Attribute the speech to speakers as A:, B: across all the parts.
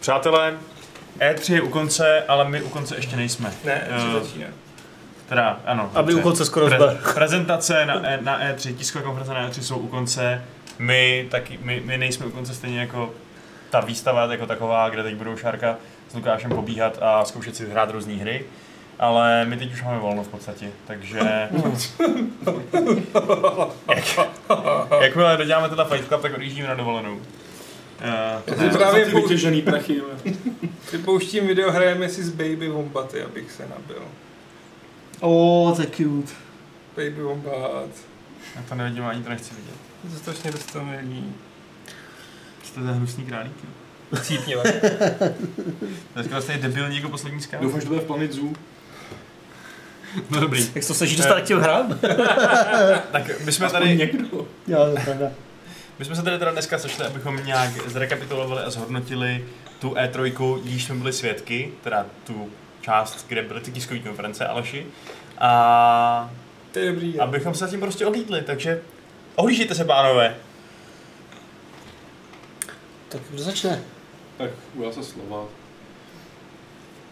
A: Přátelé, E3 je u konce, ale my u konce ještě nejsme.
B: Ne,
A: Eh,
B: uh, začíná.
A: Teda, ano.
C: A my
A: dobře.
C: u konce skoro jsme.
A: Prezentace na, E- na E3, tiskové konference na E3 jsou u konce. My, taky, my, my nejsme u konce stejně jako ta výstava jako taková, kde teď budou Šárka s Lukášem pobíhat a zkoušet si hrát různé hry. Ale my teď už máme volno v podstatě, takže... Jak, jakmile doděláme teda Fight Club, tak odjíždíme na dovolenou. Uh,
B: Ty právě
D: Právě ty
B: pou,
D: vytěžený prachy. jo.
B: pouštím video, hrajeme si s Baby Wombaty, abych se nabil.
C: O, oh, to je cute.
B: Baby Wombat.
A: já to nevidím ani to nechci vidět.
B: To se strašně dostavený.
A: Jste za hnusný králík. jo.
B: Cítně
A: Dneska vlastně je debilní jako poslední skála.
D: Doufám, že to bude v Planet Zoo.
A: No dobrý.
C: Jak to se že dostat k těm hrám?
A: Tak my jsme
D: Aspoň
A: tady...
D: někdo.
C: Jo, to je pravda.
A: My jsme se tady teda dneska sešli, abychom nějak zrekapitulovali a zhodnotili tu E3, již jsme byli svědky, teda tu část, kde byly ty tiskové konference, Aleši. A
B: To je dobrý. Aby...
A: abychom se zatím prostě ohlídli, takže ohlížíte se, pánové.
C: Tak kdo začne?
D: Tak ujel se slova.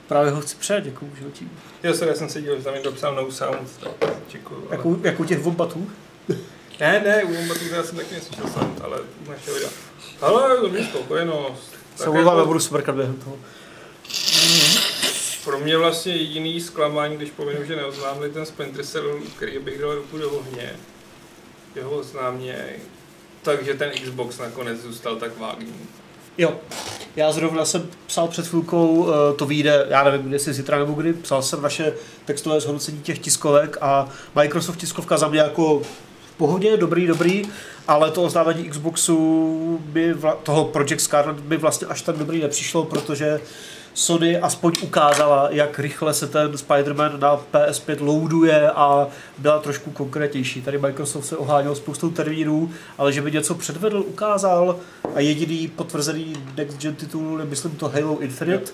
C: Právě ho chci přejet, jako můžu tím.
B: Jo, sorry, já jsem seděl, že tam někdo psal no sound, tak děkuju. Ale...
C: Jako, jako těch vombatů.
B: Ne, ne, u Wombatů já jsem taky neslyšel sound, ale u našeho videa. Ale dobrý spokojenost.
C: Se
B: Tak
C: omlouvám, já
B: jako
C: budu smrkat během toho.
B: Pro mě vlastně jediný zklamání, když povím, že neoznámili ten Splinter Cell, který bych dal ruku do ohně, jeho oznámě, takže ten Xbox nakonec zůstal tak vágní.
C: Jo, já zrovna jsem psal před chvilkou, eh, to vyjde, já nevím, jestli zítra nebo kdy, psal jsem vaše textové zhodnocení těch tiskovek a Microsoft tiskovka za mě jako v pohodě, dobrý, dobrý, ale to oznámení Xboxu by vla, toho Project Scarlet by vlastně až tak dobrý nepřišlo, protože Sony aspoň ukázala, jak rychle se ten Spider-Man na PS5 loaduje a byla trošku konkrétnější. Tady Microsoft se oháněl spoustou termínů, ale že by něco předvedl, ukázal a jediný potvrzený next gen titul je, myslím, to Halo Infinite.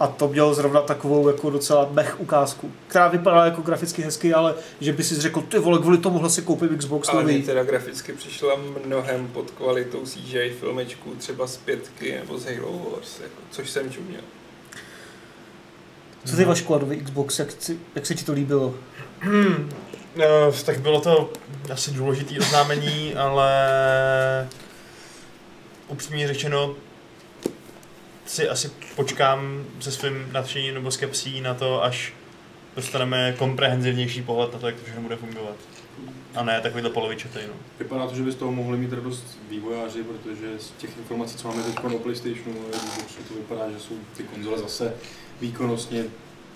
C: A to mělo zrovna takovou jako docela mech ukázku, která vypadala jako graficky hezky, ale že by si řekl, ty vole, kvůli tomuhle si koupím Xbox
B: Ale mě
C: nový.
B: teda graficky přišla mnohem pod kvalitou CGI filmečků, třeba z pětky nebo z Halo Wars, jako, což jsem čuměl.
C: Co ty Vašku a nový Xbox, jak, si- jak se ti to líbilo?
A: Hmm, no, tak bylo to asi důležitý oznámení, ale upřímně řečeno si asi počkám se svým nadšením nebo skepsí na to, až dostaneme komprehenzivnější pohled na to, jak to všechno bude fungovat. A ne takovýhle polovičatej, no.
D: Vypadá to, že by z toho mohli mít radost vývojáři, protože z těch informací, co máme teď na PlayStationu a Xboxu, to vypadá, že jsou ty konzole zase výkonnostně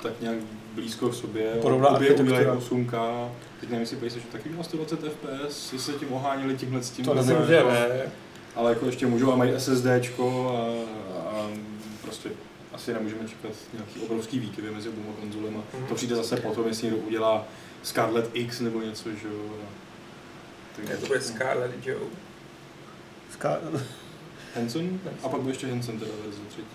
D: tak nějak blízko v sobě.
C: Podobná
D: Obě udělají
C: architektura.
D: 8K. Teď nevím, jestli PlayStation taky měl 120 FPS, jestli se tím oháněli tímhle s tím.
C: To
D: nebo-
B: Myslím, že ne.
D: Ale jako ještě můžou a mají SSDčko a, a prostě asi nemůžeme čekat nějaký obrovský výkyvy mezi oběma konzolema.
B: Mhm.
D: To přijde zase potom, jestli někdo udělá Scarlet X nebo něco, že jo. a-
B: Ne, to bude Scarlett Joe.
C: Ská...
D: Hanson a pak byl ještě Hanson teda verze třetí.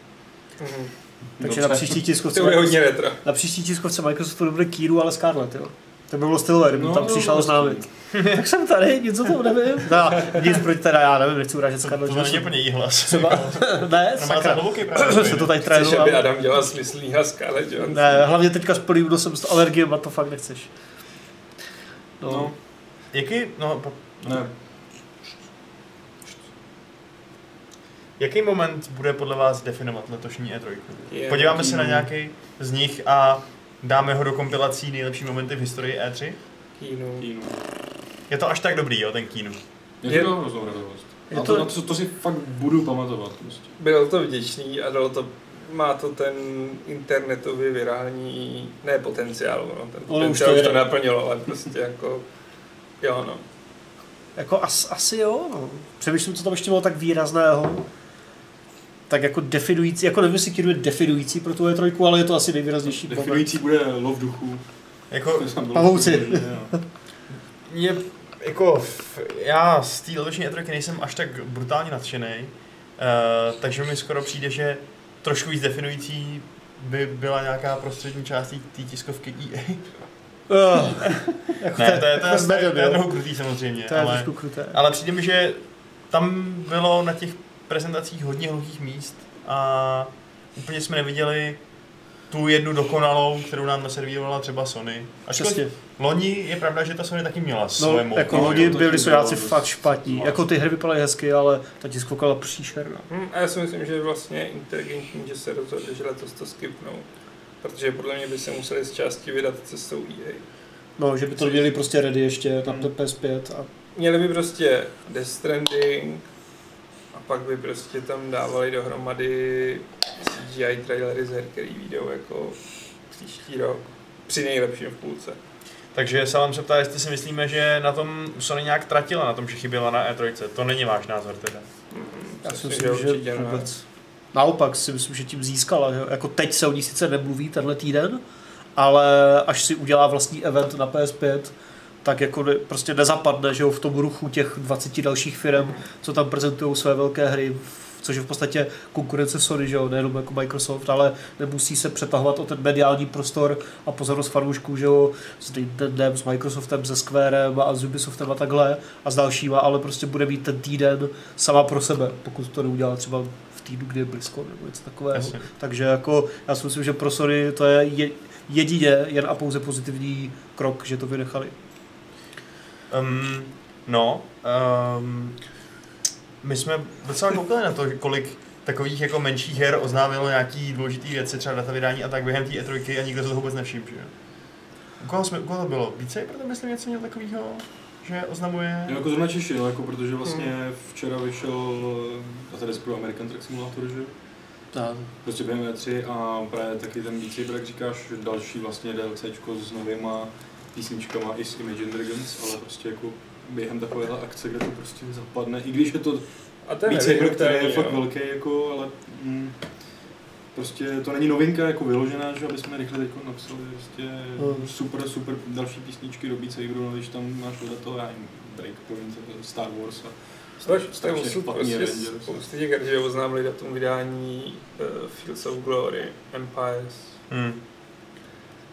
D: No,
B: Mhm.
C: Takže
D: Dobře.
C: na příští tiskovce,
B: To bude hodně retro.
C: na příští tiskovce Microsoftu nebude Kýru, ale Scarlett, jo. To by bylo stylové, kdyby
D: No,
C: tam
D: no,
C: přišla
D: no,
C: oznámit. tak jsem tady, něco tam nevím. No, nic proti teda, já nevím, nechci urážet Scarlett.
A: To není úplně její hlas.
C: Třeba, ne,
A: Ona má za
C: sakra.
A: hluboký právě.
C: se to tady
B: Chceš, že by
C: trénoval.
B: Adam dělal smyslí a Scarlett Joe?
C: Ne, hlavně teďka s polívnou jsem s alergiem a to fakt nechceš. No.
D: No.
A: Jaký, no, po-
D: Ne,
A: jaký moment bude podle vás definovat letošní E E3?
B: Je
A: Podíváme
B: nějaký-
A: se na nějaký z nich a dáme ho do kompilací nejlepší momenty v historii E3?
B: Kínu.
D: Kínu.
A: Je to až tak dobrý, jo, ten kínu.
D: Je,
B: Je-
D: to hroznou radost.
C: je
D: A
C: to-
D: to, na to, to, si fakt budu pamatovat prostě.
B: Bylo to vděčný a dalo to, má to ten internetový virální, ne potenciál, no, ten
C: Ale už
B: potenciál
C: to
B: už
C: je.
B: to, naplnilo, ale prostě jako, jo no.
C: Jako as, asi jo, no. Přemýšlím, co tam ještě bylo tak výrazného. Tak jako definující, jako nevím, jestli Kiru je definující pro tu E3, ale je to asi nejvýraznější. moment.
D: Definující bude lov duchů.
A: Jako,
D: Tam bylo-
C: Pavouci.
D: Jo.
A: je, jako, f- já z té letošní E3 nejsem až tak brutálně nadšený, uh, takže mi skoro přijde, že trošku víc definující by byla nějaká prostřední část té tiskovky EA.
C: Eh, jako
A: Ne, to je, to je, to je,
C: zvedem,
A: to je
C: jo.
A: trochu krutý samozřejmě,
C: To je
A: ale,
C: trošku kruté.
A: ale přijde mi, že tam bylo na těch prezentacích hodně hluchých míst a úplně jsme neviděli tu jednu dokonalou, kterou nám naservírovala třeba Sony. Ačkoliv
C: Přesně.
A: loni je pravda, že ta Sony taky měla
C: No,
A: svoje
C: jako
D: jo,
C: loni
D: to
C: byli
D: tím
C: sojáci
D: bylo
C: fakt
D: dost
C: špatní.
D: málo.
C: Jako ty hry vypadaly hezky, ale ta tiskovka byla příšerná.
B: Hm, A já si myslím, že je vlastně inteligentní, že se rozhodli, že letos to skipnou. Protože podle mě by se museli z části vydat cestou E EA.
C: No, že by to měli prostě ready ještě na PS5 a
B: Měli by prostě Death Stranding a pak by prostě tam dávali dohromady CGI trailery z her, který vyjdou jako příští rok. Při nejlepším v půlce.
A: Takže se vám se ptá, jestli si myslíme, že na tom Sony nějak tratila, na tom, že chyběla na E3. To není váš názor teda.
B: Hm,
C: Já si
B: myslím,
C: myslím, že
B: určitě no. ne.
C: vůbec. Naopak si myslím, že tím získala. Že? jo. Jako teď se o ní sice nemluví tenhle týden, ale až si udělá vlastní event na PS5, tak jako ne, prostě nezapadne, že jo, v tom ruchu těch 20 dalších firm, co tam prezentují své velké hry, v- což je v podstatě konkurence Sony, že jo, nejenom jako Microsoft, ale nemusí se přetahovat o ten mediální prostor a pozornost fanoušků, že jo, s Nintendem, s Microsoftem, se Squarem a s Ubisoftem a takhle a s dalšíma, ale prostě bude mít ten týden sama pro sebe, pokud to neudělá třeba v týdnu, kdy je blízko nebo něco takového.
A: Jasně.
C: Takže jako já si myslím, že pro Sony to je je- jedině jen a pouze pozitivní krok, že to vynechali.
A: Um, no, um, my jsme docela koukali na to, že kolik takových jako menších her oznámilo nějaký důležitý věci, třeba data vydání a tak během té E3 a nikdo se toho vůbec nevšiml, že jo? U koho, jsme, u koho to bylo? Více proto myslím něco měl takového, že oznamuje?
D: Jo, jako zrovna Češi, jo, jako protože vlastně včera vyšel eh, Atlas Pro American Truck Simulator, že?
C: Tak.
D: Prostě během 3 a právě taky ten víc, jak říkáš, další vlastně DLCčko s novýma písničkama i s Imagine Dragons, ale prostě jako během takovéhle akce, kde to prostě zapadne, i když je to
B: A to no. je
D: víc jako, který je
B: nevyhnutelný,
D: fakt
B: jo.
D: velký, jako, ale mm, prostě to není novinka jako vyložená, že aby jsme rychle teď napsali prostě
C: Hmm.
D: super, super další písničky do Beat Saberu, no, když tam máš vedle toho, já nevím, Breakpoint, Star Wars a
B: Což to je
D: strašně
B: osud,
D: špatný
B: prostě
D: Avengers.
B: spousty těch her, že oznámili datum vydání uh, Fields of Glory, Empires,
A: Hmm.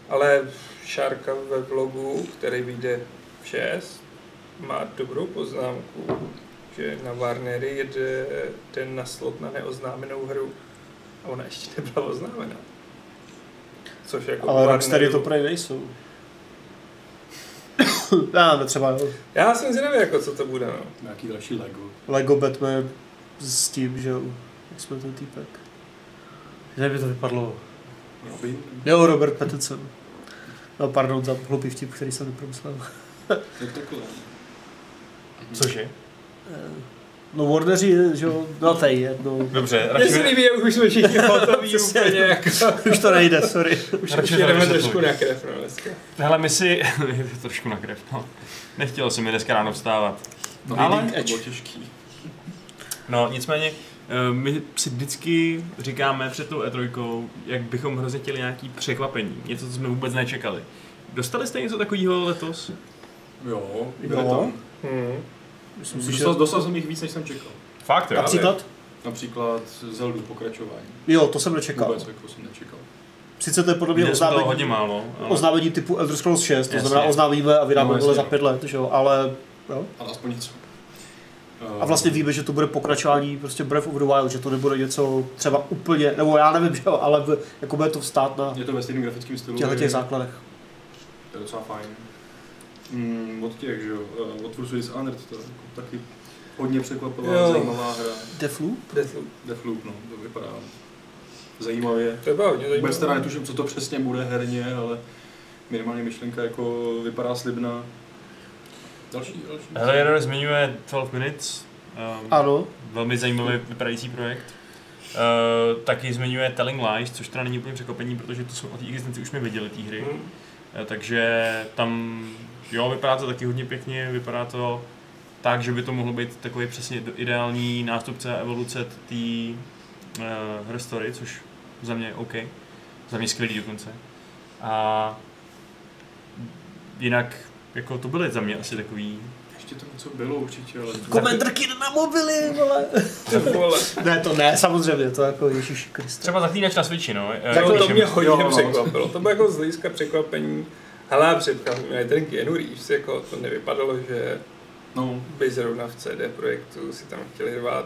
B: ale Šárka ve vlogu, který vyjde v 6, má dobrou poznámku, že na Warnery jede ten na slot na neoznámenou hru a ona ještě nebyla oznámena. Což jako
C: Ale
B: u
C: Rocksteady to
B: Warneru-
C: prej nejsou. já ne, třeba jo,
B: Já jsem zvědavý, jako co to bude, no.
D: nějaký další Lego.
C: Lego Batman s tím, že jo, jak jsme ten týpek. Kde by to vypadlo?
D: Robin?
C: Jo, Robert Pattinson. No pardon za hloupý vtip, který jsem nepromyslel.
D: Jak takhle?
A: Cože?
C: Eh, No Warneri, že jo, no to je jedno.
A: Dobře,
B: Mně se
A: radši,
B: líbí, jak už jsme všichni hotoví
C: Přesně.
B: úplně, jako,
C: Už to nejde, sorry.
B: už, už
A: Radši to
B: jedeme
A: nevysvětluj.
B: trošku na krev, no, dneska.
A: hele, my si, je to trošku na krev, no. Nechtělo se mi dneska ráno vstávat.
D: No,
A: Ale-
D: ale to bylo těžký.
A: No, nicméně, eh, my si vždycky říkáme před tou E3, jak bychom hrozně chtěli nějaký překvapení, něco, co jsme vůbec nečekali. Dostali jste něco takového letos?
D: Jo,
C: Jo.
D: jo. Tam.
B: Hmm.
C: Myslím si, že...
D: Dostal, dostal, jsem jich víc, než jsem čekal.
A: Fakt, jo?
C: Například?
D: Například Zeldu pokračování.
C: Jo, to jsem nečekal.
D: Vůbec jako jsem nečekal.
C: Sice to je podle mě
A: Mně to bylo
C: oznámení,
A: hodně málo. ale-
C: oznámení typu Elder Scrolls 6, to
A: Jasně.
C: znamená oznámíme a
D: No,
C: vydáme
D: jasně,
C: no, za
D: no.
C: pět let, že jo, ale jo.
D: Ale aspoň něco. Eh,
C: A vlastně víme, že to bude pokračování prostě Breath of the Wild, že to nebude něco třeba úplně, nebo já nevím, že jo, ale v, jako bude to vstát na
D: Je to ve stejném grafickém stylu.
C: těchto
D: je-
C: těch základech.
D: To je docela fajn. Mm, od těch, že jo, eh, od Fursu Dishonored, to je jako taky hodně překvapivá,
B: Jo.
D: zajímavá hra.
C: Deflu?
B: Deathloop.
D: Deathloop, no, to vypadá zajímavě.
B: To je hodně
D: Vůbec teda
B: zajímavé.
D: netuším, co to přesně bude herně, ale minimálně myšlenka jako vypadá slibná. Další, další.
A: Hele, Jero zmiňuje 12 Minutes. Um,
C: Ano,
A: Velmi zajímavý vypadající projekt. Uh, taky zmiňuje Telling Lies, což teda není úplně překvapení, protože to jsme o té existenci už jsme viděli té hry.
B: Hmm.
A: Eh, Takže tam, jo, vypadá to taky hodně pěkně, vypadá to tak, že by to mohlo být takový přesně do- ideální nástupce a evoluce té uh, her story, což za mě je OK. Za mě skvělý dokonce. A jinak, jako to byly za mě asi takový...
D: Ještě to něco bylo určitě, ale...
C: Commander Keen na mobily, vole.
B: Ty vole.
C: Ne, to ne, samozřejmě, to jako Ježíši Kriste.
A: Třeba zaklínač na Switchi, no. eh,
B: Tak to
A: tuším.
B: mě hodně
D: Jo, no.
B: překvapilo. To bylo jako z hlediska překvapení. Ale já předkám, ne, ten Keanu Reeves, jako to nevypadalo, že
D: No,
B: by zrovna v CD projektu si tam chtěli rvát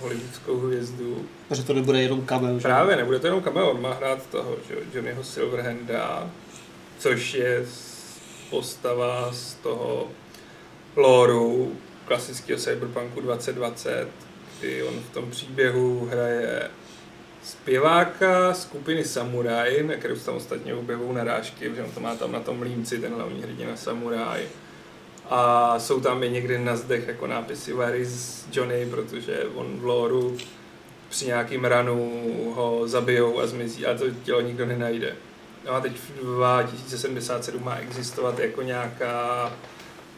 B: hollywoodskou hvězdu.
C: Takže to nebude jenom cameo, že?
B: Právě, nebude to jenom cameo, on má hrát toho, že jo, Johnnyho Silverhanda, což je s- postava z toho lóru klasického Cyberpunku 2020, kdy on v tom příběhu hraje zpěváka skupiny Samuraj, na kterou se tam ostatně objevují narážky, protože on to má tam na tom límci, ten hlavní hrdina Samuraj. A jsou tam i někde na zdech jako nápisy Where is Johnny, protože on v lóru při nějakým ranu ho zabijou a zmizí a to tělo nikdo nenajde. No a teď v 2077 má existovat jako nějaká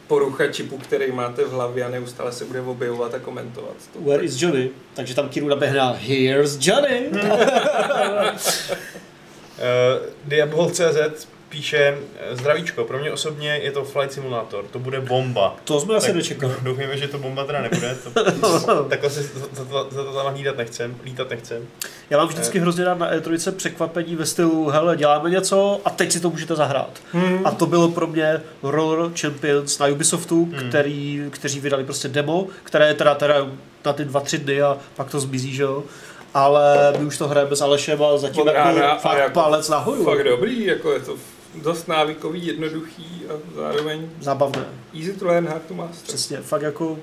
B: porucha čipu, který máte v hlavě a neustále se bude objevovat a komentovat to.
C: Where is Johnny? Takže tam Kiru naběhne Here's Johnny!
A: Uh, Diabol.cz píše, eh, zdravíčko, pro mě osobně je to Flight Simulator, to bude bomba.
C: To jsme asi
A: Tak
C: nečekali.
A: Doufejme, že to bomba teda nebude, to, takhle si za, za, za, za to tam hlídat nechcem, lítat nechcem.
C: Já mám vždycky hrozně rád na E3 překvapení ve stylu, hele, děláme něco a teď si to můžete zahrát.
B: Hmm.
C: A to bylo pro mě Roller Champions na Ubisoftu,
A: Hmm.
C: který, kteří vydali prostě demo, které je teda, teda na ty dva, tři dny a pak to zmizí, že jo. Ale my už to hrajeme s Alešem a zatím
B: Od rána
C: jako
B: a
C: fakt
B: jako-
C: palec nahoru.
B: Fakt dobrý, jako je to dost návykový, jednoduchý a zároveň
C: Zábavné,
B: easy to learn, hard to master.
C: přesně. Fakt jako,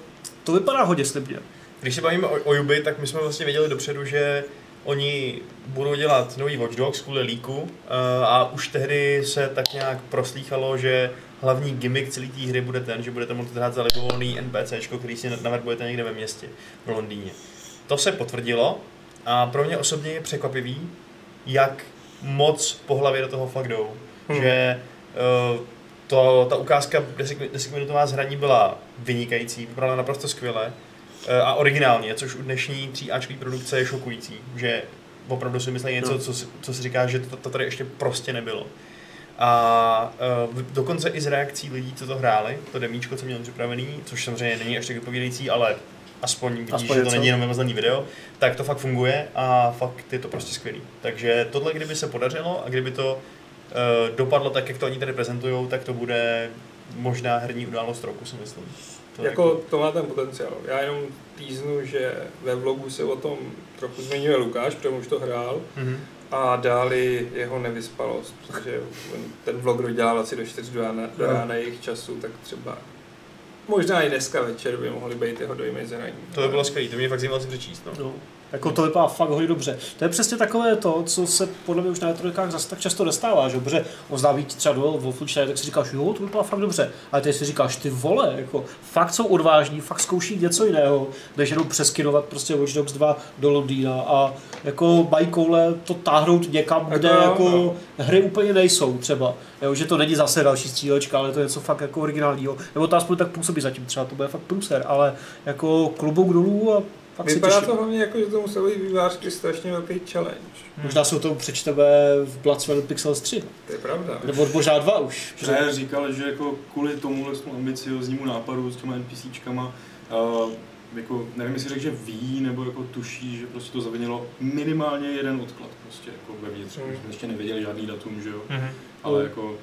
C: to vypadá hodně slibně.
A: Když se bavíme o, o Ubi, tak my jsme vlastně věděli dopředu, že oni budou dělat nový Watch Dogs kvůli líku eh, a už tehdy se tak nějak proslýchalo, že hlavní gimmick celé té hry bude ten, že budete moct hrát za libovolný NPCčko, který si naverbujete někde ve městě v Londýně. To se potvrdilo a pro mě osobně je překvapivý, jak moc po hlavě do toho fakt jdou.
B: Hmm.
A: Hmm. Že eh, to, ta ukázka 10 desetiminutová zhraní byla vynikající, vypadala naprosto skvěle eh, a originálně, což u dnešní 3Ačkové produkce je šokující, že opravdu si myslí něco,
C: No.
A: co, si- co si říká, že to, to tady ještě prostě nebylo. A uh, dokonce i z reakcí lidí, co to hráli, to demíčko, co měl připravený, což samozřejmě není až tak vypovídající, ale aspoň vidíš,
C: Aspoň
A: aspoň že to
C: něco.
A: není jenom vymazlený video, tak to fakt funguje a fakt je to prostě skvělý. Takže tohle, kdyby se podařilo a kdyby to uh, dopadlo tak, jak to oni tady prezentují, tak to bude možná herní událost roku, si myslím. To je
B: Jako to má ten potenciál. Já jenom týznu, že ve vlogu se o tom trochu zmiňuje Lukáš, protože on už to hrál
A: Mhm.
B: a dáli jeho nevyspalost, protože on, ten vlog dodělal asi do 4 do rána, do
C: No.
B: rána jejich času, tak třeba možná i dneska večer by mohly být jeho dojmy z hraní.
A: To by bylo skvělé, to mě fakt zajímalo si přečíst. No.
C: No. Jako to vypadá fakt hodně dobře. To je přesně takové to, co se podle mě už na trojkách zase tak často nestává, že? jo, Protože oznámí ti třeba duel Wolfenstein, tak si říkáš, jo, to vypadá fakt dobře. Ale teď si říkáš, ty vole, jako fakt jsou odvážní, fakt zkouší něco jiného, než jenom přeskinovat prostě Watch Dogs 2 do Londýna a jako bajkoule to táhnout někam,
B: Tak
C: kde
B: jo,
C: jako
B: no.
C: hry úplně nejsou třeba. Jo, že to není zase další střílečka, ale to je něco fakt jako originálního. Nebo to aspoň tak působí zatím, třeba to bude fakt průser, ale jako klobouk dolů a fakt se
B: Vypadá
C: těším.
B: to hlavně jako, že to musel být vývářky strašně velký challenge.
C: Možná se o tom přečteme v Bloodsworn Pixels 3,
B: To je pravda.
C: nebo možná 2 už. protože-
D: Že říkal, že jako kvůli tomuhle tomu ambicioznímu nápadu s těma NPCčkama, uh, jako, nevím, jestli řekl, že ví, nebo jako tuší, že prostě to zavinilo minimálně jeden odklad prostě jako vevnitř.
B: Hmm.
D: Mm. Jsme ještě nevěděli žádný datum, že jo?
A: Mhm.
D: Ale
C: Hmm.
D: jako,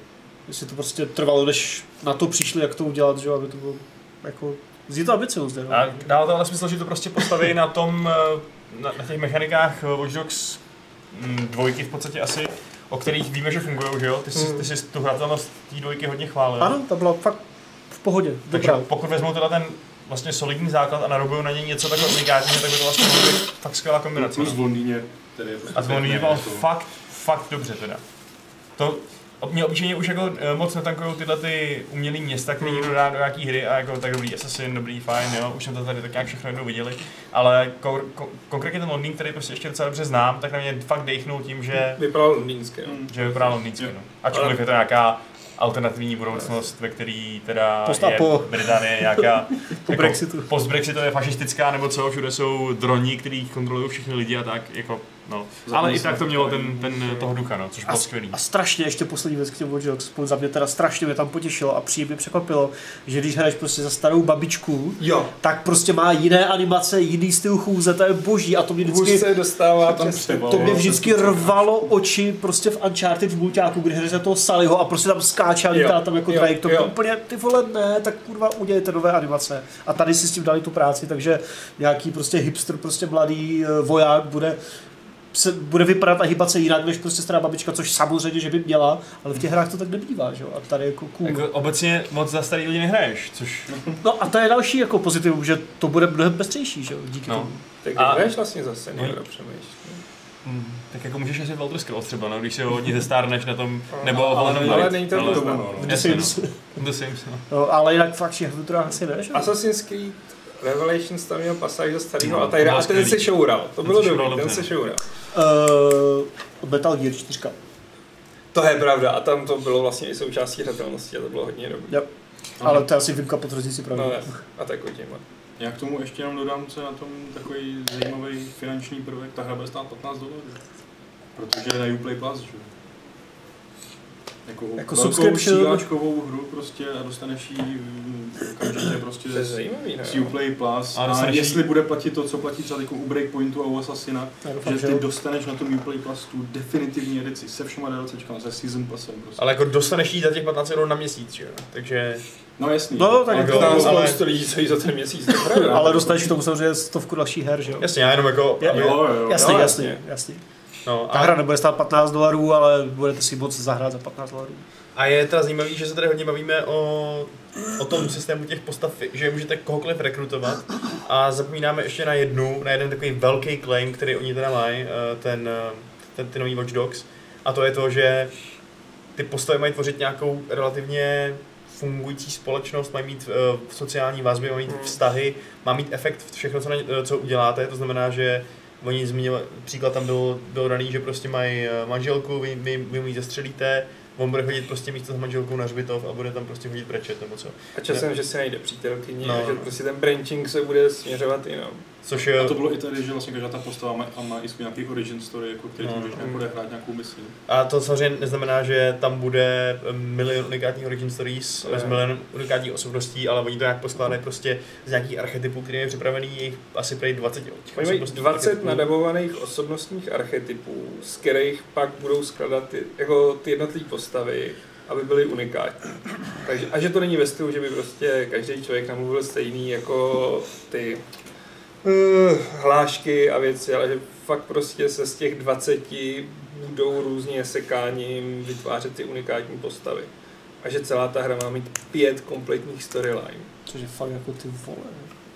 C: Jestli to prostě trvalo, než na to přišli, jak to udělat, že jo, aby to bylo jako... Zní to ambiciozně, no.
A: A dává to ale smysl, že to prostě postaví na tom, eh, na, na těch mechanikách eh, Watch Dogs mm, dvojky v podstatě asi, o kterých víme, že fungují, že jo? Ty jsi,
B: Mm.
A: ty jsi tu hratelnost té dvojky hodně chválil.
C: Ano, ta byla fakt v pohodě,
A: Takže
C: dobrá.
A: pokud vezmou teda ten vlastně solidní základ a narobují na něj něco takhle unikátního, tak by to vlastně mohla být fakt skvělá kombinace. no.
D: plus v Londýně, tedy je
A: A to mě
D: pěkné,
A: bylo
D: jako-
A: fakt, fakt dobře teda. To ob- mě obyčejně už jako eh, moc netankujou tyhle ty umělý města, který někdo dá do nějaký hry a jako tak dobrý Assassin, dobrý fajn, jo, už jsme to tady tak nějak všechno jednou viděli, ale ko- ko- konkrétně ten Londýn, který prostě ještě docela dobře znám, tak na mě fakt dechnul tím, že,
B: Vypadal londýnské. no.
D: Mm.
A: že vypadá londýnsky, no. Ačkoliv
B: Ale-
A: je to nějaká alternativní budoucnost, ve který teda
C: Posta
A: je
C: po-
A: Británie nějaká
C: Po Brexitu.
A: postbrexitově fašistická nebo co, všude jsou droni, který kontrolují všechny lidi a tak, jako No. Ale
D: Zapomněl
A: i
D: jsem
A: tak to
D: na
A: mělo
D: to,
A: ten, ten toho ducha, no, což
C: A,
A: bylo skvělý.
C: a strašně, ještě poslední věc k těm Watch Dogs, aspoň za mě teda strašně mě tam potěšilo a příjemně překvapilo, že když hraješ prostě za starou babičku,
B: Jo.
C: tak prostě má jiné animace, jiný styl chůze, to je boží a to mě
B: Vždycky
C: vždycky,
B: se dostává
D: tam
B: přesně
D: třeba,
C: to mě
D: no.
C: vždycky rvalo oči prostě v Uncharted v mulťáku, kdy hraješ za toho Sallyho a prostě tam skáče a
B: Jo,
C: lítá tam jako
B: jo,
C: trajek, to
B: jo.
C: bylo úplně ty vole ne, tak kurva udělejte nové animace. A tady si s tím dali tu práci, takže nějaký prostě hipster, prostě mladý eh, voják bude se bude vypadat a hýbat se jinak než prostě stará babička, což samozřejmě, že by měla, ale v těch hrách to tak nebývá, že jo? A tady jako cool.
A: Jako obecně moc za starý lidi nehraješ, což...
C: No a to je další jako pozitivum, že to bude mnohem pestřejší, že jo? Díky
A: No.
C: tomu.
B: Tak
A: A-
B: hraješ vlastně za
A: No.
B: seniora, přemýšlím.
A: Hmm. Tak jako můžeš asi Elder Scrolls třeba, no, když se hodně zestárneš na tom,
B: No,
A: nebo
B: ale-
A: Hollow Knight.
B: ale není to
A: ale,
B: to-
C: V The
A: Jasně,
C: Sims.
A: The Sims, no.
C: No, ale jinak fakt všech hrách asi ne, že jo?
B: Assassin's Creed Revelations tam měl pasáž do starého
A: No,
B: Altaira
A: to bylo
B: a ten se
A: skvělý.
B: šoural. To
A: Ten
B: bylo
A: se šoural
B: dobrý, ten
A: dobře.
B: se šoural.
C: Uh, Metal Gear 4.
B: To je pravda a tam to bylo vlastně i součástí hratelnosti a to bylo hodně dobrý.
C: Jo. Ale to je asi výjimka potvrzí si pravdu.
B: No, ne. a tak hodně.
D: Já k tomu ještě jenom dodám, co je na tom takový zajímavý finanční prvek. Ta hra bude stát 15 dolarů. Protože je na Uplay Plus, že jo. Jako,
C: Jako
D: jako velkou
C: subscription.
D: střílačkovou hru prostě a dostaneš ji mm, okamžitě prostě
B: To je
D: z,
B: zajímavý, no. ne?
D: z Uplay Plus.
A: A
D: A,
A: dostaneš ji-
D: jestli bude platit to, co platí třeba jako u Breakpointu a u Assassina,
C: Já doufám,
D: že
C: že
D: ty
C: jo.
D: dostaneš na tom Uplay Plus tu definitivní edici se všema DLCčkama, se Season Passem prostě.
A: Ale jako dostaneš jí za těch 15 euro na měsíc, že jo? Takže...
D: No jasný.
C: No, tak
A: Ale
C: jako
A: to-
B: Znám
A: Jo, ale-
B: spoustu lidí, co jí za ten měsíc to je pravda.
C: ale dostaneš k tomu samozřejmě stovku dalších her, že jo?
A: Jasně, já jenom jako...
C: Je-
A: aby-
D: jo, jo,
C: Jasně,
B: jo,
C: jasně,
B: jasně.
C: jasně.
A: No,
C: Ta
A: a,
C: hra nebude stát 15 dolarů, ale budete si moc zahrát za 15 dolarů.
A: a je teda zajímavý, že se tady hodně bavíme o, o tom systému těch postav, že můžete kohokoliv rekrutovat. A zapomínáme ještě na jednu, na jeden takový velký claim, který oni teda mají, eh, ten, eh, ten, ty nový Watch Dogs. A to je to, že ty postavy mají tvořit nějakou relativně fungující společnost, mají mít eh, sociální vazby, mají mít
B: Mm.
A: vztahy, má mít efekt všechno, co, na, eh, co uděláte, to znamená, že oni zmínili, příklad tam byl, byl daný, že prostě mají eh, manželku, vy, vy, vy mu ji zastřelíte, on bude chodit prostě místo s manželkou na hřbitov a bude tam prostě chodit brečet nebo co.
B: A časem, že si najde přítelkyni
A: No,
B: a že
A: no.
B: prostě ten branching se bude směřovat no. jinam.
A: Což
D: A
A: je,
D: to bylo i tady, že vlastně každá ta postava má, a má i svůj nějaký origin story, jako který
A: No,
D: no, můžeš
A: no.
D: nějak odehrát nějakou misi.
A: A to samozřejmě neznamená, že tam bude eh, milion unikátních origin stories
B: Ne.
A: s milion unikátních osobností, ale oni to nějak poskládají prostě z nějakých archetypů, který je připravený, je jich asi prej 20 těch
B: Oni mají
A: osobností
C: Prostě
B: 20
A: archetypů.
B: nadabovaných osobnostních archetypů, z kterých pak budou skladat ty, jako ty jednotlivé postavy, aby byly unikátní. Takže, a že to není ve stylu, že by prostě každý člověk namluvil stejný jako ty uh, hlášky a věci, ale že fakt prostě se z těch 20 budou různě sekáním vytvářet ty unikátní postavy. A že celá ta hra má mít pět kompletních storyline,
C: Což je fakt jako ty vole.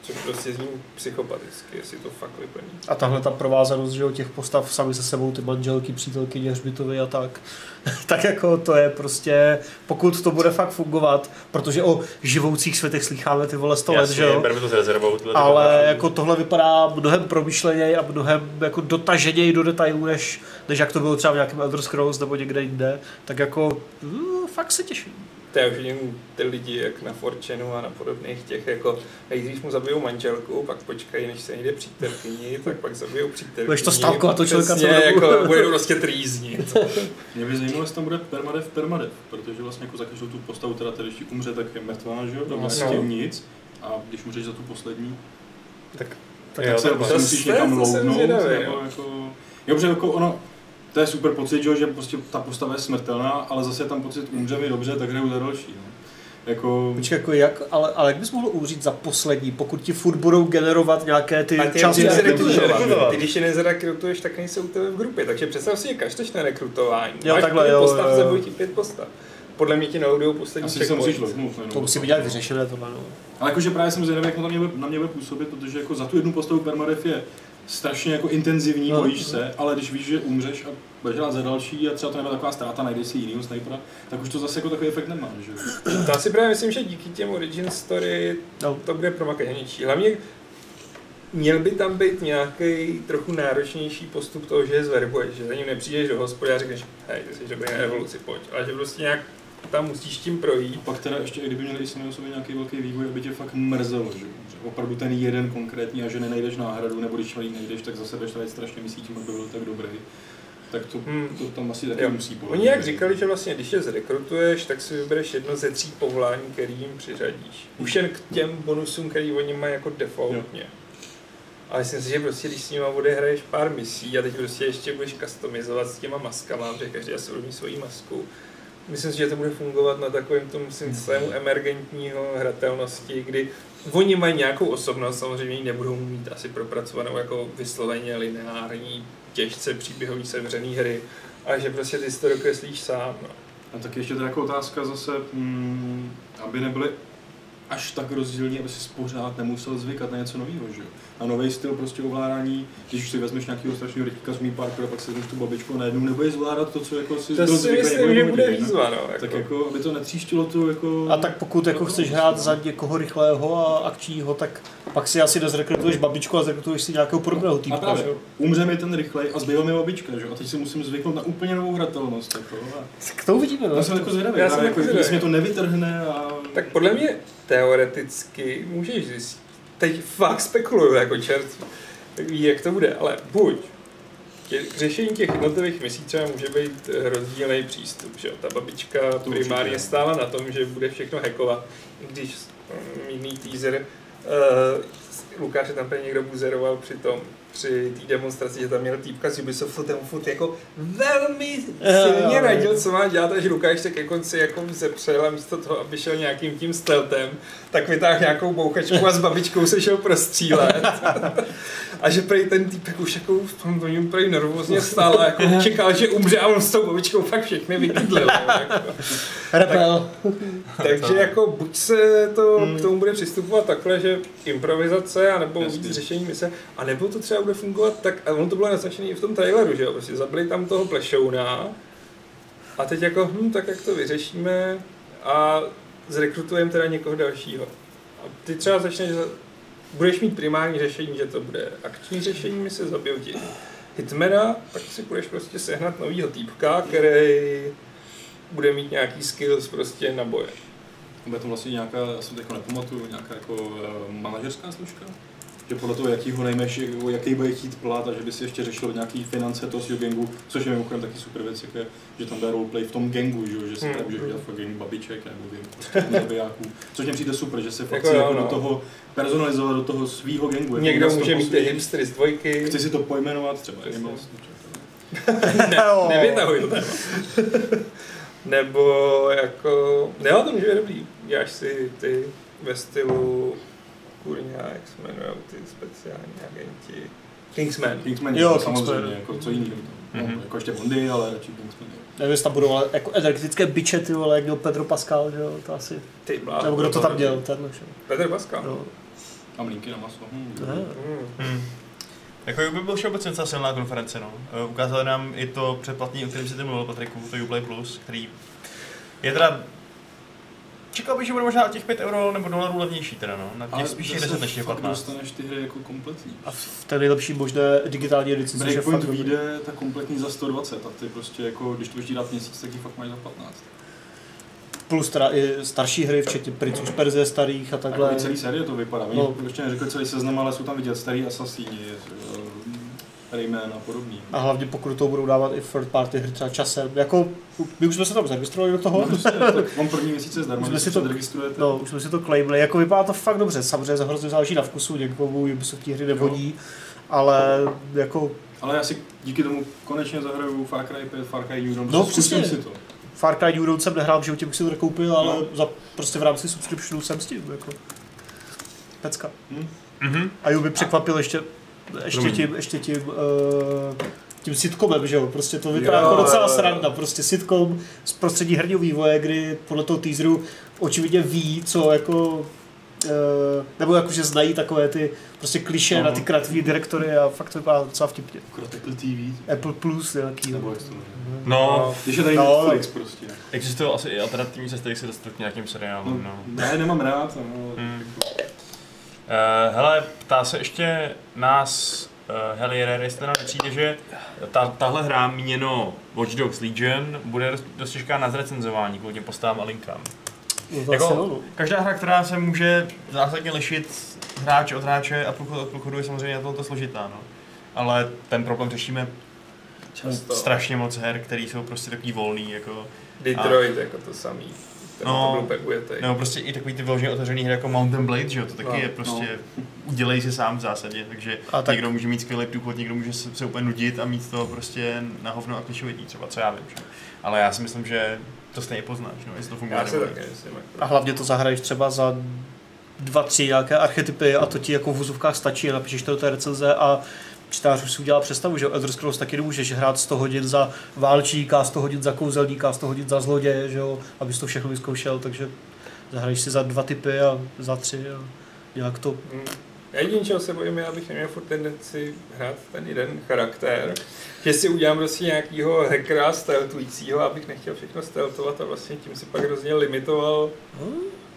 B: což prostě zní psychopaticky, jestli to fakt vyplní.
C: A tahle ta provázanost, že jo, těch postav sami se sebou, ty manželky, přítelky, hřbitovy a tak. tak jako to je prostě, pokud to bude fakt fungovat, protože o živoucích světech slýcháme ty vole 100 let, že jo.
A: berme to s rezervou. Tyhle
C: Ale
A: tyhle-
C: jako tohle vypadá mnohem promyšleněji a mnohem jako dotaženěji do detailů, než, než jak to bylo třeba v nějakém Elder Scrolls nebo někde jinde. Tak jako, mm, fakt se těším.
B: To já už vidím ty lidi jak na Forčenu a na podobných těch, jako nejdřív mu zabijou manželku, pak počkají, než se najde přítelkyni, tak pak zabijou přítelkyni.
C: Budeš to stalkovat toho člověka
B: Přesně,
C: celou dobu.
B: jako budou prostě trýznit.
D: Mě by zajímalo, jestli tam bude permadev permadev, protože vlastně jako za každou tu postavu, teda tady, když ti umře, tak je mrtvá, že jo,
B: No,
D: doma s tím
B: no.
D: nic. A když můžeš za tu poslední,
A: Tak
D: tak
A: jo,
D: se
A: to
D: prostě
A: je-
D: musíš
B: to je-
D: někam
B: to jsem
D: loudnout,
B: zvědavý,
D: nebo
B: jo.
D: jako... Jo, protože jako ono, to je super pocit, že, jo, že prostě ta postava je smrtelná, ale zase je tam pocit, umře mi dobře, tak hraju za další. No. Jako,
C: Počkej, jako jak, ale, ale jak bys mohl umřít za poslední, pokud ti furt budou generovat nějaké ty
B: A ty,
C: části?
B: ty,
A: jak
B: se
A: rekrutovat.
B: rekrutuješ,
A: Rekrutovat.
B: ty když je nezrekrutuješ, tak nejsou u tebe v grupě. Takže představ si, že každeš na rekrutování.
C: Jo,
B: Máš
C: takhle,
B: pět
C: jo,
B: postav,
C: jo, jo.
B: zabijí ti pět postav. Podle mě ti naudou poslední
D: asi se musíš
B: checkpoint.
D: loudnout. no,
C: To
D: nebo-
C: musí být nějak vyřešené tohle. No.
D: Ale jakože právě jsem zvědavý, jak on na mě, bude- na mě bude působit, protože jako za tu jednu postavu permadeath je strašně jako intenzivní,
C: No.
D: bojíš se, ale když víš, že umřeš a budeš hrát za další a třeba to nebude taková ztráta, najdeš si jinýho snajpera, tak už to zase jako takový efekt nemá, že jo?
B: To já si právě myslím, že díky těm origin story
C: No.
B: to bude promakanější. Hlavně měl by tam být nějaký trochu náročnější postup toho, že je zverbuješ, že za ním nepřijdeš do hospody a řekneš, hej, ty jsi dobrý na revoluci, pojď, ale že prostě nějak tam musíš tím projít.
D: A pak teda ještě, i kdyby měli i sami o sobě nějaký velký vývoj, aby tě fakt mrzelo, že, že opravdu ten jeden konkrétní a že nenajdeš náhradu, nebo když ji najdeš, tak zase jdeš tady strašně myslítím, aby byl tak dobrý. Tak to,
B: Hmm.
D: to tam asi taky
B: Jo.
D: musí být.
B: Oni jak říkali, že vlastně když je zrekrutuješ, tak si vybereš jedno ze tří povolání, který jim přiřadíš. Už jen k těm bonusům, který oni mají jako defaultně. Ale myslím si, že prostě když s nima odehraješ pár misí a teď prostě ještě budeš customizovat s těma maskama, protože každý asi bude mít svoji masku. Myslím si, že to bude fungovat na takovém tom systému emergentního hratelnosti, kdy oni mají nějakou osobnost, samozřejmě ji nebudou mít asi propracovanou jako vysloveně lineární, těžce příběhový sevřený hry, a že prostě ty si to dokreslíš sám. No.
D: A tak ještě teda jako otázka zase, mm, aby nebyly až tak rozdílní, aby si pořád nemusel zvykat na něco nového, že jo? Na nový styl prostě ovládání, když už si vezmeš nějakého strašného rytíka z mý parku a pak si vezmeš tu babičku a najednou nebudeš zvládat to, co jako si
B: To
D: byl
B: si
D: zvyklý, nebo
B: myslím, že
D: jenom
B: bude
D: divný, no.
B: výzva. No,
D: Tak
B: jako.
D: jako, aby to netříštilo tu jako...
C: A tak pokud jako chceš hrát za někoho rychlého a akčního, tak pak si asi nezrekrutuješ babičku a zrekrutuješ si nějakého podobného
D: a
C: týpka,
D: právě,
C: že jo?
D: umře mi ten rychlej a zbyla mi babička, že jo? A teď si musím zvyknout na úplně novou hratelnost, jako. A
C: Tak to uvidíme, no.
D: já jsem jako zvědavý,
B: Já
D: já
B: jsem
D: jsem jako,
B: taky
D: jestli mě to
B: zvědavý.
D: nevytrhne a...
B: tak podle mě teoreticky můžeš zjistit. Teď fakt spekuluju jako čert. Tak ví, jak to bude, ale buď tě- k řešení těch jednotlivých misí třeba může být eh, rozdílný přístup, že jo? Ta babička
D: To určitě.
B: primárně stála na tom, že bude všechno hackovat, i když mm, jiný teaser Uh, Lukáše tam prý někdo buzeroval při tom, při té demonstraci, že tam měl týpka z Ubisoftu, ten furt jako velmi
C: Jo,
B: silně
C: jo.
B: radil, co má dělat, až Lukáš se ke konci jako zepřel a místo toho, aby šel nějakým tím steltem, tak vytáhl nějakou bouchačku a s babičkou se šel prostřílet. a že prej ten týpek už jako v tom to něm prej nervózně stál a jako čekal, že umře a on s tou babičkou fakt všechny vykydlil. Jako.
C: Rebel.
B: Takže jako buď se to k tomu bude přistupovat takhle, že improvizace, anebo
D: Jasný.
B: víc řešení mise, anebo to třeba bude fungovat tak, a ono to bylo naznačené i v tom traileru, že jo, prostě zabili tam toho plešouna a teď jako, hm, tak jak to vyřešíme a zrekrutujeme teda někoho dalšího. A ty třeba začneš, za- budeš mít primární řešení, že to bude akční řešení mise, zabiju ti hitmana, tak si budeš prostě sehnat novýho týpka, který bude mít nějaký skills prostě na boje.
D: Bude to vlastně nějaká, já si to jako nepamatuju, nějaká jako eh, manažerská složka? Že podle toho, jaký ho nejmeš, jako jaký bude chtít plat a že by si ještě řešil nějaký finance toho svého gangu, což je mimochodem taky super věc, jak je, že tam dá roleplay v tom gangu, že, jo, že si
B: Hmm.
D: tam může dělat fakt gang babiček nebo gang prostě zabijáků, což mě přijde super, že se fakt
B: Jako
D: jako,
B: jo,
D: jako
B: no.
D: do toho personalizovat do toho svého gangu. jako
B: Někdo
D: udělat si to
B: může
D: po
B: mít ty
D: svým.
B: hipstery z dvojky.
D: Chci si to pojmenovat třeba.
B: Přesně.
D: Animal Snitch.
C: Jo.
B: Nevytahuj to. Nebo jako, jo, to může být dobrý. Děláš si ty ve stylu, kurňa, jak se jmenují ty speciální agenti. Kingsman.
D: Kingsman,
C: Jo,
D: jo,
C: Kingsman.
D: samozřejmě, jako co jiného.
A: Mhm.
D: No, jako ještě Bondy, ale radši Kingsman. jo.
C: Nevím, jestli tam budou ale jako energetické biče, ty vole, jak měl Pedro Pascal, že jo, to asi.
B: Ty bláho.
C: Nebo kdo to tam dělal, No. tenhle, že
B: Petr Pascal.
C: jo.
D: A mlínky na maso. Hm,
C: No, ne.
B: Hmm.
A: Hmm. Jako by byl všeobecně docela silná konference, no. Eh, Ukázali nám i to předplatní, o kterém jsi ty mluvil, Patriku, to Uplay Plus, který je teda... Čekal bych, že bude možná o těch 5 euro nebo dolarů levnější teda, no. Na těch spíš je 10 než těch 15.
D: dostaneš ty hry jako kompletní.
C: A v té nejlepší možné digitální edici, což je fakt
D: Breakpoint
C: dobrý.
D: vyjde ta kompletní za 120 a ty prostě jako, když to budeš dát měsíc, tak ji fakt máš za Jako 15.
C: Plus teda i starší hry, včetně Prince z Perze starých a
D: Takhle.
C: takhle.
D: Jako celý série to vypadá. Oni
C: No.
D: no. ještě neřekli celý seznam, ale jsou tam vidět starý Assassini, Rayman a podobný.
C: A hlavně pokud do toho budou dávat i third party hry třeba časem. Jako, my už jsme se tam zaregistrovali do toho.
D: No, prostě, tak on první měsíc je zdarma,
C: Jsme
D: když
C: si
D: se
C: to-
D: to registrujete.
C: No, už jsme si to claimli. Jako vypadá to fakt dobře. Samozřejmě hrozně záleží na vkusu, někomu Ubisoftí hry nevodí. Ale jako
D: Ale já si díky tomu konečně zahraju Far Cry 5, Far Cry Union,
C: No,
D: prostě zkusím
C: přesně.
D: si to.
C: Far Cry New Dawn jsem nehrál, že těch jsem to koupil, ale
D: No.
C: za, prostě v rámci subscriptionu jsem s tím. Jako. Pecka.
A: Mhm.
C: A Jubi překvapil ještě, ještě
A: Promiň.
C: tím, ještě tím, uh, tím sitcomem, že jo? Prostě to vypadá
B: Jo,
C: jako docela
B: jo, jo.
C: sranda. Prostě sitcom z prostředí herního vývoje, kdy podle toho teaseru očividně ví, co jako eh, nebo jakože znají takové ty prostě kliše na ty
B: No.
C: kratvý direktory a fakt to vypadá docela vtipně.
D: Critical TV,
C: Apple Plus nějaký.
D: nebo jak se to jmenuje.
A: No,
D: Když je tady
C: No.
D: Netflix prostě.
A: existují asi i alternativní cesty, jak se dostat k nějakým seriálům, no.
D: No, ne, nemám rád, no,
A: Hmm. Eh, hele, ptá se ještě nás eh, Heli Rare, jestli teda nepřijde, že ta, tahle hra měno Watch Dogs Legion bude dost, dost těžká na zrecenzování kvůli těm postavám a linkám.
C: No, to
A: Jako-
C: asi ano, no.
A: Každá hra, která se může zásadně lišit hráče od hráče a průchod od průchodu, je samozřejmě na tohoto složitá. No. Ale ten problém řešíme
B: Často.
A: strašně moc her, které jsou prostě takový volný, jako,
B: Detroit jako to samý. Ten
A: No.
B: no, to byl tady.
A: nebo prostě i takový ty vyloženě otevřený hry jako Mountain Blade, že jo, to taky
B: No,
A: je prostě, udělej si sám v zásadě, takže
C: A tak-
A: někdo může mít skvělý průchod, někdo může se, se úplně nudit a mít to prostě na hovno a klišovití třeba, co já vím, že? jo. Ale já si myslím, že to stejně poznáš, no, jestli to funguje.
B: Já se
A: nebo ne.
B: taky myslím. Jako.
C: A hlavně to zahraješ třeba za dva, tři nějaké archetypy a to ti jako v vozovkách stačí, napíšeš to do té recenze a čtář už si udělá představu, že jo? Elder Scrolls taky nemůžeš hrát 100 hodin za válčíka, 100 hodin za kouzelníka, 100 hodin za zloděje, že jo, abys to všechno vyzkoušel, takže zahraješ si za dva typy a za tři a nějak to
B: Hm. Já jediný, čeho se bojím, je, abych neměl furt tendenci hrát ten jeden charakter. Že si udělám prostě nějakýho hackera steltujícího, abych nechtěl všechno steltovat a vlastně tím si pak hrozně limitoval.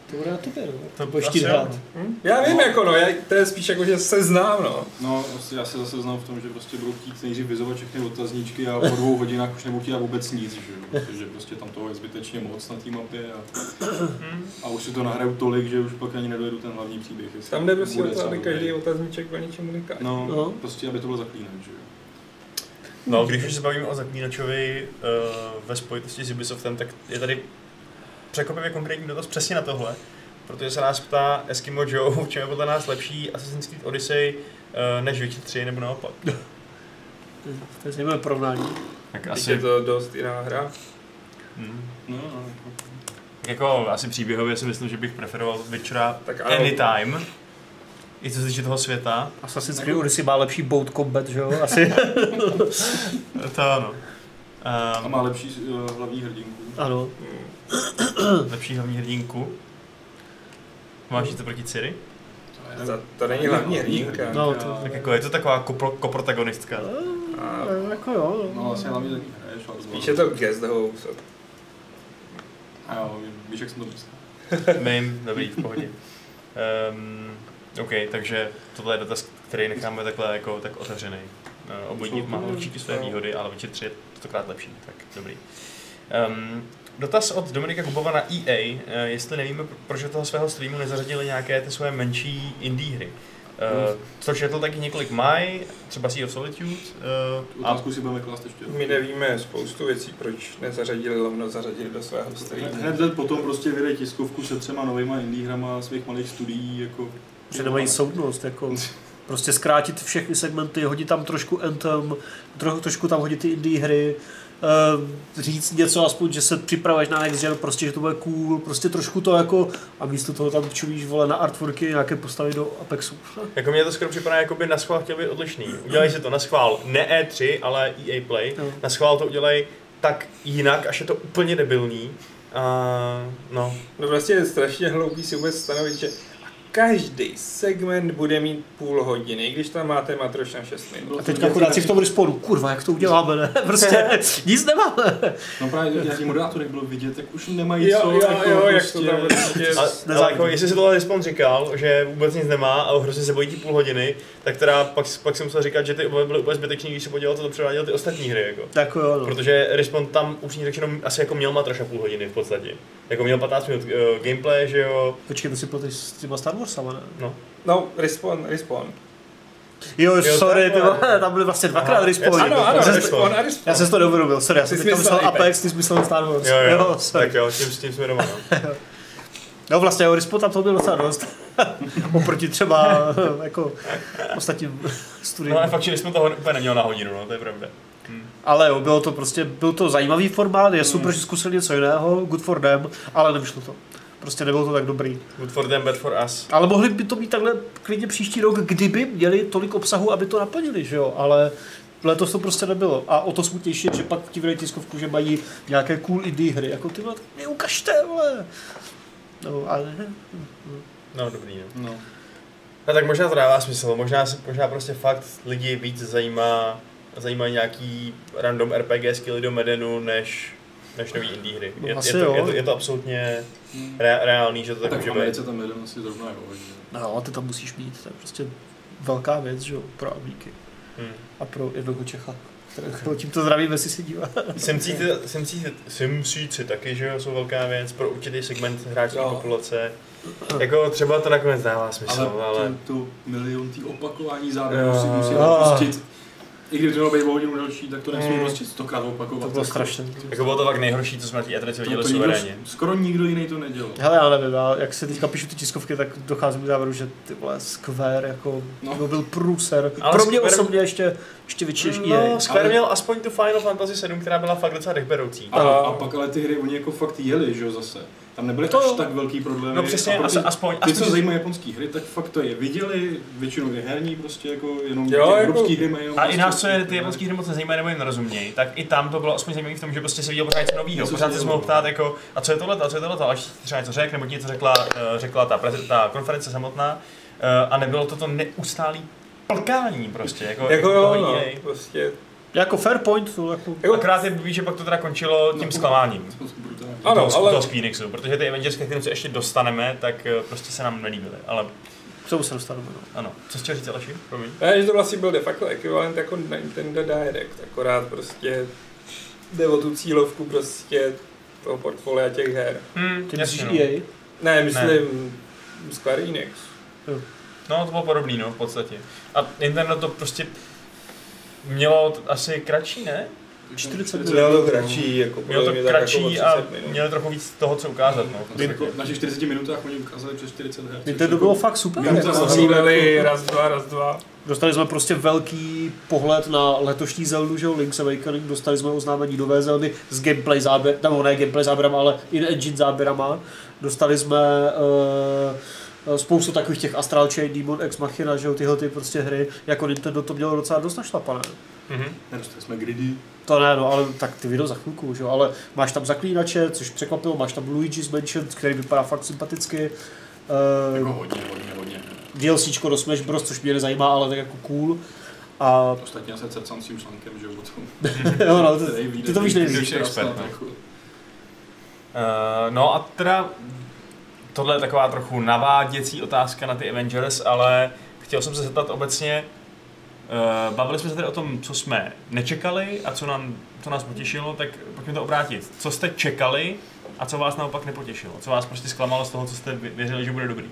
C: to bude na tobě, no.
A: To
C: To budeš
A: asi
C: chtít
A: jo.
C: hrát.
B: Hm? Já vím,
D: No.
B: jako no, já, to je spíš jako, že se znám, no.
D: No, prostě já se zase znám v tom, že prostě budu chtít nejdřív vyzovat všechny otazníčky a po dvou hodinách už nebudu chtít dát vůbec nic, že jo? Protože prostě tam toho je zbytečně moc na té mapě a,
B: Mhm.
D: a už si to nahraju tolik, že už pak ani nedojedu ten hlavní příběh. jestli
B: Tam jde prostě
D: bude
B: o to, aby
D: samozřejmě.
B: každý otazníček byl něčím unikátní.
D: No,
C: No.
D: no, prostě aby to bylo zaklínat, že jo?
A: No, když už se bavíme o Zaklínačovi uh, ve spojitosti s Ubisoftem, tak je tady překvapivě konkrétní dotaz přesně na tohle, protože se nás ptá Eskimo Joe, v čem je podle nás lepší Assassin's Creed Odyssey uh, než Witcher 3 nebo naopak.
C: To je zajímavé porovnání.
A: Tak
B: Asi... Je to dost jiná hra.
A: Hmm.
D: No, no, jako-
A: Tak jako asi příběhově si myslím, že bych preferoval Witchera
B: Tak ano.
A: anytime. I co se týče toho světa,
C: Assassin's Creed Odyssey má lepší boat combat, že jo, asi.
A: Eh, to ano.
D: a
A: Um,
D: má lepší eh, hlavní hrdinku.
C: ano.
B: Hm.
A: Ehm, lepší hlavní hrdinku. Máš to proti Ciri?
D: To je-
B: To, to není hlavní hrdinka.
C: No,
D: to-
A: Tak jako je to taková kopro, koprotagonistka.
B: A
C: No, jako jo.
D: No, asi hlavně tak hraješ, ale
B: spíš je to guest house.
D: A jo, víš, jak jsem to myslel.
A: Mým, dobrý, v pohodě. Um, OK, takže tohle je dotaz, který necháme takhle jako tak otevřený. Eh, Obojí má určitě své výhody, ale Witcher 3 je stokrát lepší, tak dobrý. Um, dotaz od Dominika Kubova na EA, eh, jestli nevíme, pro- proč do toho svého streamu nezařadili nějaké ty své menší indie hry. Uh, což četl taky několik Mai, třeba Sea of Solitude. Uh, a
D: Otázku si budeme klást ještě.
B: My nevíme spoustu věcí, proč nezařadili, rovno zařadili do svého streamu.
D: Hned let potom prostě vyjde tiskovku se třema novýma indie hrama svých malých studií, jako...
C: Že nemají soudnost, jako prostě zkrátit všechny segmenty, hodit tam trošku Anthem, tro, trošku tam hodit ty indie hry, eh, říct něco aspoň, že se připravuješ na next gen, prostě, že to bude cool, prostě trošku to jako, a místo toho tam čumíš, vole, na artworky nějaké postavy do Apexu.
A: jako mě to skoro připadá, jako by na schvál chtěl být odlišný. Udělej si to na schvál, ne E3, ale EA Play.
C: No.
A: na schvál to udělají tak jinak, až je to úplně debilní. A no,
B: No prostě je strašně hloupý si vůbec stanovit, že každý segment bude mít půl hodiny, když tam máte matroš na 6 minut.
C: A teďka chudáci v tom respawnu, kurva, jak to uděláme, ne? Prostě nic nemáme.
D: No právě na těch moderátorech bylo vidět, tak už nemají
B: Jo,
D: co,
B: jo,
D: jako
B: jo, jak to
D: prostě...
B: tam prostě...
A: a, ale jako, jestli si tohle Respawn říkal, že vůbec nic nemá a hrozně se bojí tí půl hodiny, tak teda pak, pak jsem musel říkat, že ty obavy byly úplně zbytečný, když se podíval, co to převáděl ty ostatní hry. Jako.
C: Tak jo, no.
A: Protože Respawn tam upřímně řečeno asi jako měl matraša půl hodiny v podstatě. Jako měl 15 minut uh, gameplay, že jo,
C: Počkej, to si plateš s těma Star Warsama, ne?
A: no.
B: No, respawn, respawn.
C: Jo,
A: Jo,
C: sorry, ty
A: takhle.
C: vole, tam byly vlastně dvakrát
A: Aha,
C: respawn.
A: jasně.
B: Ano, ano,
A: Zase-
B: respawn a respawn.
C: Já jsem si to neuvědomil, sorry, já
B: Ty
C: jsem
B: jsi
C: teďka
B: myslel
C: myslel
B: Apex.
C: Apex, ty jsi myslel Star Wars.
A: Jo, jo,
C: sorry.
A: tak jo, s tím, s tím jsme doma. No.
C: No vlastně, jo, Rispo tam to byl docela dost. Oproti třeba jako ostatním studiím.
A: no ale fakt, že jsme toho úplně neměl na hodinu, no, to je pravda. Hm.
C: Ale jo, bylo to prostě, byl to zajímavý formát, je super, že zkusili něco jiného, good for them, ale nevyšlo to. Prostě nebylo to tak dobrý.
A: Good for them, bad for us.
C: Ale mohli by to být takhle klidně příští rok, kdyby měli tolik obsahu, aby to naplnili, že jo? Ale letos to prostě nebylo. A o to smutnější je, že pak ti vydají tiskovku, že mají nějaké cool indie hry. Jako ty vole, tak mě ukažte, vole. No, ale ne.
A: No, dobrý, no.
D: No.
A: No tak možná to dává smysl, možná, se- možná prostě fakt lidi víc zajímá, zajímá nějaký random RPG skilly do Medenu, než, než nový indie hry.
C: No
A: Je, je,
C: asi
A: to,
C: jo.
A: je, to, je to absolutně re, reálný, že to tak,
D: Tak v
A: může být.
D: Americe tam jeden asi zrovna jako jo, že...
C: No, ty tam musíš být, to je prostě velká věc, že jo, pro amíky.
A: Hmm.
C: a pro jednoho Čecha. kterého Tímto zdravím, jestli se dívá.
A: Semcíci, semcíci, semcíci taky, že jo, jsou velká věc pro určitý segment hráčské
B: No.
A: populace. Jako třeba to nakonec dává
D: Ale,
A: smysl,
D: ale...
A: no, ale...
D: Ten, tu milion tý opakování zároveň
A: Jo.
D: musí, musí
C: Ah.
D: pustit. I kdyby to mělo být o hodinu delší, tak to nesmí
A: Mm.
D: prostě stokrát opakovat.
C: To bylo strašné.
A: Jako bylo to fakt nejhorší, co jsme na té E3
D: To,
A: viděli
D: to nikdo,
A: suverénně.
D: skoro nikdo jiný to nedělal.
C: Hele, já nevím, já, jak se teďka píšu ty tiskovky, tak docházím k závěru, že ty vole, Square jako
D: No.
C: no. to byl průser.
A: Ale
C: Pro mě
A: Square-
C: osobně ještě, ještě větší než E EA.
A: No, Square
D: Ale-
A: měl aspoň tu Final Fantasy 7, která byla fakt docela dechberoucí.
D: A,
B: A-
D: a, pak ale ty hry, oni jako fakt jeli, že jo, zase. Tam nebyly
A: To
D: až
A: jo.
D: tak velký problémy.
A: No přesně,
D: a pro ty,
A: as- aspoň,
D: ty, co
A: aspoň
D: zajímají japonský hry, tak fakt to je viděli, většinou je herní prostě jako jenom
B: Jo,
D: ty
B: jako-
D: evropský hry mají. jenom
A: a i nás, co
D: prostě-
A: je ty japonský hry moc nezajímají nebo jim nerozumějí, tak i tam to bylo aspoň zajímavé v tom, že prostě se viděl pořád něco nového.
D: Něco
A: Pořád
D: se
A: se
D: dělo.
A: mohl ptát jako, a co je tohle, a co je tohle, až třeba něco řekl, nebo něco řekla, eh, řekla ta, preze- ta konference samotná. eh, A nebylo to to neustálý plkání prostě, jako,
B: Jako
A: toho
B: jo, no,
A: EA.
B: prostě.
C: Jako Fairpoint, to jako...
B: Jo.
A: Akorát je blbý, že pak to teda končilo tím
D: No.
A: zklamáním.
D: Spoustu brutální.
B: Ano,
A: toho,
B: ale-
A: toho Squeenixu, protože ty Avengers, ke kterým se ještě dostaneme, tak eh, prostě se nám nelíbily. Ale
C: K tomu se dostaneme. No.
A: ano, co jsi chtěl říct, Aleši? Promiň.
B: Ne, že to vlastně byl de facto ekvivalent jako Nintendo Direct, akorát prostě jde o tu cílovku prostě toho portfolia těch her.
A: Hmm,
C: Ty myslíš E EA?
B: Ne, myslím Square Enix.
A: No, to bylo podobný, no, v podstatě. A Nintendo to prostě mělo t- asi kratší, ne?
C: 40
B: Mělo to kratší, jako
A: Mělo to
B: podle mě tak jako o
A: kratší a
B: 30 minut.
A: měli trochu víc toho, co ukázat, no. v
D: Jako
A: podstatě.
D: Na těch 40 minutách oni ukázali přes 40 her.
C: Mně to bylo fakt super.
D: Měl to
C: jako.
D: zase-
B: Stříleli raz, dva, raz, dva.
C: Dostali jsme prostě velký pohled na letošní Zeldu, že jo, Link's Awakening, dostali jsme oznámení nové Zeldy s gameplay záběr, nebo ne gameplay záběrama, ale in-engine záběrama. Dostali jsme uh, spoustu takových těch Astral Chain, Demon Ex Machina, že jo, tyhle ty prostě hry, jako Nintendo to mělo docela dost našlapané.
A: Mhm.
D: Nedostali jsme gridy.
C: To ne, no, ale tak ty video za chvilku, že jo, ale máš tam zaklínače, což překvapilo, máš tam Luigi's Mansion, který vypadá fakt sympaticky. Eh,
D: Jako hodně, hodně, hodně.
C: DLCčko do Smash Bros, což mě nezajímá, ale tak jako cool. A
D: Ostatně já se cercám s tím článkem, že jo, o tom.
C: jo, no,
D: který
C: ty,
D: vyjde,
C: ty to víš nejvíc.
A: Ty už jsi
D: krásná,
A: expert, no.
D: jako.
A: Eh, no a teda tohle je taková trochu naváděcí otázka na ty Avengers, ale chtěl jsem se zeptat obecně, eh, bavili jsme se tady o tom, co jsme nečekali a co, nám, co nás potěšilo, tak pojďme to obrátit. Co jste čekali a co vás naopak nepotěšilo? Co vás prostě zklamalo z toho, co jste vě- věřili, že bude dobrý?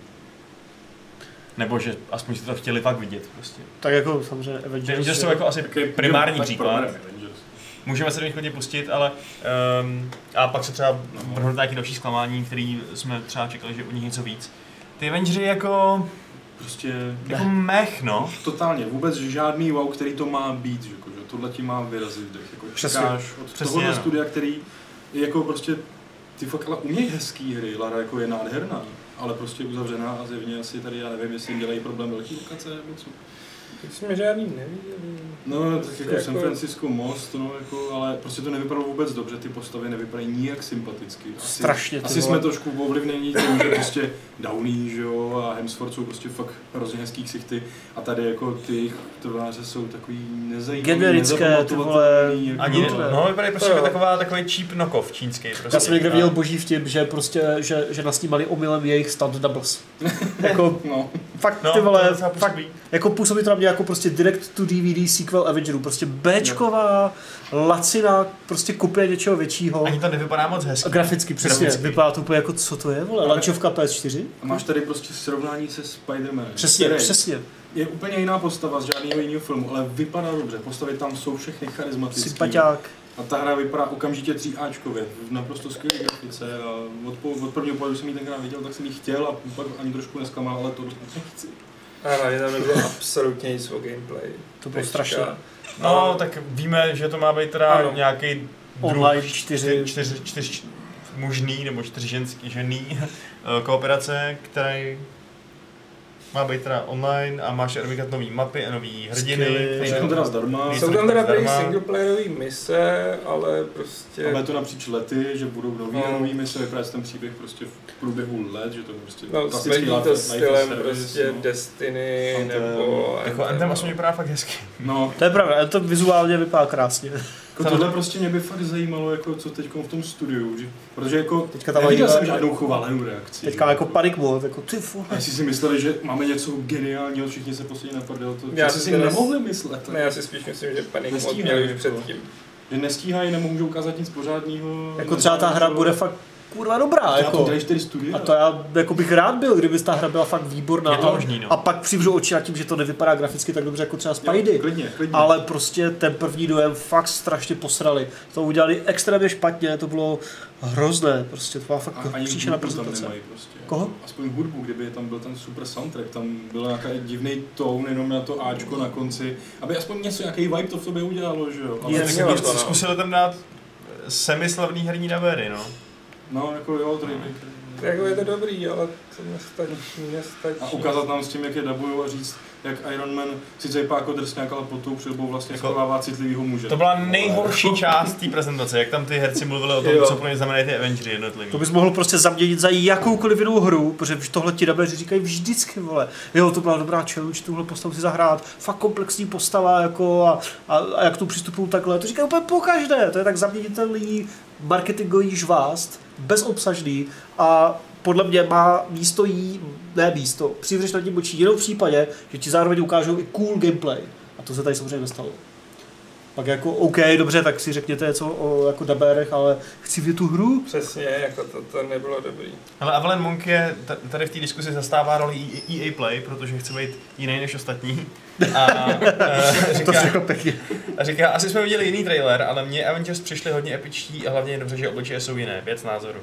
A: Nebo že aspoň jste to chtěli fakt vidět prostě.
C: Tak jako samozřejmě
A: Ty
C: Avengers.
A: Avengers jsou jako asi
D: Taky-
A: primární
D: tak
A: příklad.
D: probereme Avengers.
A: Můžeme se do nich klidně pustit, ale um, a pak se třeba vrhnout na nějaké další zklamání, který jsme třeba čekali, že u nich něco víc. Ty Avengery jako,
D: Prostě
A: jako mech, no.
D: Totálně, vůbec žádný wow, který to má být, že, jako, že tohle ti má vyrazit dech. Jako
C: Přesně,
D: čekáš od
A: přesně,
D: tohohle
A: ano.
D: studia, který je jako prostě, ty fakt ale umějí hezký hry, Lara jako je nádherná, ale prostě uzavřená a zjevně asi tady, já nevím, jestli jim dělají problém velký lokace nebo co.
B: Tak jsme žádný neviděli.
D: No, tak jako
B: Jako-
D: San Francisco most, no, jako, ale prostě to nevypadalo vůbec dobře, ty postavy nevypadají nijak sympaticky. Asi,
C: Strašně, ty
D: Asi
C: vole.
D: jsme trošku ovlivněni tím, že prostě Downey, že jo, a Hemsworth jsou prostě fakt hrozně hezký ksichty a tady jako ty jejich tváře jsou takový nezajímavý,
C: Generické, ty vole,
D: nezapamatovatelný, jako,
A: Ani,
C: No, ne.
A: no, vypadají prostě
B: To
A: jako
B: jo.
A: taková, takový cheap knockoff čínský. Prostě.
C: Já jsem někde
A: A-
C: viděl boží vtip, že prostě, že, že nasnímali omylem jejich stunt doubles. jako,
D: No,
C: fakt
A: No,
C: ty
A: to
C: vole,
A: je docela
C: fakt,
A: působí.
C: jako působí to na mě jako prostě direct to DVD sequel Avengerů, prostě Bčková, lacina, prostě kopie něčeho většího.
A: Ani to nevypadá moc
C: A
A: hezky.
C: graficky, přesně,
A: Graficky.
C: vypadá to úplně jako, co to je, vole, lančovka PS4?
D: a máš tady prostě srovnání se Spider-Manem.
C: Přesně,
D: který
C: přesně,
D: Je úplně jiná postava z žádného jiného filmu, ale vypadá dobře. Postavy tam jsou všechny charismatické.
C: sympaťák.
D: A ta hra vypadá okamžitě 3Ačkově, v naprosto skvělé grafice. A od, po, od prvního pohledu jsem ji tenkrát viděl, tak jsem ji chtěl a pak ani trošku nesklamal, ale to nechci.
B: A hlavně tam nebylo absolutně nic o gameplay.
C: To bylo strašné.
A: No, tak víme, že to má být teda
B: Ano.
A: nějaký
C: Online
A: druh,
C: čtyři-
A: čtyři, čtyři mužný nebo čtyři ženský, žený eh, kooperace, který má být teda online a máš odmykat nový mapy a nový hrdiny.
C: Skilly.
A: který-
D: Všechno teda zdarma,
A: Víc
B: Jsou tam teda prý
A: Zdarma.
B: singleplayerové mise, ale prostě...
D: ale je to napříč lety, že budou nový a
B: No.
D: nový mise, vypadá se ten příběh prostě v průběhu let, že to je prostě
B: No, smrdí
D: life-
B: to
D: life is
B: stylem
D: service,
B: prostě
D: no.
B: Destiny
D: Anthem.
B: nebo...
A: Jako Anthem aspoň vypadá vlastně fakt hezky.
D: No,
C: To je pravda, ale to vizuálně vypadá krásně. Jako
A: Tam-
D: tohle prostě mě by fakt zajímalo, jako co teď v tom studiu, že, protože jako
C: Teďka tam
D: neviděl
C: mají-
D: jsem žádnou chvalenou reakci.
C: Teďka
D: že?
C: jako panic mode, jako ty
D: A
C: vole.
D: jestli si mysleli, že máme něco geniálního, všichni se poslední na prdel, to
B: Já
D: já si
B: si
D: si
B: teda-
D: nemohli myslet.
B: Ne, já si spíš myslím, že panik mod
D: Nestíhají,
B: měli
D: jako.
B: už předtím.
D: Že nestíhají, nemůžou ukázat nic pořádného.
C: Jako třeba ta hra bude fakt kurva dobrá,
D: a jako.
C: jako.
D: Dělají čtyři studia.
C: A to já jako bych rád byl, kdyby ta hra byla fakt výborná.
A: Je to
C: ale-
A: možný, no.
C: A pak přivřu oči nad tím, že to nevypadá graficky tak dobře jako třeba
D: Jo,
C: Spidey.
D: Klidně, klidně.
C: Ale prostě ten první dojem fakt strašně posrali. To udělali extrémně špatně, to bylo hrozné. Prostě to byla fakt
D: A ani
C: příšená
D: hudbu tam
C: prezentace.
D: nemají prostě.
C: Koho?
D: Aspoň hudbu, kdyby tam byl ten super soundtrack, tam byl nějaký divný tón jenom na to Ačko na konci, aby aspoň něco, nějaký vibe to v sobě udělalo, že jo?
C: Je,
A: tak
B: měla
A: jako
B: to, no.
A: zkusili tam dát eh, semislavný herní navery, no.
D: No, jako jo, tady
B: Jako je to dobrý, ale to nestačí, nestačí.
D: a ukázat nám s tím, jak je dabujou a říct, jak Iron Man sice vypadá jako drsňák, ale pod tou přilbou vlastně
A: Jako-
D: schovává citlivýho muže.
A: To byla nejhorší část té prezentace, jak tam ty herci mluvili o tom,
D: Jo.
A: co pro ně znamenají ty Avengery jednotlivý.
C: To bys mohl prostě zaměnit za jakoukoliv jinou hru, protože tohle ti dabeři říkají vždycky, vole. Jo, to byla dobrá challenge, tuhle postavu si zahrát, fakt komplexní postava, jako a, a, a jak tu přistupují takhle, to říkají úplně pokaždé, to je tak zaměnitelný marketingový žvást, bezobsažný a podle mě má místo jí, ne místo, přivřeš na tím očí jenom v případě, že ti zároveň ukážou i cool gameplay. A to se tady samozřejmě nestalo. Pak jako, OK, dobře, tak si řekněte něco o jako dabérech, ale chci vidět tu hru,
B: Přesně, jako to, to nebylo dobrý.
A: Ale Avalon Monk je ta- tady v té diskusi zastává roli E- EA Play, protože chce být jiný než ostatní. A, a,
C: To
A: říká,
C: jsi řekl pěkně.
A: a říká, asi jsme viděli jiný trailer, ale mně Avengers přišli hodně epičtí a hlavně je dobře, že obličeje jsou jiné, věc názoru.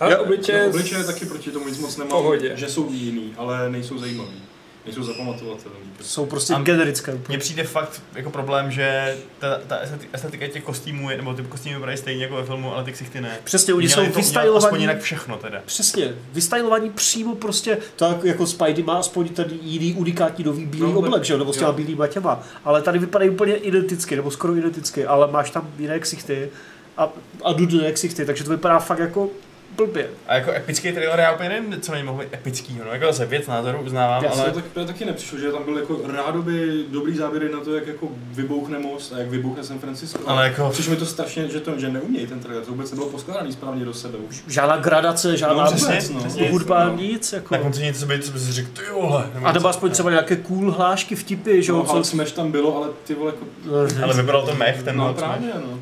B: Ale obličeje,
D: no, obličeje taky proti tomu nic moc nemám,
B: pohodě.
D: že jsou jiný, ale nejsou zajímavý. Nejsou zapamatovatelný.
C: Jsou prostě
A: Am-
C: generické.
A: Mně přijde fakt jako problém, že ta, ta esteti- estetika těch kostýmů, je, nebo ty kostýmy vypadají stejně jako ve filmu, ale ty ksichty ne.
C: Přesně, oni jsou
A: Měli to udělat aspoň
C: vystylovaní.
A: jinak všechno teda.
C: Přesně, vystylovaní přímo prostě, to jako, jako Spidey má aspoň ten jiný unikátní nový bílý
D: No,
C: no,
D: tak-
C: oblek, že jo, nebo s těma
D: jo.
C: bílýma těma, ale tady vypadají úplně identicky, nebo skoro identicky, ale máš tam jiné ksichty a, a dudné ksichty, takže to vypadá fakt jako blbě.
A: A jako epický trailer, já úplně nevím, co na něm mohlo být epickýho, no jako zase věc názoru uznávám,
C: Jasně,
A: ale...
D: Ale... To, tak, to taky nepřišlo, že tam byl jako rádoby dobrý záběry na to, jak jako vybouchne most a jak vybouchne San Francisco.
A: Ale jako-
D: Přišlo mi to strašně, že to, že neumějí ten trailer, to vůbec nebylo poskládaný správně do sebe už.
C: Žádná gradace, žádná
D: No,
C: no,
D: přesně,
C: přesně,
D: no.
A: přesně.
C: hudba,
D: no.
C: nic. Jako.
A: Na konci něco by, co by si řekl, ty vole. nebo
C: A nebo
A: něco.
C: aspoň třeba nějaké cool hlášky, vtipy, že jo.
D: No, Hulk
C: co-
D: Smash tam bylo, ale ty vole jako...
A: Ale vypadal to mech, ten
D: no,
A: Hulk Smash.
D: právě, no.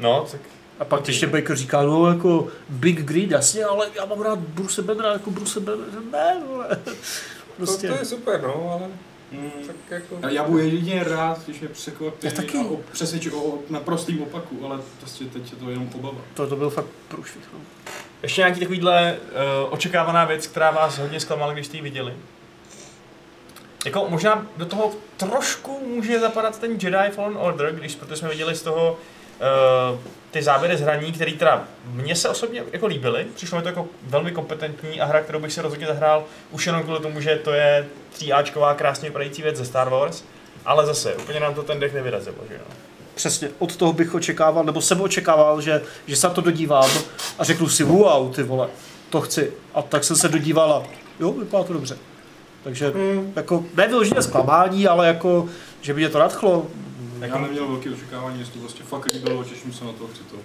A: No, tak
C: A pak ještě Baker říká, no jako Big Green, jasně, ale já mám rád Bruce Bannera, jako Bruce Banner, ne, vole.
B: to, to
C: Prostě.
B: je super, no, ale
D: Mm.
B: tak jako...
D: A Já budu jedině rád, když mě překvapí
C: Já taky.
D: a o, přesvědčí o, o naprostým opaku, ale prostě teď je to jenom obava.
C: To, to byl fakt průšvih. No.
A: ještě nějaký takovýhle uh, očekávaná věc, která vás hodně zklamala, když jste ji viděli? Jako možná do toho trošku může zapadat ten Jedi Fallen Order, když protože jsme viděli z toho uh, ty záběry z hraní, které teda mně se osobně jako líbily. Přišlo mi to jako velmi kompetentní a hra, kterou bych si rozhodně zahrál už jenom kvůli tomu, že to je 3Ačková krásně vypadající věc ze Star Wars. Ale zase, úplně nám to ten dech nevyrazilo, že jo?
C: Přesně, od toho bych očekával, nebo jsem očekával, že, že se na to dodívám a řeknu si, wow, ty vole, to chci. A tak jsem se dodívala, jo, vypadá to dobře. Takže
B: Hmm.
C: jako, ne vyloženě zklamání, ale jako, že by mě to nadchlo.
D: Já Jako neměl velké očekávání, jestli to prostě fakt líbilo, těším se na to, chci to.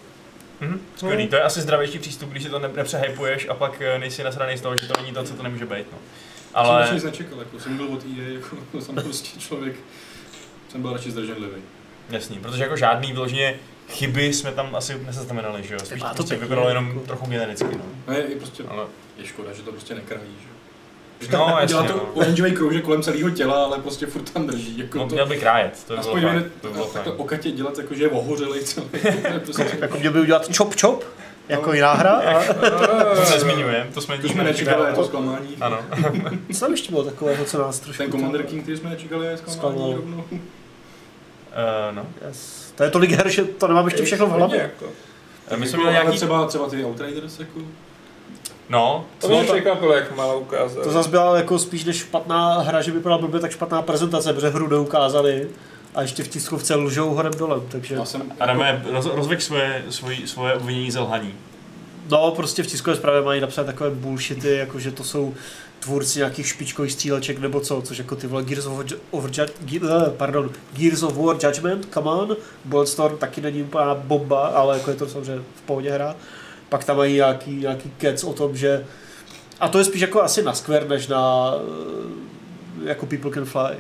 A: Mhm,
D: No.
A: skvělý. To je asi zdravější přístup, když si to ne- nepřehypuješ a pak eh, nejsi nasraný z toho, že to není to, co to nemůže být. No.
D: Ale... Jsem
A: Ale
D: vlastně nic nečekal, jako jsem byl od EA, jako jsem prostě člověk, jsem byl radši zdrženlivý.
A: jasný, protože jako žádný vyloženě chyby jsme tam asi nezaznamenali, že jo? Spíš
C: Vypadá
A: to
C: to
A: prostě
C: pěkně,
A: vypadalo jenom
C: jako.
A: trochu genericky, no.
D: No je, je prostě,
A: Ale...
D: je škoda, že to prostě nekrájí, že?
A: No,
D: Dělá
A: jasně,
D: to
A: no.
D: oranžový kroužek kolem celého těla, ale prostě furt tam drží, jako
A: No,
D: to...
A: měl by krájet, to by bylo
D: Aspoň
A: fajn.
D: jde
A: To by bylo fajn.
D: takhle okatě dělat, jako že je ohořelej celý. To je prostě-
C: Jako měl by udělat čop čop, jako jiná hra. A
A: To se nezmiňujeme, to jsme
D: To jsme
A: nikdy
D: nečekali, je to
A: nečekali.
D: zklamání.
A: Ano.
C: co tam ještě bylo takového, co nás trošku...
D: Ten Commander King, který jsme nečekali, je
C: Zklamal.
D: zklamání rovnou.
A: Eh, no.
C: Yes. To je tolik her, že to nemám ještě všechno v hlavě.
B: Jako.
A: Eh, My jsme
D: Jako,
A: měli
D: ale
A: nějaký...
D: třeba, třeba ty Outriders, jako...
A: No,
B: To
A: bylo
B: mě
A: to...
B: překvapilo, jak málo ukázal.
C: To zase byla jako spíš než špatná hra, že vypadala blbě, tak špatná prezentace, protože hru neukázali a ještě v tiskovce lžou horem dolem, takže...
D: Já jsem...
A: Adame, roz, rozveď svoje, svoji, svoje obvinění z lhaní.
C: No, prostě v tiskové zprávě mají napsat takové bullshity, jako že to jsou tvůrci nějakých špičkových stříleček nebo co, což jako ty vole Gears of, Ju- of, Ju- Ge- eh, pardon, Gears of War Judgment, come on, Bulletstorm taky není úplná bomba, ale jako je to samozřejmě v pohodě hra. Pak tam mají nějaký, nějaký kec o tom, že a to je spíš jako asi na Square, než na eh, jako People Can Fly.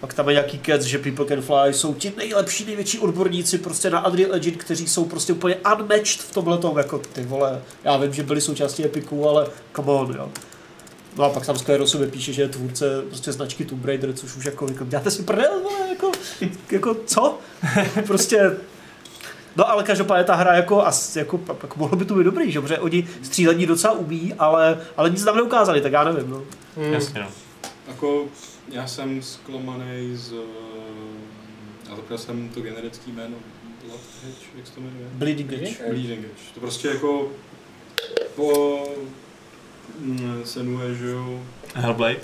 C: Pak tam je nějaký kec, že People Can Fly jsou ti nejlepší, největší odborníci prostě na Unreal Engine, kteří jsou prostě úplně unmatched v tomhle tom, jako ty vole. Já vím, že byli součástí Epiku, ale come on, jo. No a pak tam Square o sobě píše, že je tvůrce prostě značky Tomb Raider, což už jako, jako děláte si prdel, vole, jako, jako co? prostě No ale každopádně ta hra jako, as- jako, jako mohlo by to být dobrý, že? Protože oni střílení docela umí, ale, ale nic tam neukázali, tak já nevím. No.
B: Hmm.
D: Hmm.
A: Mm.
E: Jasně, no.
D: Jako, já jsem zklamaný z... eh, A zapněl jsem to generické jméno Blood Hedge, jak se to jmenuje?
C: Bleeding Edge.
D: Edge. Bleeding Edge. To prostě jako po mm, Senue, že jo,
E: Hellblade.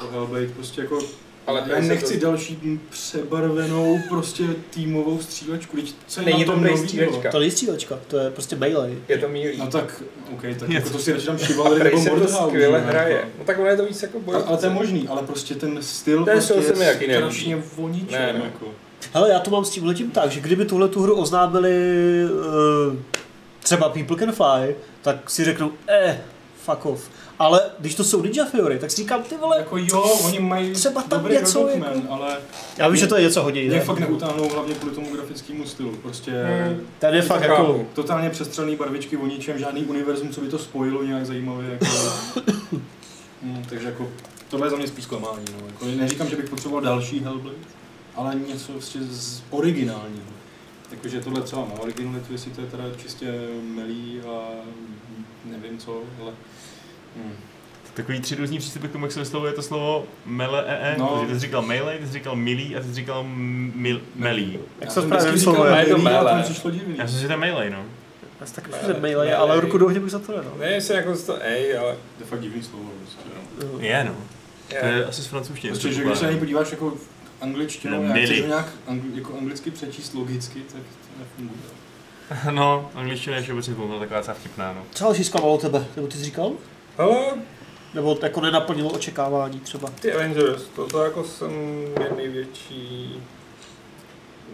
D: po Hellblade, prostě jako
B: Ale
D: ale
B: to je
D: já nechci
B: to-
D: další přebarvenou prostě týmovou střílečku, když co je
B: Není
D: na
B: to
D: tom no.
B: prej
D: novýho?
B: střílečka.
C: To není střílečka, to je prostě melee.
B: Je to mílý.
D: No tak, OK, tak
E: Je
D: jako
E: to-
D: to si radši tam
B: A
D: Chivalry
B: prej
D: nebo
B: se to
D: Mordhau.
B: skvěle
D: že jo,
B: hraje.
D: jako.
B: No tak ono je to víc jako boj.
D: Ale, ale to je možný, ale prostě ten styl
B: Ten
D: prostě
B: styl se mi taky
D: je
B: nelíbí.
D: strašně voničem,
B: Ne, no.
D: jako.
C: Hele, já to mám s tím letím tak, že kdyby tuhle tu hru oznámili uh, třeba People Can Fly, tak si řeknou, eh, fuck off. Ale když to jsou Ninja Theory, tak si říkám, ty vole,
D: Jako jo, oni mají
C: Třeba tam
D: dobrý
C: něco, jako-
D: roadman, ale
C: já vím, že to je něco hodně
D: mě
C: jiné.
D: fakt neutáhnou hlavně kvůli tomu grafickému stylu. Prostě
B: Hmm.
C: Tady je
D: To
C: fakt
B: chápu.
C: jako,
D: totálně přestřelný barvičky o ničem, žádný univerzum, co by to spojilo nějak zajímavě. Jako, Hmm, takže jako tohle je za mě spíš zklamání. No. Jako, neříkám, že bych potřeboval další Hellblade, ale něco prostě z originálního. Jakože tohle třeba má originalitu, jestli to je teda čistě melí a nevím co, ale... Hmm.
E: Takový tři různý přístupy k tomu, jak se vyslovuje to slovo mele e,
D: No.
E: no. Ty jsi říkal melee, ty jsi říkal milí a ty jsi říkal mil, melí.
C: jak
D: Já
C: se to
D: jsem
C: právě
D: vždycky
C: vyslovuje.
D: říkal
B: Je to
D: Melee, ale to
B: Melee.
D: mi přišlo divný.
E: Já jsem si to je melee, no.
C: Já si taky myslím, že melee, ale
B: Melee.
C: ruku do hodně bych za to nedal.
B: Ne, jestli jako to ej, ale...
D: To je fakt divný slovo. Prostě, no.
C: Jo.
E: Je, no. To je asi z francouzštiny.
D: Prostě,
E: to No,
D: že když
E: pokládám.
D: se na něj podíváš jako v angličtinou,
E: Ne,
D: já chceš
E: milý.
D: ho nějak angli, jako anglicky přečíst logicky, tak to nefunguje.
E: No, angličtina je všeobecně to taková docela vtipná, no.
C: Co další zklamalo tebe? Nebo ty jsi říkal?
B: Hele,
C: Nebo jako nenaplnilo očekávání třeba?
B: ty Avengers, to, to jako jsem je největší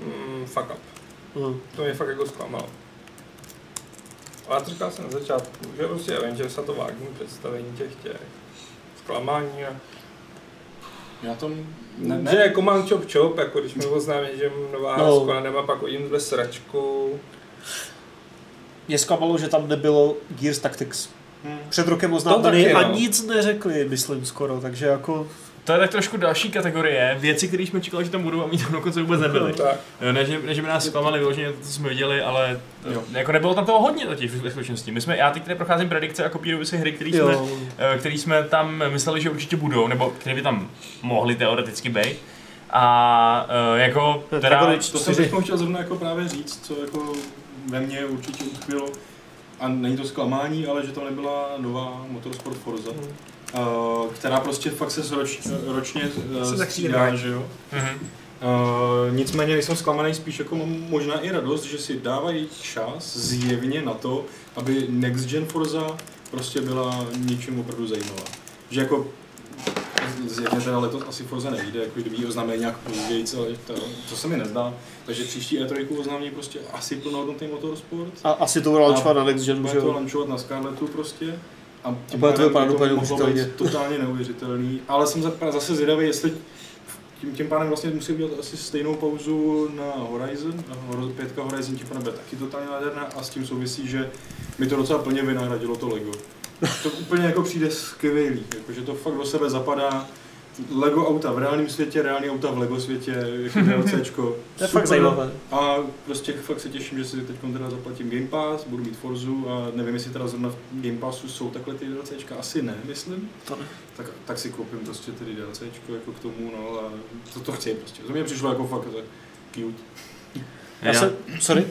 B: mm, fuck up.
C: Hm.
B: To mě fakt jako zklamalo. A já to říkal jsem na začátku, že prostě Avengers a to vágní představení těch těch zklamání a
D: Já tam...
B: Ne, ne. Že jako mám čop čop, jako když mi oznámí, že nová
C: No.
B: no. skladem a pak hodím ve sračku.
C: Mě zklamalo, že tam nebylo Gears Tactics.
B: Hmm.
D: Hm.
C: Před rokem oznámený
B: taky,
C: a
B: no.
C: nic neřekli, myslím skoro, takže jako...
E: To je tak trošku další kategorie, věci, které jsme čekali, že tam budou a my tam dokonce vůbec nebyly.
B: No Tak,
E: Ne, že, ne, že by nás zklamali vyloženě to, co jsme viděli, ale
D: Jo.
E: to, jako nebylo tam toho hodně totiž ve skutečnosti. My jsme, já teď tady procházím predikce a kopíruju si hry, které jsme
C: Jo.
E: eh, který jsme tam mysleli, že určitě budou, nebo které by tam mohly teoreticky být. A eh, jako teda...
C: Dragon Age
D: To jsem
C: čtyři.
D: teď chtěl zrovna jako právě říct, co jako ve mně určitě utkvělo. A není to zklamání, ale že tam nebyla nová Motorsport Forza,
B: Hm.
D: eh, která prostě fakt se roč, ročně eh,
B: Se tak
D: střídá,
B: střídá.
D: že jo?
E: Mhm.
D: Uh, nicméně nejsem zklamaný, spíš jako mám možná i radost, že si dávají čas zjevně na to, aby Next Gen Forza prostě byla něčím opravdu zajímavá. Že jako z- zjevně teda letos asi Forza nejde, jako kdyby ji oznámili nějak později, ale to, to se mi nezdá. Takže příští E3 oznámí prostě asi plnohodnotný motorsport.
C: A asi to bylo launchovat na Next Gen,
D: Bude
C: že
D: to
C: jo?
D: lančovat na Scarletu prostě. A tím
C: bude to vypadat
D: pádem by
C: úplně
D: mohlo
C: neuvěřitelně.
D: být totálně neuvěřitelný. Ale jsem za- zase zvědavý, jestli tím, tím pádem vlastně musí udělat asi stejnou pauzu na Horizon. Na Hor- Pětka Horizon tím pádem bude taky totálně nádherná a s tím souvisí, že mi to docela plně vynahradilo to Lego. To úplně jako přijde skvělý, jakože to fakt do sebe zapadá. Lego auta v reálném světě, reální auta v Lego světě, jako DLCčko.
C: To je fakt
D: Super.
C: zajímavé.
D: A prostě fakt se těším, že si teď teda zaplatím Game Pass, budu mít Forzu a nevím, jestli teda zrovna v Game Passu jsou takhle ty DLCčka, asi ne, myslím.
C: To ne.
D: Tak, tak si koupím prostě tedy DLCčko jako k tomu, no a to, to chci prostě. To mě přišlo jako fakt jako cute.
C: Já
E: Já-
C: se, sorry,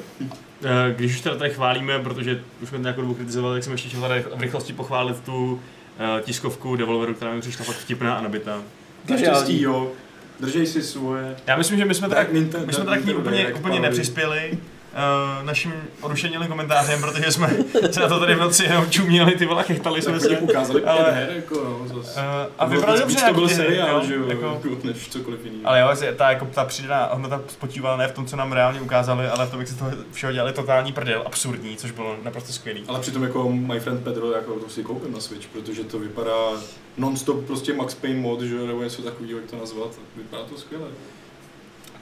E: Eh, Když už teda tady chválíme, protože už jsme to nějakou dobu kritizovali, tak jsem ještě chtěl tady v rychlosti pochválit tu eh, tiskovku Devolveru, která mi přišla fakt vtipná a nabitá.
D: Naštěstí jo, držej si svoje.
E: Já myslím, že my jsme to tak,
D: Nintendo,
E: my jsme to tak ní úplně, úplně nepřispěli.
A: eh, naším odušenělým komentářem, protože jsme se na to tady v noci jenom čuměli, ty vole, chechtali jsme se.
D: Tak ukázali
A: ale-
D: pět her, jako no, zase.
A: Eh,
D: To
A: a
D: bylo
A: vypadalo
D: víc-
A: dobře.
D: víc to byl
A: nějaký ty hry,
D: seriál,
A: jo,
D: že jo,
A: jako-
D: jako, než cokoliv jiného.
A: Ale jo, že ta, jako, ta přidaná hodnota spočívala ne v tom, co nám reálně ukázali, ale v tom, jak se toho všeho dělali totální prdel, absurdní, což bylo naprosto skvělý.
D: Ale přitom jako My Friend Pedro, jako to si koupím na Switch, protože to vypadá non-stop prostě Max Payne mod, že jo, nebo něco takového, jak to nazvat, vypadá to skvěle.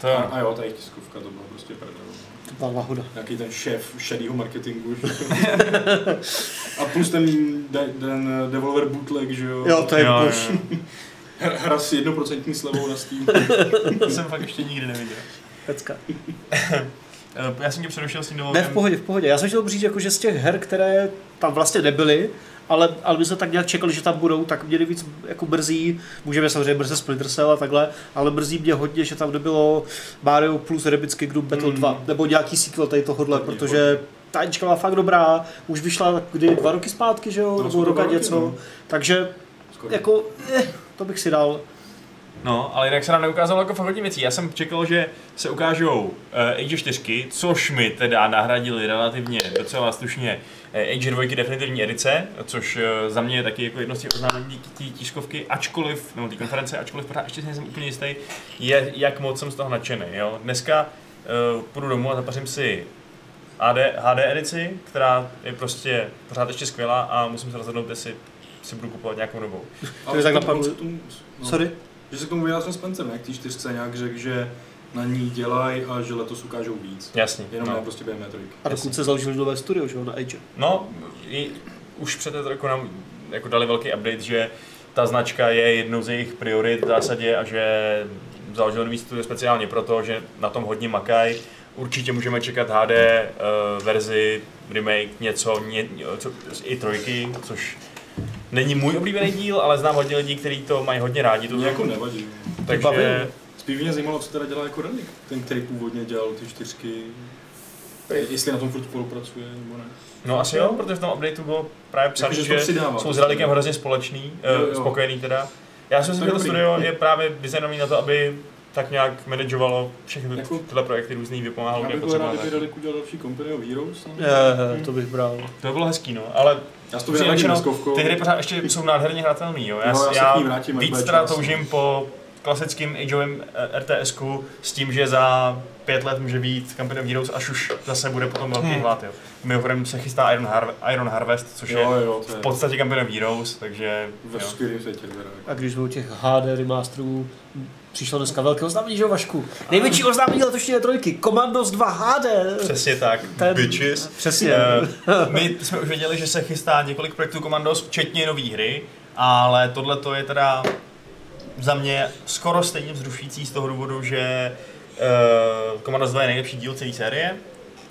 A: To,
D: A, a jo, ta jejich tiskovka, to byla prostě prdel.
C: To byla náhoda.
D: Nějaký ten šéf šedýho marketingu. že jo. a plus ten, de- ten Devolver Bootleg, že jo.
C: Jo, to je
A: jo,
C: bož.
A: jo.
D: Hra- Hra s jednoprocentní slevou na Steam.
A: to jsem fakt ještě nikdy neviděl.
C: Pecka.
A: Eh, Já jsem tě přerušil s tím
C: Ne,
A: dovolenkem.
C: v pohodě, v pohodě. Já jsem chtěl říct, jako, že z těch her, které tam vlastně nebyly, ale, ale my jsme tak nějak čekali, že tam budou, tak měli víc jako brzí, můžeme samozřejmě brzy Splinter Cell a takhle, ale brzí mě hodně, že tam nebylo Mario plus Rabbids Kingdom Battle
D: Hmm.
C: 2, nebo nějaký sequel tady tohohle,
D: Hodně,
C: protože ta Anička byla fakt dobrá, už vyšla kdy dva roky zpátky, že jo,
D: No,
C: nebo
D: skoro dva
C: roka
D: roky,
C: něco,
D: no.
C: takže
D: Skoro.
C: jako, eh, to bych si dal.
A: No, ale jinak se nám neukázalo jako fakt hodně věcí. Já jsem čekal, že se ukážou uh, Age 4, což mi teda nahradili relativně docela slušně eh, Age 2 definitivní edice, což eh, za mě je taky jako jedno z těch oznámení té tiskovky, ačkoliv, nebo té konference, ačkoliv pořád ještě si nejsem úplně jistý, je, jak moc jsem z toho nadšený. Jo? Dneska uh, půjdu domů a zapařím si AD, HD edici, která je prostě pořád ještě skvělá a musím se rozhodnout, jestli si budu kupovat nějakou novou.
D: Ale
C: mi tak
D: on- on
C: napadlo.
D: se k tomu- no.
C: Sorry?
D: Že se k tomu vyjádřil Spencer, ne? Jak té čtyřce nějak řekl, že na ní dělají a že letos ukážou víc.
A: Jasně.
D: Jenom
A: no.
D: ne prostě během trojky.
C: A
A: Jasně.
C: dokonce založili nové studio, že jo, na Age.
A: No, i, už před roku nám jako dali velký update, že ta značka je jednou z jejich priorit v zásadě a že založil nový studio speciálně proto, že na tom hodně makají. Určitě můžeme čekat HD uh, verzi, remake, něco, ně, co, i trojky, což není můj oblíbený díl, ale znám hodně lidí, kteří to mají hodně rádi.
D: To
A: To
D: mě jako nevadí.
A: takže
C: bavilo.
D: Spíš mě zajímalo, co teda dělá jako Relic, ten, který původně dělal ty čtyřky. Jestli na tom furt spolupracuje nebo ne.
A: No asi jo, protože v tom updateu bylo právě psané,
D: Jakože No, to
A: že
D: přidává.
A: jsou s Relikem hrozně společný, eh,
D: Jo, jo.
A: spokojený teda. Já si myslím,
D: To je
A: že to
D: dobrý.
A: studio je právě designovaný na to, aby tak nějak manageovalo všechny
D: Jako-
A: jako, tyhle projekty různý, vypomáhalo jako
D: Já
A: kde
D: bych byl rád,
A: potřeba.
D: kdyby Relic udělal další Company of Heroes. no.
C: to bych bral.
A: To by bylo hezký, no, ale
D: Já si to
A: upřímně
D: vyradím
A: řečeno,
D: deskovkou.
A: ty hry pořád ještě jsou nádherně hratelný, jo. Já,
D: Jo, No, já se k ní
A: já,
D: vrátím, až
A: víc
D: bude
A: teda
D: čas.
A: toužím po klasickým eh, ageovém rts s tím, že za pět let může být Company of Heroes, až už zase bude potom velký
C: Hmm.
A: hlad, jo. Mimochodem se chystá Iron, Har- Iron Harvest, což je
D: Jo, jo, to
A: v
D: je
A: podstatě Company of Heroes, takže
D: ve
A: jo.
D: skvělém světě. teda, jako.
C: A když jsme u těch HD remasterů, přišlo dneska velké oznámení, že jo, Vašku? Největší oznámení letošní E trojky, Commandos 2 HD.
A: Přesně tak,
C: Ten-
A: bitches.
C: Přesně.
A: Eh, My jsme už věděli, že se chystá několik projektů Commandos, včetně nové hry, ale tohle to je teda za mě skoro stejně vzrušující z toho důvodu, že uh, Commandos 2 je nejlepší díl celé série.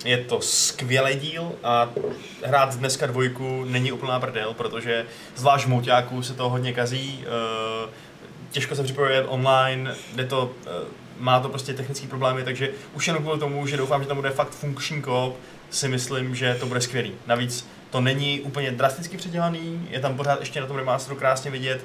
A: Je to skvělý díl a hrát dneska dvojku není úplná prdel, protože zvlášť v mouťáku se to hodně kazí. eh, těžko se připojuje online, jde to, eh, má to prostě technické problémy, takže už jenom kvůli tomu, že doufám, že tam bude fakt funkční koop, si myslím, že to bude skvělý. Navíc to není úplně drasticky předělaný, je tam pořád ještě na tom remasteru krásně vidět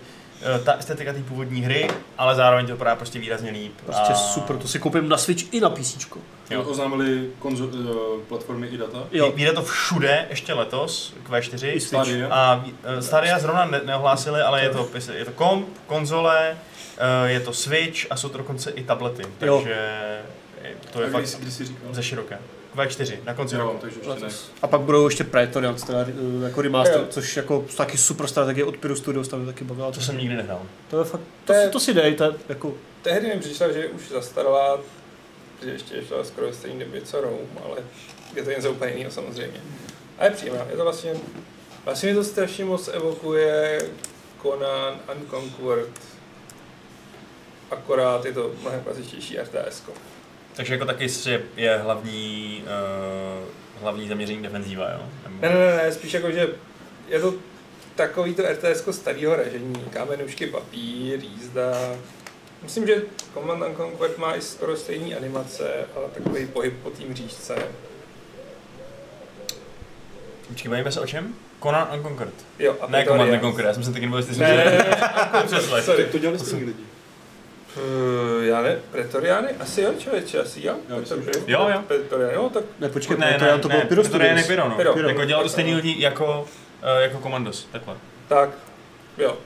A: eh, ta estetika té původní hry, ale zároveň to vypadá prostě výrazně líp.
C: Prostě super, to si koupím na Switch i na PC.
A: Jo.
D: Oznámili konzo- eh, platformy i data.
C: Jo.
A: Vyjde to všude ještě letos, Q4.
C: I Switch.
D: Stadia.
A: A eh, Stadia zrovna ne- neohlásili, ale je to, je to komp, konzole, eh, je to Switch a jsou to dokonce i tablety,
C: Jo.
A: takže eh, to je
D: A
A: fakt
D: kdy, kdy jsi říkal?
A: ze široké. Q4, na konci
D: Jo,
A: roku.
D: takže ještě ne.
C: A pak budou ještě Praetorians, teda eh, jako remaster,
B: Jo.
C: což jako taky super strategie od Piru Studios, tam mě taky bavila.
A: To jsem nikdy nehrál.
C: to je fakt,
B: To
C: to, si,
B: je-
C: to si dej, to je jako,
B: Tehdy mi přišla, že je už zastarala, že ještě šla skoro ve stejné době co Rome, ale je to něco úplně jiného samozřejmě. A je příjemná, je to vlastně, vlastně mi to strašně moc evokuje Conan Unconquered, akorát je to mnohem klasičtější RTS. ko.
A: Takže jako taky je, je hlavní, uh, hlavní zaměření defenzíva, jo? Nebo-
B: Ne, ne, ne, ne, spíš jako, že je to takový to RTS starého ražení, kamenušky, papír, jízda. Myslím, že Command and Conquer má i skoro stejný animace, ale takový pohyb po té mřížce.
A: Počkej, bavíme se o čem? Conan Unconquered.
B: Jo, a
A: Ne,
B: Praetorians.
A: Command Unconquered, já jsem se taky nebavil, jestli
B: Ne, ne, ne,
A: jsem
B: ne,
A: přesle.
B: sorry.
D: Tak to dělali s tím lidi.
B: Uh, já ne, pretoriány? Asi jo, člověče, asi jo.
D: Já myslím,
B: Protože-
A: že jo. Jo, jo.
B: Pretoriány, jo, tak
C: Ne, počkej, ne, to, ne, to bylo
A: to je
C: Pyrostudios.
A: Nepiro, no.
B: Pyro.
A: Jako dělal to
B: Tak,
A: stejný
B: ano.
A: lidi jako, eh, jako Komandos, takhle.
B: Tak, jo.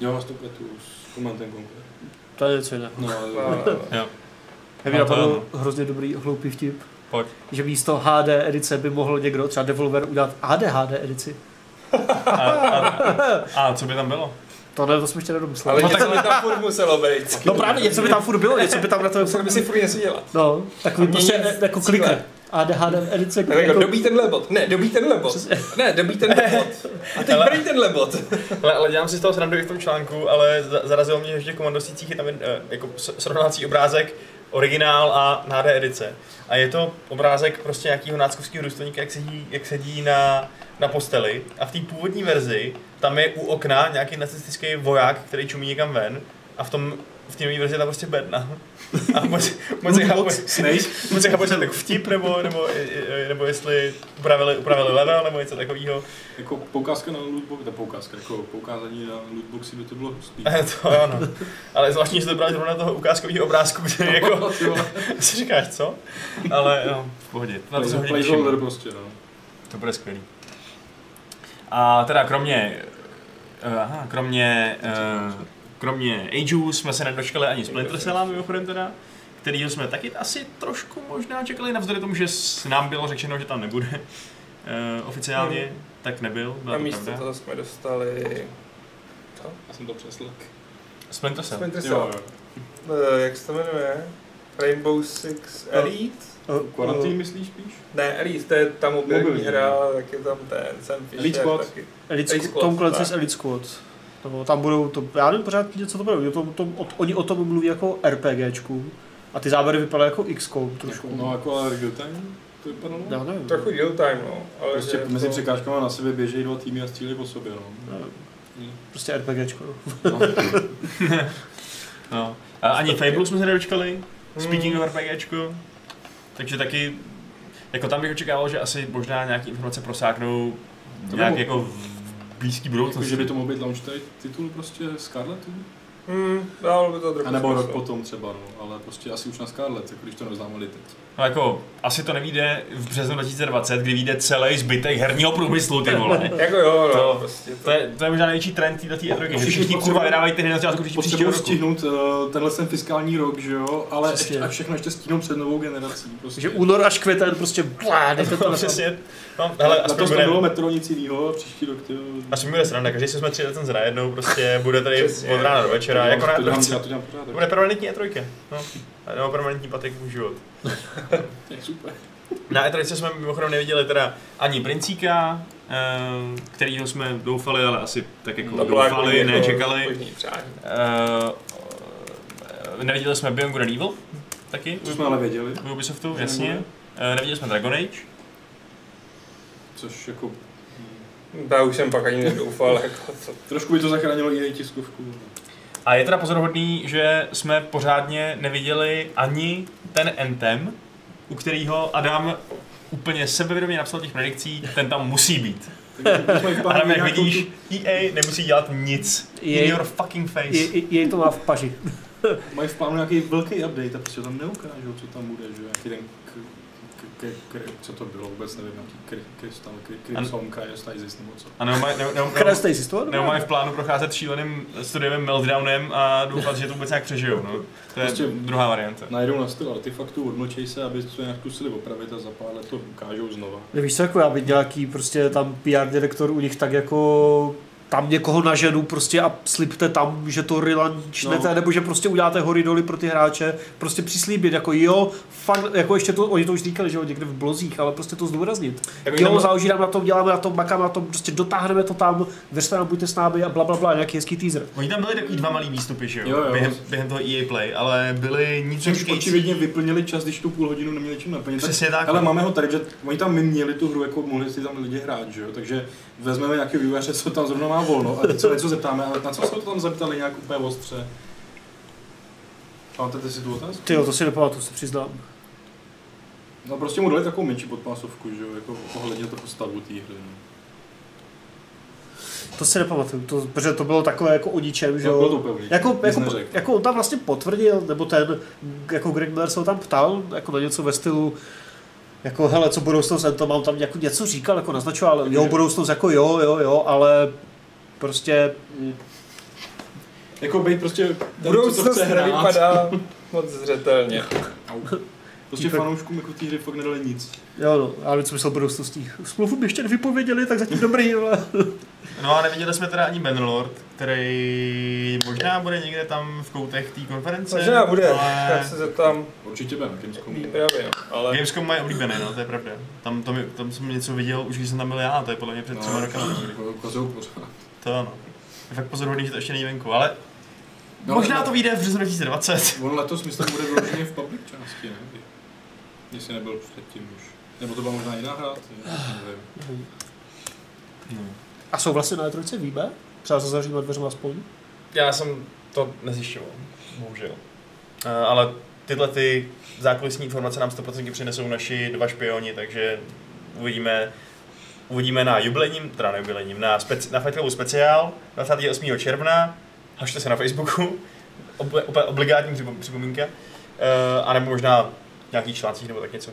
D: Jo, vás to pletu s komantem konkurent.
C: To je něco jiného.
D: No,
B: No, no,
A: Jo,
C: Já mi
A: No, to
C: napadl hrozně dobrý hloupý vtip,
A: pojď.
C: že místo HD edice by mohl někdo, třeba Devolver, udělat ADHD edici.
A: A, a, a co by tam bylo?
C: To ne, to jsme ještě
B: Ale
C: nedomysleli. No,
B: něco by tam furt muselo být.
C: no právě, něco by tam furt bylo, něco by tam na to
B: Museli by si furt něco dělat.
C: No, takový
B: A
C: prostě
B: měnit
C: jako
B: cíle.
C: klikne. ADHD edice,
B: Tak jako,
C: jako,
B: dobí tenhle bod. Ne, dobí tenhle bod.
C: Přesně.
B: Ne, dobí tenhle bod. A teď
F: Ale-
B: brň tenhle bod.
F: Ale, ale dělám si z toho srandu i v tom článku, ale za- zarazilo mě, že v těch komandosících je tam jen, eh, jako s- srovnávací obrázek, originál a HD edice. A je to obrázek prostě nějakého náckovského důstojníka, jak sedí, jak sedí na, na posteli. A v té původní verzi tam je u okna nějaký nacistický voják, který čumí někam ven. A v tom v té nové verzi je tam prostě bedna. A moc, moc, nechápu, moc nechápu, jestli je to jako vtip, nebo, nebo, nebo jestli upravili, upravili level, nebo něco takového.
D: jako poukázka na lootbox, ne poukázka, jako poukázání na lootboxy by to bylo hustý.
A: Eh,
F: to jo, no. Ale zvláštní, že to brali zrovna toho ukázkového obrázku, kde jako
D: Ty vole.
F: si říkáš, co? Ale no,
A: V pohodě. Na to se hodně těším.
D: Placeholder prostě, no.
A: To bude skvělý. A teda kromě, eh, aha, kromě, eh, kromě Ageů jsme se nedočkali ani Splinter Cella, mimochodem teda, kterýho jsme taky asi trošku možná čekali, navzdory tomu, že s nám bylo řečeno, že tam nebude eh, oficiálně,
B: Hmm.
A: tak nebyl, byla
B: A
A: to
B: místo
A: pravda.
B: toho jsme dostali...
D: Já jsem to přeslek.
A: Splinter Cell.
B: Splinter Cell.
D: Jo, jo.
B: Eh, Jak se to jmenuje? Rainbow Six Elite?
C: No,
D: Quarantine myslíš spíš?
B: Ne, Elite, to je ta mobilní
D: Mobilní.
B: hra, tak je tam ten Sam Fisher
D: Elite Squad.
B: taky.
C: Elite
B: Elite
C: Squad,
B: Squad,
C: Tom Clancy's
B: tak.
C: Elite Squad. No, tam budou, to, já nevím pořád, něco to budou, to, to, o, oni o tom mluví jako RPGčku a ty záběry vypadají jako XCOM trošku.
D: No, jako ale real time to vypadalo?
C: já nevím.
B: Trochu real time, no. Ale
D: Prostě
B: že
D: mezi
B: to-
D: překážkama na sebe běžejí dva týmy a střílí po sobě, no.
C: No, Prostě RPGčko. No.
D: No,
A: No. A ani Fable jsme se nedočkali,
D: Hmm.
A: Speaking of RPGčku. Takže taky, jako tam bych očekával, že asi možná nějaké informace prosáknou
D: To
A: nějak
D: by
A: jako
D: mohlo.
A: v blízký
D: jako,
A: budoucnosti.
D: že by to mohl být launch ti- titul prostě Scarletu?
B: Hmm, dávalo by to trochu
D: A nebo rok
B: smysl.
D: potom třeba, no. Ale prostě asi už na Scarlet, jako když to neznámali teď.
A: No jako, asi to nevíde v březnu 2020, kdy vyjde celý zbytek herního průmyslu, ty vole.
B: Jako jo, no,
A: To-
B: prostě to.
A: To je, to je možná největší trend této tý E3, že všichni
D: Všichni
A: kurva vydávají ty hry na začátku příští- příštího
D: Potřebuji
A: roku.
D: stihnout eh, tenhle ten fiskální rok, že jo? Ale
C: Přesně.
D: ještě, a všechno ještě stihnout před novou generací. Prostě.
C: Takže únor až květen prostě blá, dejte to na
F: přesně. No,
D: Ale
F: hele,
D: aspoň
F: aspoň
D: to
F: bude,
D: bylo metro nic jiného a příští rok ty.
F: aspoň bude sranda, každý si jsme tři ten zra jednou, prostě bude tady
B: Přesně.
F: od rána do večera, jako
D: to
F: rád
D: dělám,
F: chce.
D: já to dělám pořád.
F: To
D: tak.
F: bude
A: E
F: permanentní E3, no. A Nebo permanentní patek v život.
D: To je super.
A: Na E3 jsme mimochodem neviděli teda ani Princíka, eh, kterýho jsme doufali, ale asi tak jako
B: To bylo jako
A: doufali,
B: jako
A: nečekali.
B: původní přání.
A: Eh, Neviděli jsme Beyond Good and Evil, taky,
D: To jsme ale věděli,
A: u Ubisoftu, jasně. Eh, Neviděli jsme Dragon Age,
D: což jako
B: Já už jsem pak ani nedoufal, jako co.
D: Trošku by to zachránilo i její tiskovku.
A: A je teda pozoruhodný, že jsme pořádně neviděli ani ten Entem, u kterého Adam úplně sebevědomě napsal těch predikcí, ten tam musí být.
D: Takže
A: A Adam, jak vidíš, EA E nemusí dělat nic.
C: Je-
A: In your fucking face. No.
C: Jej to má v paži.
D: Mají v plánu nějaký velký update a prostě tam neukážou, co tam bude, že jo, nějaký ten k, k, k, k, co to bylo, vůbec nevím, nějaký kry, krystal, kry, Crimson Cryostasis nebo co.
A: A nebo mají nebo- nebo- nebo-
C: Krasnej si to?
A: nebo mají v plánu procházet šíleným studiovým meltdownem a doufat, že to vůbec nějak přežijou. No. To je
D: Prostě-
A: druhá varianta.
D: Najdou na styl artefaktů, odmlčej se, aby to nějak zkusili opravit a za pár let to ukážou znova.
C: Nevíš co, jako já být nějaký prostě tam PR direktor u nich tak jako tam někoho na ženu prostě a slibte tam, že to relaunčnete, no.
D: No.
C: nebo že prostě uděláte hory doly pro ty hráče, prostě přislíbit, jako jo, fakt, jako ještě to, oni to už říkali, že jo, někde v blozích, ale prostě to zdůraznit.
F: Jako
C: jo,
F: jenom-
C: záleží nám na tom, děláme na tom, makáme na tom, prostě dotáhneme to tam, věřte nám, buďte s námi a bla, bla, bla, nějaký hezký teaser.
A: Oni tam byli takový dva malý výstupy, že jo?
D: Jo, jo.
A: Během, během toho EA Play, ale byli nic
D: Což
A: neříkající.
D: očividně vyplnili čas, když tu půl hodinu neměli čím naplnit.
A: Přesně tak.
D: Ale máme ho tady, že oni tam měli tu hru, jako mohli si tam lidi hrát, že jo? Takže vezmeme nějaký vývojáře, co tam zrovna má volno a ty co něco zeptáme, ale na co se to tam zeptali nějak úplně ostře? Pamatujete si tu otázku?
C: Ty jo, to si nepamatuju, se přiznám.
D: No prostě mu dali takovou menší podpásovku, že jo, jako ohledně toho stavu té hry. No.
C: To si nepamatuju, to, protože to bylo takové jako o ničem, že
D: No, bylo to
C: jo.
D: úplně o ničem,
C: Jako,
D: nic
C: jako,
D: neřekl.
C: jako, on tam vlastně potvrdil, nebo ten, jako Greg Miller se ho tam ptal, jako na něco ve stylu, jako hele, co budoucnost, to mám tam jako něco říkal, jako naznačoval, ale jo,
D: Takže-
C: budoucnost jako jo, jo, jo, ale prostě
D: Jako být prostě ten, co to
B: Budoucnost
D: chce hrát.
B: nevypadá moc zřetelně.
D: Prostě fanouškům jako té hry fakt nedali nic.
C: Jo, no, ale co myslel budoucností. Smlouvu by ještě nevypověděli, tak zatím dobrý, ale...
A: No a neviděli jsme teda ani Benlord, který možná bude někde tam v koutech té konference.
B: Možná bude, tak
A: Ale...
B: se zeptám
D: Určitě bude na Gamescomu.
B: výpravy, no. ale
A: Gamescom má je oblíbený, no, to je pravda. Tam, tam, tam jsem něco viděl, už když jsem tam byl já, to je podle mě před třema
D: No,
A: rokama. někdy.
D: jako ukazují pořád.
A: To ano. Je fakt pozoruhodný, že to ještě není venku, ale
D: No,
A: možná
D: ale-
A: to vyjde v březnu 2020.
D: On letos, myslím, bude vyloženě v public části, ne? Jestli nebyl předtím už. Nebo to byla možná jiná hra? nevím. No.
C: A jsou vlastně na E3, víme? Třeba za zavřenýma dveřma aspoň?
A: Já jsem to nezjišťoval, bohužel. Eh, Ale tyhle ty zákulisní informace nám 100% přinesou naši dva špioni, takže uvidíme, uvidíme na jubilejním, teda na jubilejním, na, speci, na Fight Clubu speciál 28. června, hašte se na Facebooku, obli, opět obligátní připom- připomínka, Eh, a nebo možná v nějakých článcích nebo tak něco.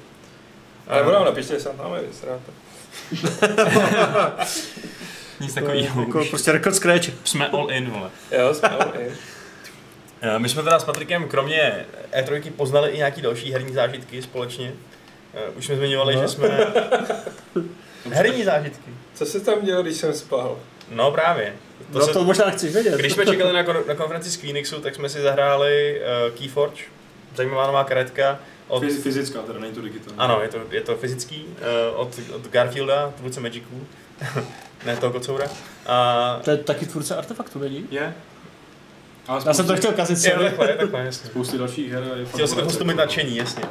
A: Eh,
B: Ale budou napište, že se tam je vysráte.
A: Nic takového.
C: Jako prostě record scratch.
A: Jsme all in, vole.
B: Jo, jsme okay.
A: Eh, My jsme teda s Patrikem kromě E3 poznali i nějaký další herní zážitky společně. Eh, Už jsme zmiňovali,
C: No.
A: že jsme... Herní zážitky.
B: Co se tam dělo, když jsem spal?
A: No právě. To
C: To no
A: se-
C: to možná chceš vědět.
A: Když jsme čekali na, kon- na konferenci z Phoenixu, tak jsme si zahráli uh, Keyforge. Zajímavá nová karetka. Od...
D: Fyz- Fyzická, teda není to digitální.
A: Ano, je to, je to fyzický. Uh, od, od Garfielda, tvůrce Magiců. ne toho kocoura. A...
C: To je taky tvůrce artefaktu, není?
D: Je. Ale
C: Já jsem
D: spousty-
C: to chtěl kazit,
A: Jo,
C: sorry.
A: takhle, takhle, jasně.
D: Spousty dalších her je
A: Chtěl jsem to prostě mít nadšení, jasně.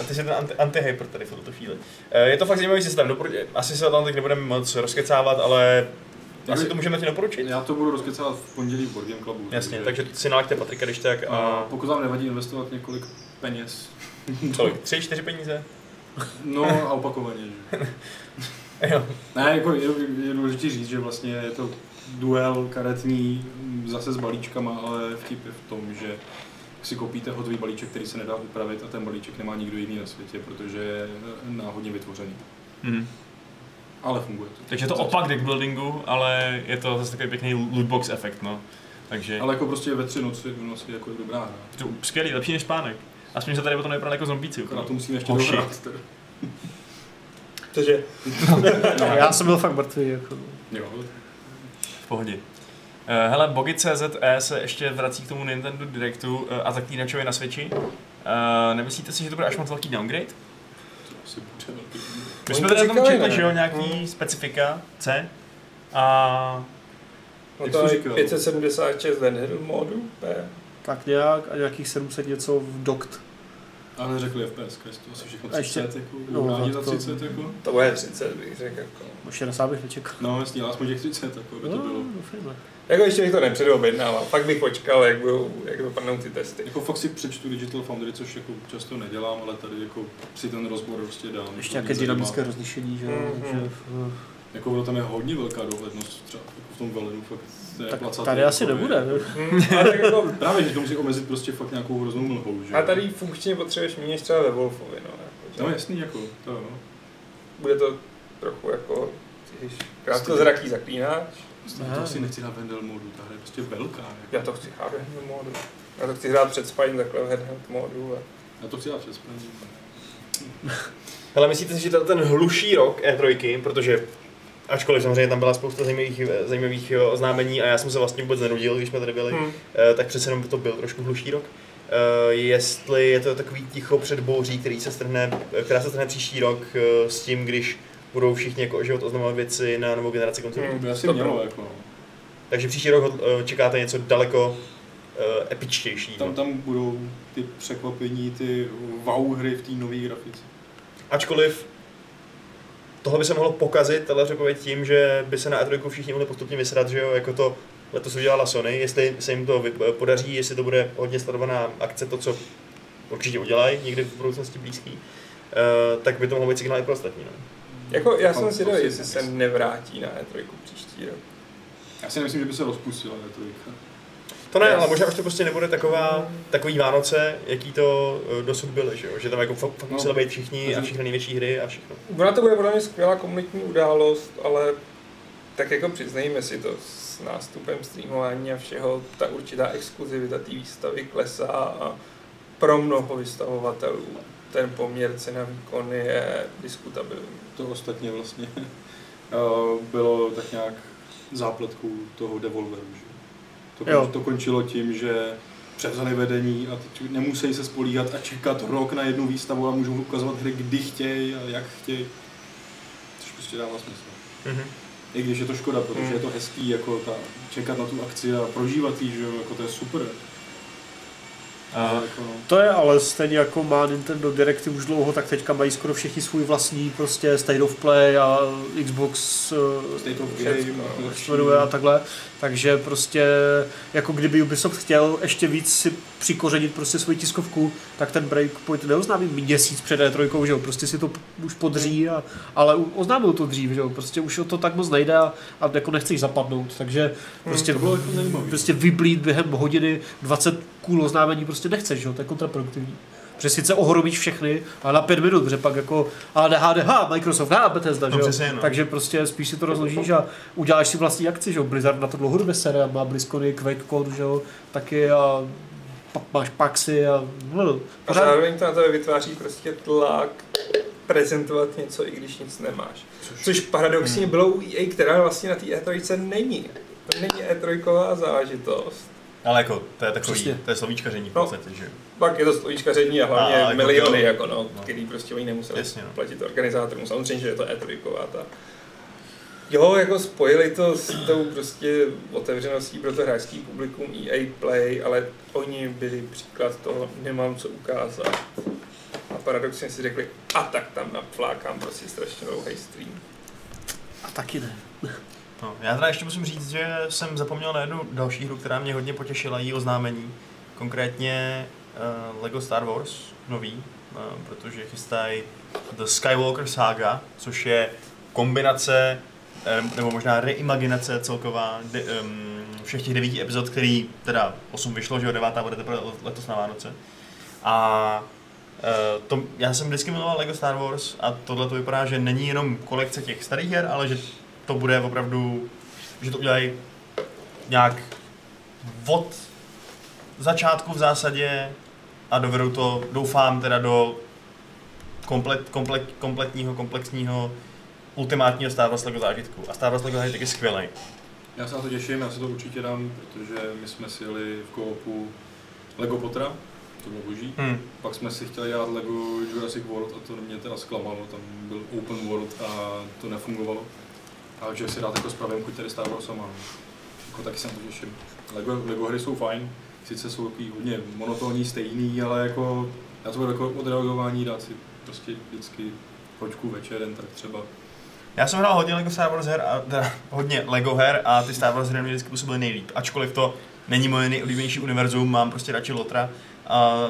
A: A Ty jsi ten anti, anti-hyper tady v tuto chvíli. E, Je to fakt zajímavý systém, doporu- asi se tam teď nebudeme moc rozkecávat, ale asi to můžeme ti doporučit.
D: Já to budu rozkecávat v pondělí v Board Game Clubu.
A: Jasně, takže si nalaďte Patrika, když tak
D: A
A: a
D: pokud vám nevadí investovat několik peněz,
A: kolik? Tři, čtyři peníze?
D: no a opakovaně, že?
A: Jo.
D: Ne, jako je, je důležité říct, že vlastně je to duel karetní, m, zase s balíčkama, ale vtip je v tom, že si koupíte hotový balíček, který se nedá upravit a ten balíček nemá nikdo jiný na světě, protože je náhodně vytvořený.
E: Mhm.
D: Ale funguje to.
E: Takže je to opak deckbuildingu, ale je to zase takový pěkný lootbox efekt, no. Takže
D: Ale jako prostě ve tři noci, v noci jako je dobrá hra.
E: to skvělý, lepší než pánek. Aspoň, že tady potom nevypadá jako zombíci.
D: Na to musíme ještě
E: Oh, shit.
D: dohrát. teda.
B: Cože?
C: No, já jsem byl fakt mrtvý, jako.
D: Jo,
E: V pohodě. Eh, Hele, Bogi CZE se ještě vrací k tomu Nintendo Directu eh, a zaklínačovi na Switchi. Eh, Nemyslíte si, že to bude až moc velký downgrade?
D: to asi bude velký.
E: My
B: Oni
E: jsme
B: to
E: tady tam
B: říkali,
E: četli,
B: ne?
E: že jo, nějaký
A: Hmm.
E: specifika C. A
B: No
D: Jak
B: to
D: jsi
B: je
D: říkal?
B: 576 Lenhill modu, P.
C: Tak nějak a nějakých 700 něco v dokt.
D: Ale neřekli FPS, je to asi všechno
C: A ještě-
D: 30, jako,
C: no,
D: no, za
C: tak to-
D: 30, jako.
B: To bude 30, bych řekl. Jako.
C: Už 60 bych nečekal.
D: No jasně, ale aspoň těch 30, jako by to bylo.
C: No, doufejme.
B: jako ještě bych to nepředobjednával, pak bych počkal, jak, budou, jak dopadnou ty testy.
D: Jako fakt si přečtu Digital Foundry, což jako často nedělám, ale tady jako si ten rozbor prostě dám.
C: Ještě
D: To
C: nějaké
D: mě zajímá.
C: dynamické rozlišení, že jo.
B: Mhm.
C: takže, no.
D: Jako ono tam je hodně velká dohlednost, třeba jako v tom velenu fakt to je
C: Tak
D: placatý,
C: tady
D: jako
C: asi
D: je-
C: nebude. ne?
B: Hmm, ale tak jako,
D: Právě, že to musí omezit prostě fakt nějakou hroznou mlhou, že?
B: a
D: jo?
B: tady funkčně potřebuješ méně než třeba ve Wolfovi, no. Jako, že?
D: No jasný, jako, to jo.
B: Bude to trochu jako, když krátkozraký zaklínáč.
D: Vlastně to
C: Aha.
D: asi nechci na Vendel modu, ta hra je prostě velká. Jako.
B: Já to chci hrát v handheld modu. Já to chci hrát před spaním takhle v handheld modu. A...
D: Já to chci dát přes plný.
A: Hele, myslíte si, že tenhle ten hluší rok E3, protože ačkoliv samozřejmě tam byla spousta zajímavých, zajímavých jo, oznámení a já jsem se vlastně vůbec nenudil, když jsme tady byli,
B: Hmm.
A: Eh, tak přece jenom by to byl trošku hluší rok. Eh, Jestli je to takový ticho před bouří, který se strhne, eh, která se strhne příští rok eh, s tím, když budou všichni jako o život oznamovat věci na novou generaci konzolí.
D: To
B: Hmm.
D: by asi
B: To
D: mělo, jako. no.
A: Takže příští rok eh, čekáte něco daleko eh, epičtějšího.
D: Tam, tam budou ty překvapení, ty wow hry v té nové grafice.
A: Ačkoliv tohle by se mohlo pokazit, tahle předpověď tím, že by se na E3 všichni mohli postupně vysrat, že jo, jako to letos udělala Sony, jestli se jim to vy- podaří, jestli to bude hodně sledovaná akce, to, co určitě udělají, někdy v budoucnosti blízký, eh, tak by to mohlo být signál i pro ostatní. No.
B: Jako, já
D: Tam
B: jsem si
D: to
B: dal,
D: si
B: jestli se
D: nemyslím.
B: nevrátí na E3 příští rok.
D: Já si nemyslím, že by se rozpustila retorika.
G: To ne, ale možná už to prostě nebude taková, takový Vánoce, jaký to eh, dosud byly, že jo? Že tam jako fakt, fakt
D: No.
G: museli být všichni a všechny největší hry a všechno.
B: Ona to bude podle mě skvělá komunitní událost, ale tak jako přiznejme si to, s nástupem streamování a všeho, ta určitá exkluzivita té výstavy klesá a pro mnoho vystavovatelů ten poměr cena výkon je diskutabilní.
D: To ostatně vlastně eh, bylo tak nějak zápletkou toho Devolveru. Že? To,
C: Jo.
D: kon, to končilo tím, že převzali vedení a teď nemusí se spolíhat a čekat rok na jednu výstavu a můžou ukazovat hry, kdy chtějí a jak chtějí. Což prostě dává smysl.
G: Mhm.
D: I když je to škoda, protože
B: Mm.
D: je to hezký jako ta, čekat na tu akci a prožívat ji, že jo, jako to je super.
A: A
D: Ale jako, no,
C: To je ale stejně jako má Nintendo Directy už dlouho, tak teďka mají skoro všichni svůj vlastní prostě State of Play a Xbox eh,
D: State of
B: Všecko,
D: Game, jako
B: no,
D: další.
C: Švedové a takhle, takže prostě jako kdyby Ubisoft chtěl ještě víc si přikořenit prostě svoji tiskovku, tak ten Breakpoint neoznámí měsíc před E3, že jo, prostě si to p- už podří, a, ale u- oznámil to dřív, že jo, prostě už o to tak moc nejde a, a jako nechceš zapadnout, takže prostě,
D: to bylo jako zajímavý.
C: prostě vyplít během hodiny 20 kůl oznámení prostě nechceš, že jo, to je kontraproduktivní. Protože sice ohromíš všechny, ale na pět minut, protože pak jako ADHDH, Microsoft, H, Bethesda,
G: No,
C: že jo?
G: přesně, no.
C: Takže prostě spíš si to rozložíš a uděláš si vlastní akci, že jo? Blizzard na to dlouhodobě sere, a má BlizzCony, QuakeCon, že jo? Taky a pak máš Paxy a no,
B: A
C: pořád,
B: zároveň to na tebe vytváří prostě tlak prezentovat něco, i když nic nemáš. Což paradoxně bylo u EA, která vlastně na té E3 není. To není E3 záležitost.
A: Ale jako, to je takový,
C: Přesně.
A: to je slovíčkaření v
B: No.
A: podstatě, že jo.
B: Pak je to slovíčkaření a hlavně
A: A,
B: a,
A: jako
B: miliony,
A: jo.
B: jako no,
A: No.
B: který prostě oni nemuseli
A: Jasně, no.
B: platit organizátorům. Samozřejmě, že je to E3 jako, ta. Jo, jako spojili to s tou prostě otevřeností pro to hráčský publikum EA Play, ale oni byli příklad toho, nemám co ukázat. A paradoxně si řekli, a tak tam napflákám prostě strašně dlouhý stream.
C: a taky ne.
A: No, já teda ještě musím říct, že jsem zapomněl na jednu další hru, která mě hodně potěšila, její oznámení. Konkrétně uh, LEGO Star Wars, nový, uh, protože chystají The Skywalker Saga, což je kombinace, em, nebo možná reimaginace celková de, um, všech těch devíti epizod, který teda osm vyšlo, že jo, devátá bude teprve letos na Vánoce. A Eh, to, já jsem vždycky miloval LEGO Star Wars a tohle to vypadá, že není jenom kolekce těch starých her, ale že to bude opravdu, že to udělají nějak od začátku v zásadě a dovedou to, doufám, teda do komplet, komplet, kompletního, komplexního, ultimátního Star Wars LEGO zážitku. A Star Wars LEGO zážitek je skvělý.
D: Já se na to těším, já se to určitě dám, protože my jsme si jeli v koopu Lego Potra, to bylo boží.
A: Hmm.
D: Pak jsme si chtěli dělat Lego Jurassic World a to mě teda zklamalo, tam byl open world a to nefungovalo. A že si dát jako spravím chuť tady Star Wars sama. Jako taky se na to těším. Lego, Lego hry jsou fajn, sice jsou takový hodně monotónní, stejný, ale jako já to beru jako odreagování, dát si prostě vždycky hoďku večeren, tak třeba.
A: Já jsem hrál hodně LEGO Star Wars her a teda, hodně LEGO her a ty Star Wars hry mě vždycky působily nejlíp. Ačkoliv to není moje nejoblíbenější univerzum, mám prostě radši Lotra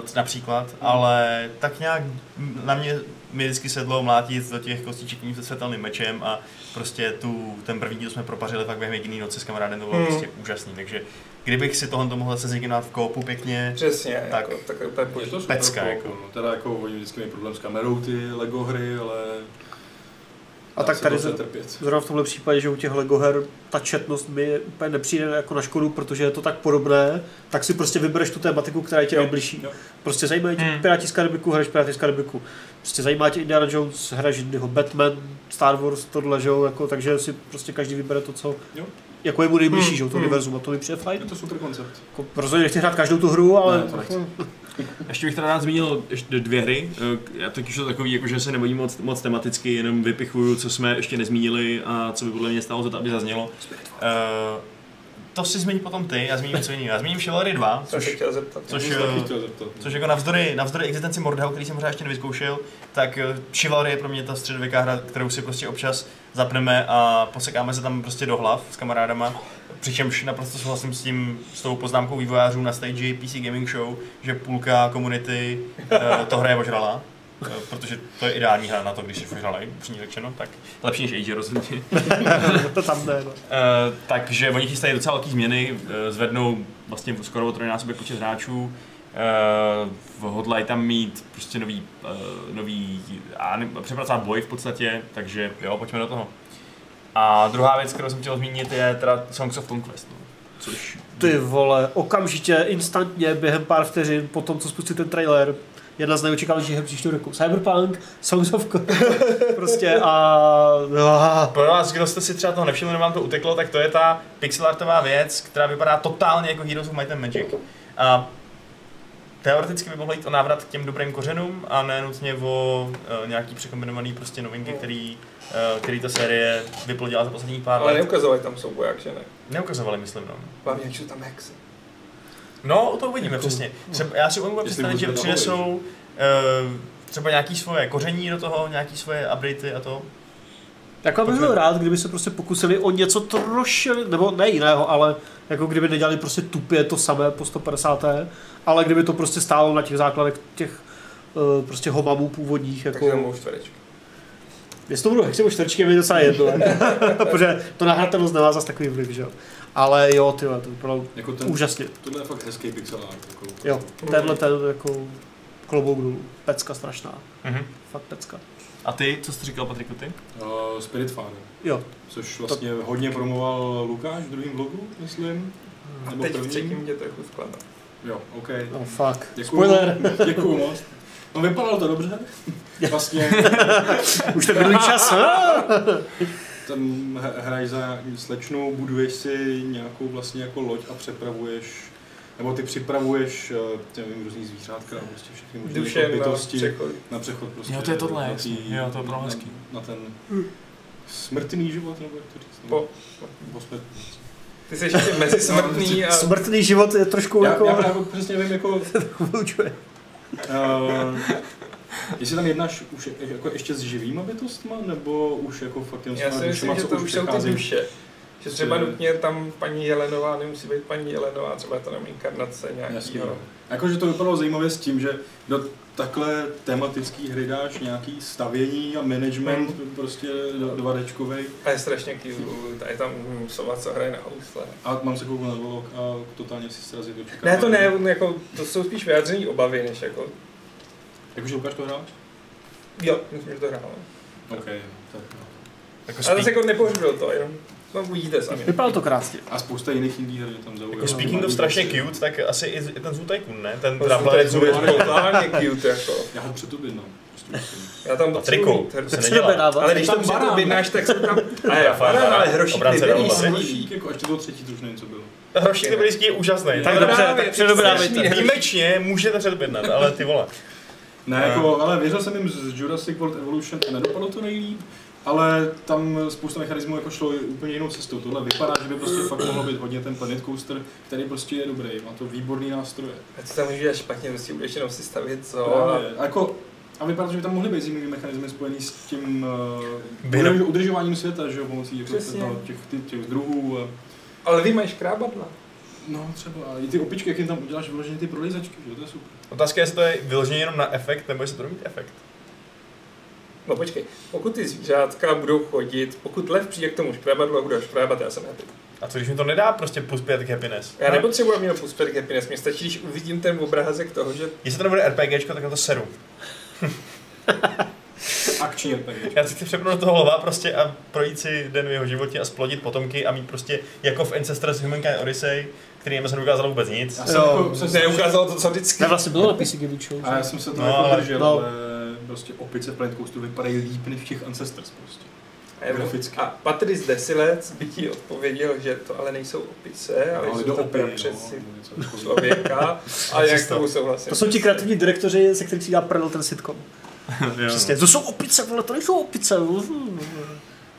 A: uh, například, ale tak nějak m- na mě mi vždycky sedlo mlátit do těch kostiček se světelným mečem a prostě tu, ten první díl jsme propařili fakt během jediný noci s kamarádem, to bylo
B: Hmm.
A: prostě úžasný, takže kdybych si tohle mohl zase zjednat v koupu pěkně,
B: Přesně,
A: Tak.
B: tak. jako, tak úplně
D: Je to
B: poč-
D: super
A: pecka,
D: koopo,
A: jako.
D: no. Teda jako oni vždycky mají problém s kamerou ty Lego hry, ale
C: A tak tady
D: se prostě-
C: se-
D: trpět.
C: Zrovna v tomhle případě, že u těch Lego her ta četnost mi úplně nepřijde jako na škodu, protože je to tak podobné, tak si prostě vybereš tu tématiku, která je ti
D: Jo,
C: nejbližší.
D: jo.
C: Prostě zajímá tě
G: Hmm.
C: Piráti z Karibiku, hraješ Piráti z Karibiku. Prostě zajímá tě Indiana Jones, hraješ Indyho Batman, Star Wars, tohle, že jo, jako, takže si prostě každý vybere to, co
D: Jo.
C: jako je mu nejbližší,
B: Hmm,
C: že jo, to
B: hmm.
C: univerzum a to mi přijde
D: Je
C: fajn.
D: to super koncept.
C: Jako, rozhodně nechci hrát každou tu hru, ale...
D: Ne, to nechci.
A: Ještě bych teda rád zmínil ještě dvě hry. Eh, Já totiž to takový, jako, že se nebojím moc, moc tematicky, jenom vypichuju, co jsme ještě nezmínili a co by podle mě stálo za to, aby zaznělo. Eh, to si zmíní potom ty, já zmíním co jiného. Já zmíním Chivalry 2,
B: jsem se
A: což,
B: chtěl zeptat.
A: což,
D: Já
A: eh,
D: jsem se taky chtěl zeptat. no.
A: což jako navzdory, navzdory existenci Mordhau, který jsem pořád ještě nevyzkoušel, tak eh, Chivalry je pro mě ta středověká hra, kterou si prostě občas zapneme a posekáme se tam prostě do hlav s kamarádama. Přičemž naprosto souhlasím s tím, s tou poznámkou vývojářů na stage PC Gaming Show, že půlka komunity eh, to hraje ožrala.
E: eh, protože to je ideální hra na to, když jsi fakt hrála, upřímně řečeno, tak lepší než Age rozhodně.
C: to tam ne. No.
E: Eh, takže oni chystají docela velké změny, eh, zvednou vlastně skoro o trojnásobek počet hráčů, eh, hodlají tam mít prostě nový, eh, nový a ne- přepracovat boj v podstatě, takže jo, pojďme do toho. A druhá věc, kterou jsem chtěl zmínit, je teda Songs of Conquest, no, což
C: Ty vole, okamžitě, instantně, během pár vteřin, po tom, co spustíte ten trailer, jedna z nejočekávanějších her příštího roku. Cyberpunk, Songs of Co- prostě a... a
A: Pro vás, kdo jste si třeba toho nevšimli, nebo vám to uteklo, tak to je ta pixelartová věc, která vypadá totálně jako Heroes of Might and Magic. A teoreticky by mohlo jít o návrat k těm dobrým kořenům a ne nutně o uh, nějaký překombinovaný prostě novinky,
B: No.
A: který, uh, který ta série vyplodila za posledních pár
B: Ale
A: let.
B: neukazovali tam souboják, že ne?
A: Neukazovali, myslím, no.
B: Hlavně, jak jsou tam hexy.
A: Jako- No, to uvidíme
B: Jako,
A: přesně. Třeba, já si umím
D: Jestli
A: představit, že
D: budou
A: přinesou uh, třeba nějaký svoje koření do toho, nějaký svoje updaty a to.
C: jako bych byl rád, kdyby se prostě pokusili o něco troši, nebo ne jiného, ale jako kdyby nedělali prostě tupě to samé po 150. Ale kdyby to prostě stálo na těch základech těch eh, prostě homamů původních. Jako...
B: Takže mu čtverečky.
C: Jestli to budou hexy nebo čtvrčky, je mi docela jedno. Protože to nahratelnost nemá zas takový vliv, že jo. Ale jo, ty vole, to vypadalo
D: Jako ten,
C: úžasně.
D: tohle je fakt hezký pixel art. Jako,
C: Jo, tenhle ten jako klobouk dolů. Pecka strašná.
A: Mhm.
C: Fakt pecka.
E: A ty, co jsi říkal, Patriku, ty?
D: Uh, Spirit Father,
C: Jo,
D: což vlastně hodně promoval Lukáš v druhém blogu, myslím. Nebo
B: Teď v
D: prvním.
B: třetím mě jako trochu skládá.
D: Jo, OK.
C: no fuck.
D: Děkuju,
C: Spoiler.
D: Děkuju moc. No vypadalo to dobře. Vlastně
C: Už ten minulý čas.
D: tam h- hraješ za slečnou, buduješ si nějakou vlastně jako loď a přepravuješ nebo ty připravuješ eh, já nevím, různý zvířátka a prostě všechny možné
B: Duše
D: jako
B: na
D: bytosti.
B: přechod.
D: Na přechod prostě.
E: Jo, to je tohle,
D: na
E: jasně.
D: tý-
E: Jo, to je opravdu
D: na-
E: hezký.
D: Na ten smrtný život, nebo jak to říct? no?
B: Hmm. Po-
D: po smrtný.
B: Ty jsi ještě mezi smrtný a...
C: Smrtný život je trošku
D: Já, já
C: jako
D: právě přesně nevím, jako,
C: vyučuje.
D: eh, jestli tam jednáš už je- jako ještě s živýma bytostma, nebo už jako fakt jenom s
B: Já
D: těma
B: si myslím,
D: dušema,
B: že
D: co
B: to už jsou ty
D: přecházejí?
B: duše. Že třeba nutně tam paní Jelenová nemusí být paní Jelenová, třeba je to jenom inkarnace
D: Jasně,
B: nějakýho.
D: no. Jakože to vypadalo zajímavě s tím, že do takhle tematický hry dáš nějaký stavění a management
B: Mhm.
D: prostě do, do vadečkovej.
B: Ta je strašně kýzlu, ta je tam hm, sova, co hraje na housle.
D: A mám se kouknout na vlog a totálně si srazit očekávání.
B: Ne, to ne, on jako, to jsou spíš vyjádření obavy, než jako,
D: Jakože Lukáš to hrál?
B: jo, myslím, že to hrálo.
D: OK, tak no.
A: Jako
B: Ale
A: speak,
B: zase jako nepohřbil to, jenom to uvidíte sami.
C: Vypadalo to krásně.
D: A spousta jiných indie her mě tam zaujalo.
A: jako speaking
E: No,
A: of strašně cute, tak asi i, i ten Zoo Tycoon, ne? Ten
B: Prostě
A: Traveler
B: to
A: Zoo
B: je
D: Zoo
A: Tycoon.
B: totálně cute, jako.
D: Já ho předobjednám. Prostě musím.
B: Já tam
A: Patriku,
B: potřebuji
A: to
B: mít-
A: se nedělá.
B: Ale když tam
D: Tam
B: to objednáš, tak jsou tam... A já,
A: Rafael
B: ale, ale
A: Barán,
B: hroší
A: obránce
B: liberý
A: Realova.
B: sedí.
D: Hroštík, jako až to bylo třetí, to už nevím, co bylo.
A: Hroštík Liberijský je úžasný.
D: Tak
A: Tak
C: dobře,
B: Právě,
C: tak
B: ty
C: předobědáme
B: strašný hroštík.
A: Výjimečně můžete předobjednat, ale ty vole.
D: Ne, jako, ale věřil jsem jim z Jurassic World Evolution a nedopadlo to nejlíp, ale tam spousta mechanismů jako šlo úplně jinou cestou. Tohle vypadá, že by prostě fakt mohlo být hodně ten Planet Coaster, který prostě je dobrý, má to výborný nástroje.
B: A co tam můžeš dělat špatně, prostě budeš jenom si stavět, co? No, a-
D: Právě. A, jako, a vypadá, to, že by tam mohly být zimní mechanismy spojený s tím
A: By jenom-
D: uh, udržováním světa, že jo, pomocí jako
B: Přesně.
D: no, těch, těch, těch druhů. A,
B: Ale vy mají škrábadla.
D: no třeba a i ty opičky, jak jim tam uděláš vyloženě ty prolejzačky, že jo, to je super.
A: Otázka je, jestli to je vyloženě jenom na efekt, nebo jestli to bude mít efekt.
B: No počkej, pokud ty zvířátka budou chodit, pokud lev přijde k tomu škrábadlu a bude ho škrábat, já jsem happy.
A: A co když mi to nedá prostě plus 5 k happiness?
B: Já nepotřebuji, aby měl puspět happiness, mě stačí, když uvidím ten obrázek toho, že
A: Jestli to nebude RPGčko, tak na to seru.
D: Akční RPG.
A: Já si chci přepnout toho lva prostě a projít si den v jeho životě a splodit potomky a mít prostě jako v Ancestors Humankind Odyssey, který jsem nedokázal vůbec nic.
D: Já jsem,
C: Jo.
D: jako, jsem si-
B: neukázalo to, co vždycky.
C: Ne, vlastně bylo na PC Gaming Show.
D: A já jsem se to
A: No,
D: no, jako
A: ale-
D: držel,
C: no.
D: ale prostě opice v Planet Coasteru vypadají líp než v těch Ancestors prostě.
B: A je-
D: graficky.
B: A Patrice Desilec by ti odpověděl, že to ale nejsou opice, ale,
D: ale
B: jsou
D: do
B: to
D: opy, no,
B: prapřeci
D: něco takového.
B: člověka. a jak
A: Přesně.
B: k tomu souhlasím.
C: To jsou ti kreativní direktoři, se kterých si dá prdel ten sitcom.
A: Prostě-
C: Přesně, to jsou opice, vole, to nejsou opice. Mhm.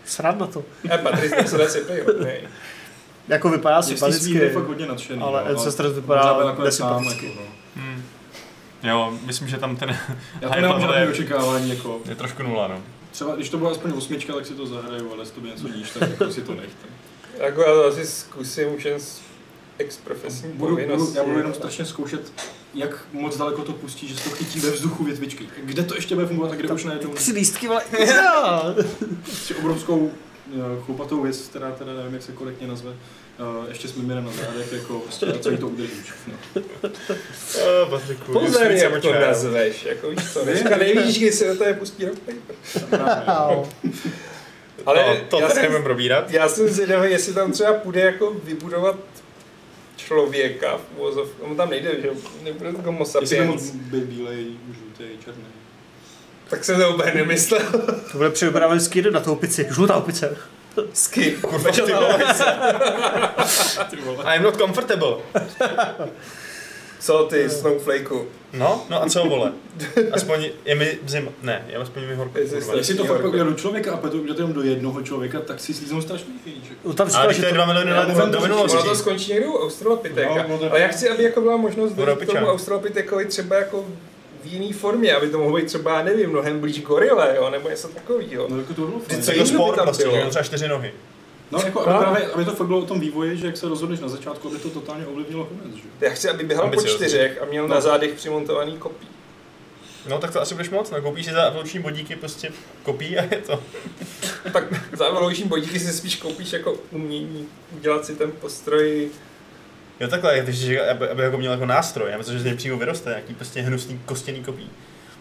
C: Srad na to.
B: A Patrice Desilec je prý hodnej.
C: Jako vypadá
D: Jestli svý
C: sympaticky.
D: je fakt hodně nadšený.
C: Ale
D: no,
C: Ancestors
D: ale
C: vypadá
D: možná byl nakonec sám,
C: nesympaticky.
D: jako, no.
E: Hmm. Jo, myslím, že tam ten
D: Já
E: A
D: to
E: je
D: nemám
E: to
D: žádné
E: dobré.
D: očekávání, jako.
E: je trošku nula, no.
D: Třeba když to byla aspoň osmička, tak si to zahraju, ale jestli to by něco níž, tak jako si to nechte.
B: Tak já to asi zkusím už jen z ex-profesní
D: Budu, budu,
B: povinnosti.
D: já budu jenom strašně zkoušet jak moc daleko to pustí, že se to chytí ve vzduchu větvičky. Kde to ještě bude fungovat a kde už najednou
C: Tři lístky, vole. Jo.
D: prostě obrovskou eh, chlupatou věc, která teda nevím, jak se korektně nazve. Eh, ještě s mimirem na zádech, jako prostě celý to udrží všechno.
A: Uh, Patriku,
B: Pozor,
A: justice
B: jak to
A: mlčá.
B: nazveš, jako víš co, dneska nevíš, kdy se do toho pustí rock paper. No,
C: Au.
A: Ale to, to
B: já,
A: tady
B: jsem,
A: nebudeme probírat.
B: já jsem zvědavý, jestli tam třeba půjde jako vybudovat člověka v uvozovku. No tam nejde, že jo, nebude to homo
D: Jestli by moc
B: sapiens.
D: byl bílej, žlutý, černý.
B: Tak jsem to úplně nemyslel.
C: To bude připraven skýr na tu opici. Žlutá opice.
B: Sky.
A: Kurva, ty vole. I'm not comfortable.
B: Co ty, snowflakeu?
A: No, no a co vole? Aspoň je mi zima. Ne, je aspoň mi horko.
B: Jestli
A: Kurva.
B: jste-
D: Jestli to
B: Jorko.
D: fakt udělá do člověka a potom uděláte jenom do jednoho člověka, tak si slíznou strašný jako. hejček.
C: No tam
A: Ale
C: říkal,
A: když
C: že
A: to je
C: to...
A: dva miliony
D: Já nevím,
A: let do
D: to-
B: Ono to
A: minulosti.
B: skončí někdy u Australopiteka.
D: No, no to-
B: Ale já chci, aby jako byla možnost
A: Bude
B: dojít k
A: piča.
B: tomu Australopitekovi třeba jako v jiný formě, aby to mohlo být třeba, já nevím, mnohem blíž gorile, jo, nebo něco takového.
D: No jako to bylo
A: Vždyť
D: fajn.
A: jako
B: jinde by
A: sport
B: tam
A: prostě,
B: bylo?
A: že jo, třeba čtyři nohy.
D: No jako
C: Právě.
D: aby, právě, aby to fakt bylo o tom vývoji, že jak se rozhodneš na začátku, aby to totálně ovlivnilo konec, že? jo?
B: Já chci, aby běhal po
A: Ambiciozní.
B: čtyřech a měl na zádech přimontovaný kopí.
A: No tak to asi budeš moc, no koupíš si za evoluční bodíky prostě kopí a je to.
B: Tak za evoluční bodíky si spíš koupíš jako umění udělat si ten postroj.
A: Jo takhle, když říká, aby, aby jako měl jako nástroj, já myslím, že z něj přímo vyroste nějaký prostě hnusný kostěný kopí.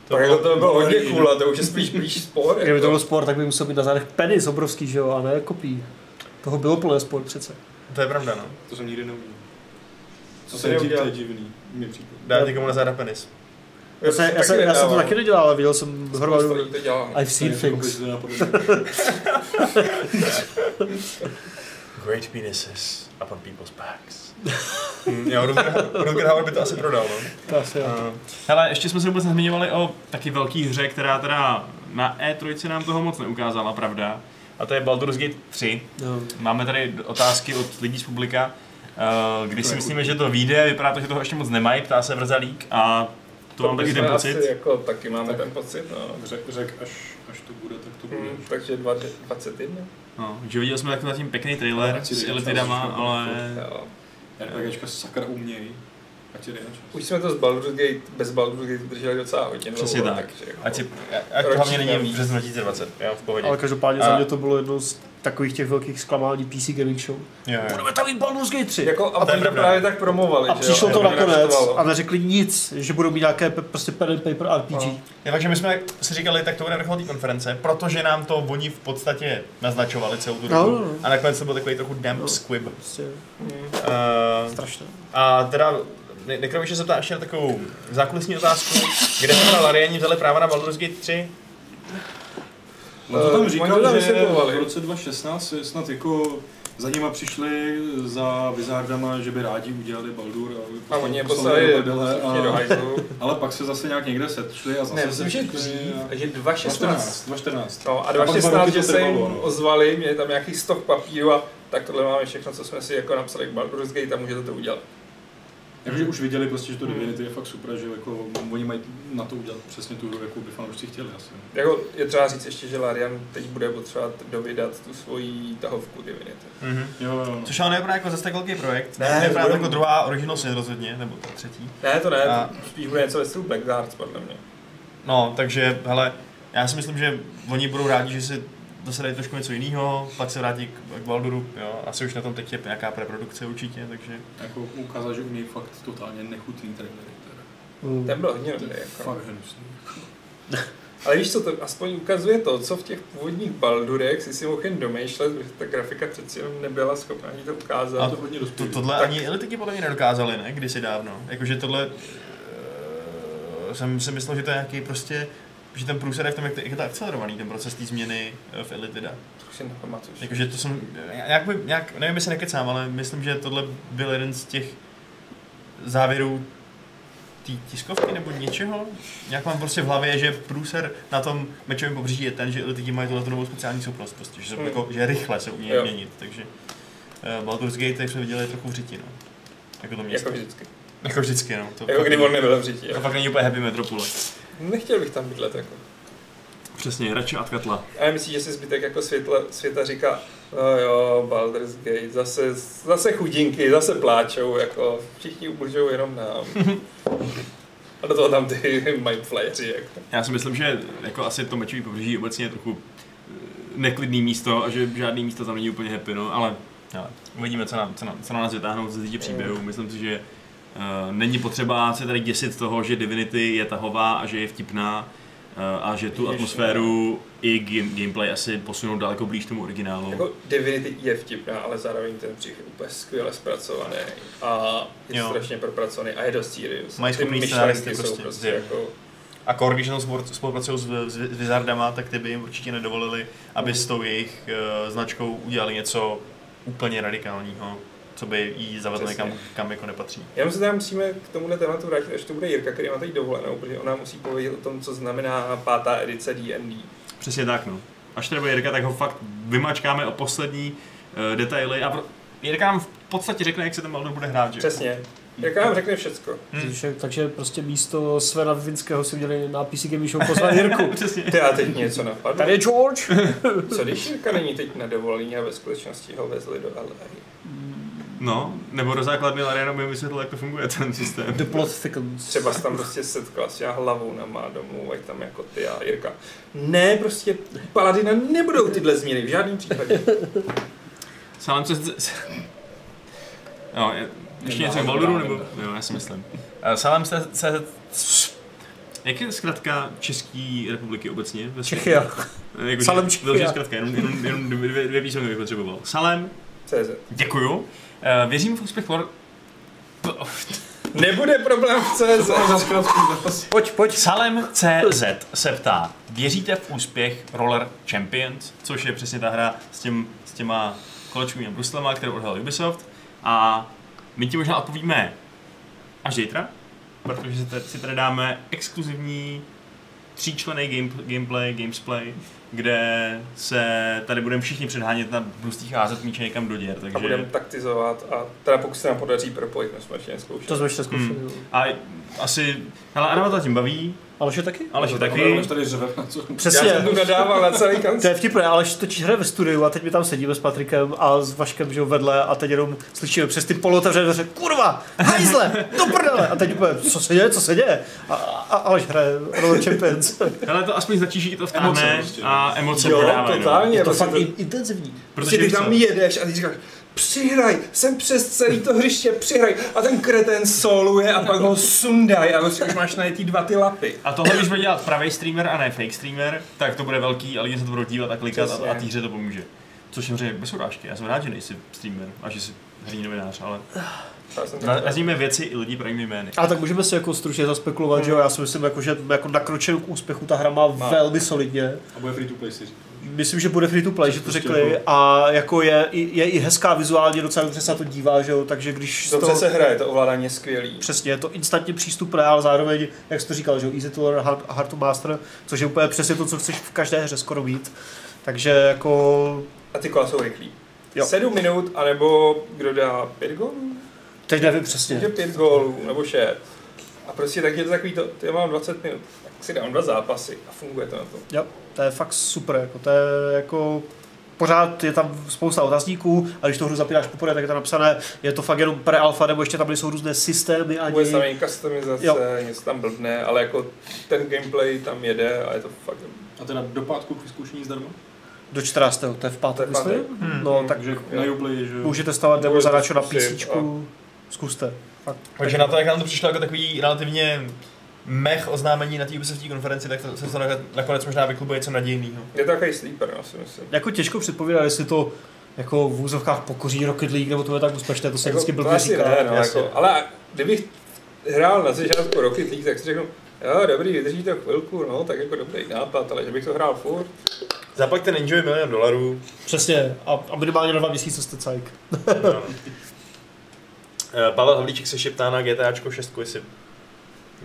B: To, tak jako to by bylo hodně
A: dobrý,
B: kůla, to už je spíš blíž spor. jako.
C: Kdyby to byl sport, tak by musel být na zádech penis obrovský, že jo, a ne kopí. Toho bylo plné sport přece.
A: To je pravda, no.
D: To jsem nikdy neudělal. Co
B: To
D: se
B: jsem
D: děje, to
B: neudělal.
D: je divný. Mě přijde.
A: Dá někomu na záda penis.
C: Já, se, já, se, já jsem to taky nedělal, ale viděl jsem
B: Spousta
C: hromadu.
B: lidí to dělá.
C: I've seen
D: jako
C: things.
A: Great penises upon people's backs. Mm, jo, Rutger- Rutger Hauer by to asi prodal, no.
C: To asi jo.
A: Eh, Hele, ještě jsme se vůbec nezmiňovali o taky velký hře, která teda na
E: E
A: E3 nám toho moc neukázala, pravda. A to je Baldur's Gate 3.
C: No.
E: Máme tady otázky od lidí z publika. Eh, Když si myslíme, že to vyjde, vypadá to, že toho ještě moc nemají, ptá se Vrzalík a to mám taky
B: bychom
E: ten
B: asi
E: pocit.
B: Jako, taky máme
D: Tak.
B: ten pocit, no.
D: Řek, řek až, až to bude, tak to bude.
B: Hmm, takže 20 21.
E: No, že viděli jsme takový zatím pěkný trailer
D: Ať si
E: s
D: dejte
E: Elitidama,
D: čas,
E: ale...
B: Jo.
D: RPGčka sakra uměj. Ať ti jde na čas.
B: Už jsme to z Baldur's Gate, bez Baldur's Gate drželi docela hodně.
E: Přesně
B: dlouho,
E: tak.
B: takže jako-
E: Ať, si, ať to hlavně není v březnu 2020.
A: Já v pohodě.
C: Ale každopádně za
A: A-
C: mě to bylo jedno z takových těch velkých zklamání PC Gaming Show.
A: Jo, jo.
C: Budeme tam mít Baldur's Gate 3.
B: Jako, a,
A: to je
B: oni to
A: pravda.
B: právě tak promovali,
C: A
B: že
C: přišlo
B: jo?
C: to
B: Aby
C: nakonec
B: naštvalo.
C: a neřekli nic, že budou mít nějaké pe- prostě pen and paper RPG.
B: No.
A: Je fakt, že my jsme si říkali, tak to bude vrchol té konference, protože nám to oni v podstatě naznačovali celou tu
C: No,
A: dobu.
C: no, no.
A: A nakonec to byl takový trochu damp squib. Uh,
C: Prostě
B: Hmm.
C: strašné.
A: a teda Ne- Nekroviče se ptá ještě na takovou zákulisní otázku, kde se na Lariani vzali práva na Baldur's Gate 3?
D: No to tam
B: Eh, oni to tam
D: říkal, že
B: vysvětlovali.
D: v roce 2016 snad jako za nima přišli za Wizardama, že by rádi udělali Baldur. prostě
B: A oni jako je
D: poslali
B: poslali
D: do prdele
B: všichni do
D: a,
B: hajzlu.
D: ale pak se zase nějak někde setšli a zase
B: Ne,
D: se
B: myslím, že
D: přišli
B: dřív,
D: a-
B: že 2.16.
D: 2014. 2014.
B: No a
D: pak dva roky
B: 2.16,
D: to
B: že se jim
D: trvalo, no.
B: ozvali, měli tam nějaký stok papíru a tak tohle máme všechno, co jsme si jako napsali k Baldur's Gate a můžete to udělat.
D: Jakože už viděli prostě, že to
B: Hmm.
D: Divinity je fakt super, že jako oni mají na to udělat přesně tu hru, jakou by fanoušci chtěli asi.
B: Jako je třeba říct ještě, že Larian teď bude potřebovat dovydat tu svoji tahovku Divinity.
A: Mhm.
D: Jo, jo, no.
E: Což ale nevypadá jako zase tak velký projekt.
A: Ne,
E: Ne, nevypadá to
A: budem-
E: jako druhá original sin rozhodně, nebo ta třetí.
B: Ne, to ne,
A: A-
B: to spíš bude něco ve stylu Black Darts, podle mě.
A: No, takže, hele, já si myslím, že oni budou rádi, že si zase dají trošku něco jiného, pak se vrátí k, k Balduru, jo. Asi už na tom teď je nějaká preprodukce určitě, takže...
D: Jako ukázal, že umějí fakt totálně nechutný trailery. teda.
C: Mm.
B: Ten byl hodně
D: To
B: dobrý,
D: je
B: jako.
D: fakt hnusný.
B: Ale víš co, to aspoň ukazuje to, co v těch původních Baldurech si si mohl jen domýšlet, protože ta grafika přeci jenom nebyla schopná ti to ukázat.
D: A to hodně
A: To,
D: dospělý.
A: tohle
B: Tak.
A: tak. ani elitiky podle mě nedokázali, ne? Kdysi dávno. Jakože tohle... eh, jsem si myslel, že to je nějaký prostě že ten průser je v tom, jak, to, jak je to akcelerovaný, ten proces té změny eh, v Elitida.
B: To si nepamatuješ.
A: Jakože to jsem, nějak, by- nějak, nevím, jestli nekecám, ale myslím, že tohle byl jeden z těch závěrů té tiskovky nebo něčeho. Nějak mám prostě v hlavě, že průser na tom mečovém pobřeží je ten, že lidi mají tuhle novou speciální schopnost, prostě, že, jsou,
B: Hmm.
A: jako, že rychle se umí
B: Jo.
A: měnit, takže eh, Baldur's Gate, jak jsme viděli, je trochu v řiti, no. Jako to město.
B: Jako vždycky.
A: Jako vždycky, no. To
B: Jako
A: fakt
B: kdy
A: není-
B: on nebyl v řiti.
A: To
B: jo.
A: fakt není úplně happy metropole.
B: Nechtěl bych tam bydlet jako.
E: Přesně, radši Atkatla.
B: Ale myslím, že si zbytek jako světla, světa říká, no jo, Baldur's Gate, zase, zase chudinky, zase pláčou, jako všichni ubližují jenom nám. A do toho tam ty mindflayeri, jako.
E: Já si myslím, že jako asi to mečový pobřeží obecně je trochu eh, neklidný místo a že žádný místo tam není úplně happy, no, ale, ale uvidíme, co, nám, co, nám, co na nás vytáhnou ze zítě příběhu. Myslím si, že uh, není potřeba se tady děsit toho, že Divinity je tahová a že je vtipná uh, a že tu
B: Ježiš,
E: atmosféru i game, gameplay asi posunou daleko blíž tomu originálu.
B: jako Divinity je vtipná, ale zároveň ten příběh je úplně skvěle zpracovaný a je
A: Jo.
B: jo. strašně propracovaný a je dost serious.
A: Mají
B: ty
A: schopný
B: myšlenky
A: scenáristy
B: jsou
A: prostě,
B: prostě
A: jo.
B: jako...
A: A kor, když jenom spor- spolupracují s, s, s Wizardama, tak ty by jim určitě nedovolili, aby s tou jejich uh, značkou udělali něco úplně radikálního, co by jí zavedlo
B: Přesně.
A: někam, kam jako nepatří.
B: Já myslím, že tam musíme k tomuhle tématu vrátit, až to bude Jirka, který má teď dovolenou, protože ona musí povědět o tom, co znamená pátá edice D&D.
E: Přesně tak, no. Až tady bude Jirka, tak ho fakt vymačkáme o poslední uh, detaily a pro... Jirka nám v podstatě řekne, jak se ten Baldur bude hrát, že?
B: Přesně. Jirka nám řekne všecko.
A: Hmm.
C: Takže, takže prostě místo Svena Vinského si měli na PC Game Show pozvat Jirku.
E: Přesně.
B: Ty a teď něco napadlo.
C: Tady je George.
B: Co když Jirka není teď na dovolení a ve skutečnosti ho vezli do LA?
E: No, nebo do základny Lariano mi vysvětlil, jak to funguje ten systém.
C: The plot thickens.
B: Třeba se tam prostě setkala s těma hlavou na má domů, ať tam jako ty a Jirka. Ne, prostě paladina nebudou tyhle změny v žádném případě.
E: Sám se... s- No, je- ještě něco k Balduru, nebo?
D: Jako-
E: Jo, já si myslím. Eh, Salem se... se jak je zkrátka České republiky obecně? Ve světě?
C: Čechia.
E: Eh, Jako,
C: Salem
E: že-
C: Čechia.
E: Dobře, zkrátka, jenom, jenom, jenom dvě, dvě, dvě písmenka bych potřeboval. Salem,
B: CZ.
E: děkuju. Eh, Věřím v úspěch Lor...
B: Nebude problém v CZ.
C: Pojď, pojď.
E: Salem CZ se ptá, věříte v úspěch Roller Champions, což je přesně ta hra s, tím, s těma kolečkovými bruslema, kterou odhalil Ubisoft. A my ti možná odpovíme až zítra, protože si tady, si tady dáme exkluzivní tříčlený game, gameplay, gamesplay, kde se tady budeme všichni předhánět na brustích a házet míče někam do děr. Takže...
B: A budeme taktizovat a teda pokud se nám podaří propojit, my jsme ještě neskoušeli.
C: To jsme ještě zkoušeli. jo.
E: A asi, hele, Adama to tím baví,
C: Aleš je taky?
E: Aleš
B: No,
E: je taky.
D: Když jako- tady řeve na co?
B: Já
C: Přesně.
B: jsem tu nadával na celý
C: To
B: kanc.
C: je vtipné, ale že točí hra ve studiu a teď my tam sedíme s Patrikem a s Vaškem že jo, vedle a teď jenom slyšíme přes ty polotevřené dveře, kurva, hajzle, do prdele. A teď úplně, co se děje, co se děje? A, a Aleš hraje Roller Champions.
E: Ale to aspoň stačí, že ti to vtáhne
D: Emoce prostě.
E: a emoce
B: Jo,
E: prodávají. no.
B: totálně.
C: Je to
B: prostě
C: fakt i- intenzivní.
B: Protože ty
E: víš co?
B: Prostě tam jedeš a ty říkáš, přihraj, jsem přes celý to hřiště, přihraj. A ten kreten soluje a pak ho sundaj a prostě už máš najetý dva ty lapy.
E: A tohle, když bude dělat pravý streamer a ne fake streamer, tak to bude velký a lidi se to budou dívat a klikat a, a
B: Přesně.
E: týře to pomůže. Což samozřejmě bez urážky. Já jsem rád, že nejsi streamer a že jsi herní novinář, ale
B: Já jsem tak-
E: nazvíme věci i lidi pravými jmény.
C: A tak můžeme si jako stručně zaspekulovat, že jo, já si myslím, jako, že jako nakročen k úspěchu ta hra má velmi solidně.
D: A bude free to play si říká.
C: Myslím, že bude free to play, že to
D: Prostě
C: řekli
D: jo.
C: a jako je, i- je i hezká vizuálně, docela dobře se na to dívá, že jo, takže když z
B: Dobře
C: toho-
B: se hraje, to ovládání je skvělý.
C: Přesně, je to instantně přístupné, ale zároveň, jak jsi to říkal, že jo, easy to learn, hard, hard to master, což je úplně přesně to, co chceš v každé hře skoro mít. Takže jako...
B: A ty kola jsou rychlí.
C: Jo.
B: Sedm minut, anebo kdo dá pět gólů?
C: Teď nevím přesně.
B: Že pět gólů, nebo šest. A prostě tak je to takový to, ty mám 20 minut, tak si dám dva zápasy a funguje to na to.
C: Jo, to je fakt super, jako, to je jako pořád je tam spousta otazníků a když tu hru zapínáš poprvé, tak je tam napsané, je to fakt jenom pre-alfa, nebo ještě tam nejsou různé systémy ani...
B: Vůbec tam není customizace,
C: Jo.
B: něco tam blbne, ale jako ten gameplay tam jede a je to fakt dobrý.
D: A teda do pátku k vyzkoušení zdarma?
C: Do 14. to je v
B: To je
C: pátek,
B: pátek.
C: myslím?
A: Hmm.
C: No, tak
D: Takže
B: Jo.
D: na Uplay, že
C: můžete stovat demo
B: Můžete
C: zadáčo na
B: zkusit
C: PC, zkuste. Fakt.
A: Takže na to, jak nám to přišlo jako takový relativně mech oznámení na té Ubisoftí konferenci, tak to, se to naka- nakonec možná vyklubuje co nadějného.
B: Je to takový sleeper, já si myslím.
C: Jako těžko předpovídat, jestli to jako v úzovkách pokoří Rocket League, nebo to je tak úspěšné, to se vždycky
B: to
C: blbě
B: asi
C: říká.
B: Ne, no,
A: jasně.
B: jako, ale kdybych hrál na začátku Rocket League, tak si řeknu, jo, dobrý, vydrží to chvilku, no, tak jako dobrý nápad, ale že bych to hrál furt,
A: Zaplaťte Ninjovi milion dolarů.
C: Přesně, a, a minimálně na dva měsíce jste cajk.
A: No. Eh, Pavel Havlíček se šeptá na GTAčko 6, jestli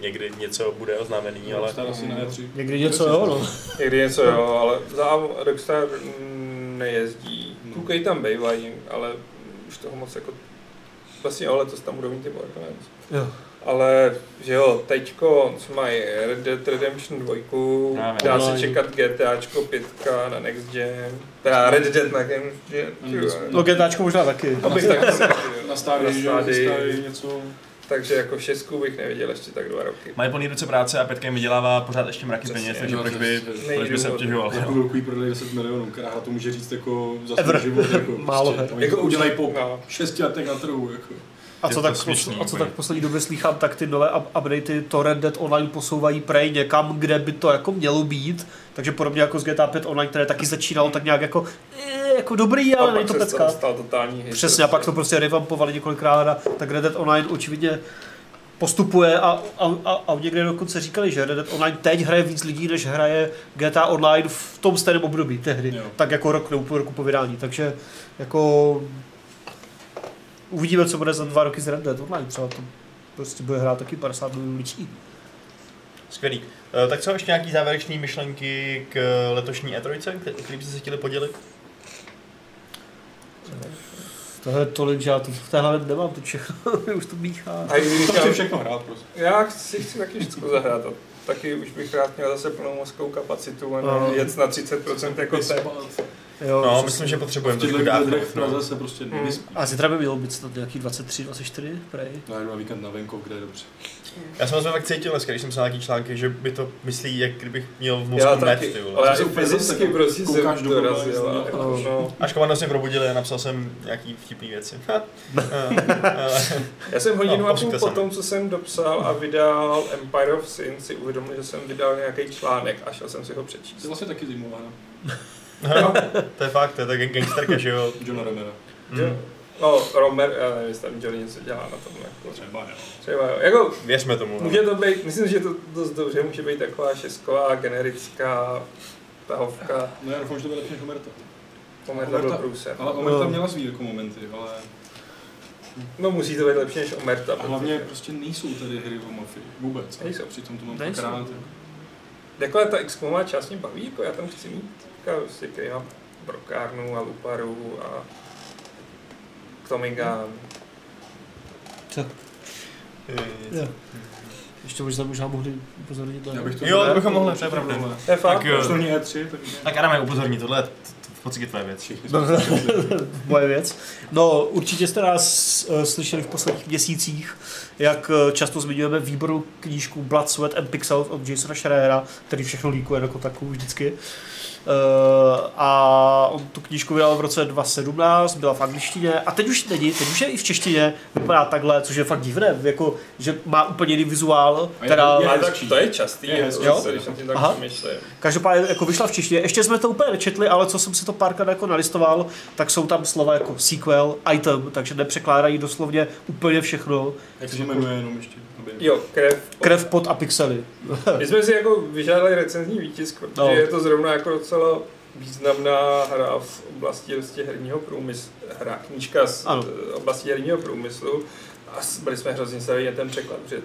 A: někdy něco bude
E: No,
A: oznámený, ale...
E: prostě
D: Rockstar asi na E E3.
C: Někdy něco, jo, no.
B: někdy něco, jo, ale za Rockstar mm, nejezdí.
D: No.
B: Klukej tam bývají, ale už toho moc jako, vlastně jo, letos tam budou mít ty Borderlands.
C: Jo.
B: Ale že jo, teďko mají Red Dead Redemption 2,
E: Právě.
B: dá se
C: No,
B: čekat GTAčko 5 na Next Gen, teda Red Dead na Next Gen,
D: Mm,
B: že jo.
D: dost-
C: No GTAčko možná taky.
B: Abych tak
D: Na stády, že jo, na
B: stády.
D: stády něco.
B: Takže jako šestku bych neviděl ještě tak dva roky.
E: Mají plný ruce práce a Petka jim vydělává pořád ještě mraky
B: Přesně,
E: peněz, takže
D: no,
E: proč by,
D: přesně.
E: proč by se
B: Nejdůvod.
E: obtěžoval.
D: Jako velký prodej 10 milionů, která to může říct jako za svůj
C: Ever.
D: život. Jako,
C: Málo her.
D: Jako udělají po
B: No,
D: šesti letech na trhu. Jako.
C: A
E: Je
C: co,
E: to
C: tak,
E: směšný
C: a co
E: úplně.
C: tak v poslední době slýchám, tak ty nové up- updaty to Red Dead Online posouvají prej někam, kde by to jako mělo být. Takže podobně jako z GTA 5 Online, které taky začínalo tak nějak jako, eh, jako dobrý,
B: a
C: ale není
B: pak
C: to
B: se z
C: pecka.
B: toho stal totální hit.
C: Přesně, a pak to prostě revampovali několikrát a tak Red Dead Online očividně postupuje a, a, a, a někde dokonce říkali, že Red Dead Online teď hraje víc lidí, než hraje GTA Online v tom stejném období tehdy,
D: Jo.
C: jo. tak jako rok nebo půl roku po vydání, takže jako uvidíme, co bude za dva roky z Red Dead Online, třeba to prostě bude hrát taky 50 milionů lidí.
A: Skvělý. Eh, Tak co, ještě nějaký závěrečné myšlenky k eh, letošní E3, k- kterým jste se chtěli podělit?
C: To je tolik, že já to v té hlavě nemám, to všechno mi už to míchá.
B: A i když
D: To chci
B: říkám,
D: všechno hrát prostě.
B: já si chci taky všechno zahrát. a Taky už bych rád měl zase plnou mozkovou kapacitu a
C: No.
B: ne jet na 30% jako
D: Vyspat.
B: tak.
C: Jo,
A: No,
C: přesně.
A: myslím, že potřebujeme
D: V
B: Prostě
D: těchto
A: trošku no.
D: dnech v
A: dávku.
D: Praze se prostě
B: Mm.
D: nevyspí.
C: A zítra by mělo být snad nějaký 23, 24, prej.
D: No, jdu na víkend na venkov, kde je dobře.
A: Já jsem to tak cítil dneska, když jsem psal nějaký články, že by to myslí, jak kdybych měl v
B: Já
A: mozku met,
B: taky,
A: ty
B: ale
A: vole.
B: já
D: To
B: i
D: jsou peníze,
B: fyzicky
D: tak
B: prostě
D: koukáš
B: jsem
D: do blba,
B: dorazil.
D: jestli-
B: a jako, no.
A: Až komando se probudili a napsal jsem nějaký vtipný věci.
B: Já jsem hodinu
A: No,
B: a půl
A: pošlete
B: po
A: sami.
B: tom, co jsem dopsal a vydal Empire of Sin, si uvědomil, že jsem vydal nějaký článek a šel jsem si ho
D: Jsi
B: přečíst.
D: vlastně taky zimová, no.
A: No, to je fakt, to je tak gang- gangsterka, že jo.
D: Johna Romera.
B: Jo.
A: Mm.
B: No, Romer, já nevím, jestli tam Johnny něco dělá na tom. Jako.
D: Třeba, jo.
B: Třeba, jo. jako
A: Věřme tomu. no.
B: Může to být, myslím, že to dost dobře může být taková šesková, generická tahovka.
D: No, já doufám, že to bude lepší než Omerta.
B: Pomerda byl průser.
D: Ale
C: No.
D: Omerta měla svý jako momenty, ale
B: No musí to být lepší než Omerta.
D: a hlavně
B: protože-
D: prostě nejsou tady hry o mafii. Vůbec. A
B: Nejsou.
D: Přitom No, to mám
C: Nejsou.
D: dvakrát.
B: Jako ale ta XCOMová část mě baví, jako já tam chci mít teďka prostě, který mám brokárnu a luparu a Tomigan.
A: Eh,
C: Ještě možná, možná mohli upozornit na...
D: Já bych to
A: Jo, to
D: rád,
A: bychom mohli,
D: určitě
A: to je pravda.
D: tohle.
B: To je
E: Tak
B: fakt. no.
E: jo.
D: Už to není E3, tak
B: E
E: Tak Adame, upozorni, tohle je t- t- v podstatě tvoje věc.
D: všichni
C: No,
D: jsme si přečetli.
C: moje věc. No, určitě jste nás uh, slyšeli v posledních měsících, jak eh, často zmiňujeme výboru knížku Blood, Sweat and Pixels od Jasona Schreiera, který všechno líkuje jako takovou vždycky. Uh, a on tu knížku vydal v roce 2017, byla v angličtině a teď už není, teď už je i v češtině, vypadá takhle, což je fakt divné, jako, že má úplně jiný vizuál,
D: A je-
C: teda...
D: je-
B: Ale tak to je častý,
D: Je
B: je
D: hezký,
B: to,
D: jo.
B: když jsem tím tak
C: Aha.
B: přemýšlel.
C: Každopádně jako vyšla v češtině, ještě jsme to úplně nečetli, ale co jsem si to párkrát jako nalistoval, tak jsou tam slova jako sequel, item, takže nepřekládají doslovně úplně všechno.
D: Jak se to jmenuje jenom ještě? Aby...
B: Jo, krev.
C: Krev, pot a pixely.
B: My jsme si jako vyžádali recenzní výtisk, protože
C: No.
B: je to zrovna jako docela významná hra v oblasti prostě herního průmyslu, hra knížka z
C: Ano.
B: eh, oblasti herního průmyslu a s- byli jsme hrozně staví na ten překlad, protože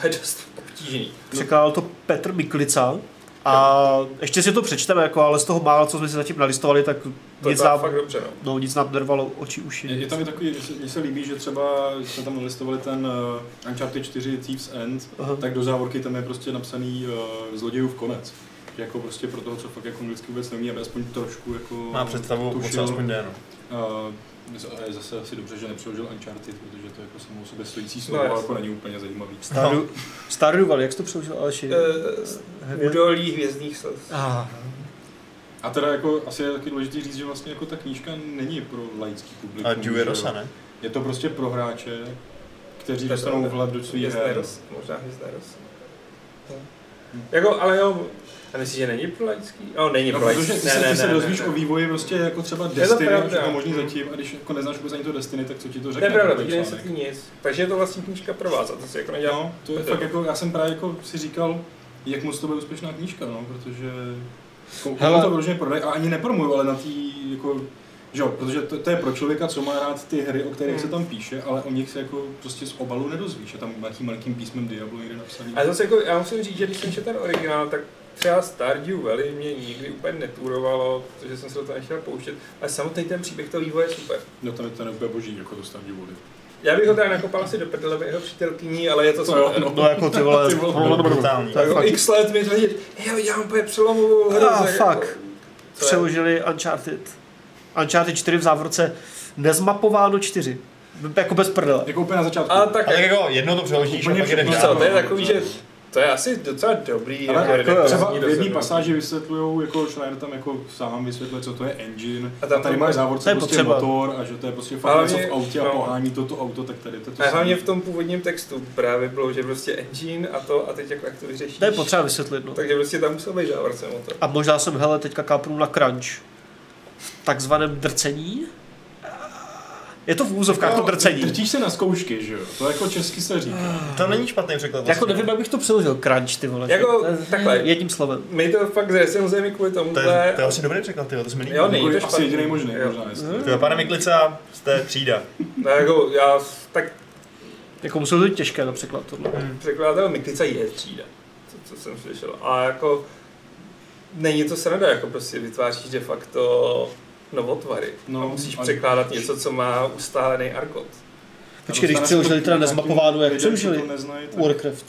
B: to je dost obtížný.
C: Překládal to Petr Miklica. A ještě si to přečteme, jako, ale z toho mála, co jsme si zatím nalistovali, tak
B: To je
C: nic nám,
B: fakt dobře, no.
C: no, nic nám nervalo oči uši.
D: Je, je tam i takový, mně se- mně se líbí, že třeba jsme tam listovali ten uh, Uncharted 4 Thieves End,
C: Aha.
D: tak do závorky tam je prostě napsaný uh, zlodějův konec. Že Jako prostě pro toho, co fakt jako anglicky vůbec neumí, aby aspoň trošku jako...
A: Má představu, o co
D: tušil.
A: aspoň jde, no.
D: Uh, a je zase asi dobře, že nepřeložil Uncharted, protože to jako samo o sobě stojící slovo,
B: No,
D: no,
B: jasně.
D: jako není úplně zajímavý.
C: Stardew, Stardew Valley, jak jsi to přeložil, Aleši?
B: Eh, Údolí hvězdných slz.
C: Ah,
D: A teda jako asi je taky důležité říct, že vlastně jako ta knížka není pro laický publikum.
A: A
D: že
A: Dewey
D: jo.
A: Rosa, ne?
D: Je to prostě pro hráče, kteří
B: To prostě je
D: dostanou
B: pravda.
D: vhled do svých
B: Hvězdné
D: her.
B: roz, možná hvězdné roz.
D: Hm.
B: Jako, ale jo, a myslíš, že není prolaický? No, není
D: No,
B: prolaický.
D: protože ty
B: Ne,
D: se,
B: ne,
D: ty se
B: ne,
D: dozvíš
B: ne,
D: o
B: ne.
D: vývoji prostě jako třeba
B: to
D: Destiny,
B: pravda.
D: to je možný
B: Mm.
D: zatím, a když jako neznáš vůbec ani to Destiny, tak co ti to
B: To
D: řekne?
B: je pravda,
D: takový
B: takže nejsi
D: článek?
B: ty nic. Takže je to vlastně knížka pro vás a to si jako nedělá.
D: No, to je
B: To je
D: fakt
B: to.
D: jako, já jsem právě jako si říkal, jak moc to bude úspěšná knížka, no, protože kou-
C: Hele.
D: komu to vyloženě prodej, a ani nepromuju, ale na tý, jako, že jo, protože to, to, je pro člověka, co má rád ty hry, o kterých
B: Hmm.
D: se tam píše, ale o nich se jako prostě z obalu nedozvíš, je tam nějakým malým písmem Diablo někde napsaný.
B: A zase jako, já musím říct, že když jsem četl ten originál, tak třeba Stardew Valley mě nikdy úplně neturovalo, protože jsem se do toho nechtěl pouštět, ale samotný ten příběh toho vývoje je super.
D: No tam je to neúplně boží, jako to Stardew Valley.
B: Já bych ho teda nakopal asi do prdele by jeho přítelkyní, ale je to
D: To jo,
B: super.
D: no.
C: No jako ty vole,
D: Ty vole.
A: Brutální.
C: to je
B: Jako
C: fakt.
B: x let mi tvrdit, jo, já mám úplně přelomovou hru.
C: Ah,
B: tak
C: fuck.
B: jako- Co je?
C: Přeložili Uncharted. Uncharted 4 v závorce nezmapováno 4. Jako bez prdele.
D: Jako úplně na začátku.
B: A tak,
A: A tak jako jedno to přeložíš a
D: Úplně
A: pak jdeš
D: všechno,
B: co,
A: dál.
B: to je takový, že to je asi docela dobrý.
D: Ale
B: jako
D: jako, třeba
B: redaktorní
D: v jedné
B: rozhodnutí.
D: pasáži vysvětlují, jako Schneider tam jako sám vysvětluje, co to je engine.
B: A
D: A,
B: tam
D: tady
B: to-
D: máš
C: to je
D: závorce prostě
C: potřeba.
D: motor a že to je prostě
B: Ale
D: fakt něco
B: mě-
D: v autě
B: no.
D: a pohání toto auto, tak tady to je to
B: A hlavně
D: samý.
B: v tom původním textu právě bylo, že prostě engine a to, a teď jako jak to vyřešíš.
C: To je potřeba vysvětlit, no.
B: Takže prostě tam musel být závorce motor.
C: A možná jsem, hele, teďka kápnu na crunch. V takzvaném drcení? Je to v úzovkách to
B: No,
D: Jako,
C: drcení.
D: Drtíš se na zkoušky, že jo? To jako česky se říká.
A: To není špatný překlad.
C: Jako
A: vlastně.
C: nevím, jak bych to přeložil, crunch, ty vole.
B: Jako
C: To je-
B: takhle.
C: Jedním slovem.
B: My to fakt zrecenzujeme kvůli tomu,
A: To je, to je asi dobrý překlad, tyjo, to jsme líbí.
B: Jo, nej-
D: Jako
B: to
D: je asi
B: špatný.
D: jediný možný,
B: Jo.
D: možná jestli.
A: Tyjo, pane Miklica, jste třída.
B: No jako já, tak
C: Jako muselo to být těžké například tohle.
B: Hmm. překladatel Miklica je třída, co, co jsem slyšel. A jako není to sranda, jako prostě vytváříš de facto novotvary. No,
D: No,
B: a musíš
D: ale-
B: překládat něco, co má ustálený arkot.
D: Jako
C: Počkej, když přeložili teda nezmapováno, jak přeložili?
D: Work.
C: Warcraft.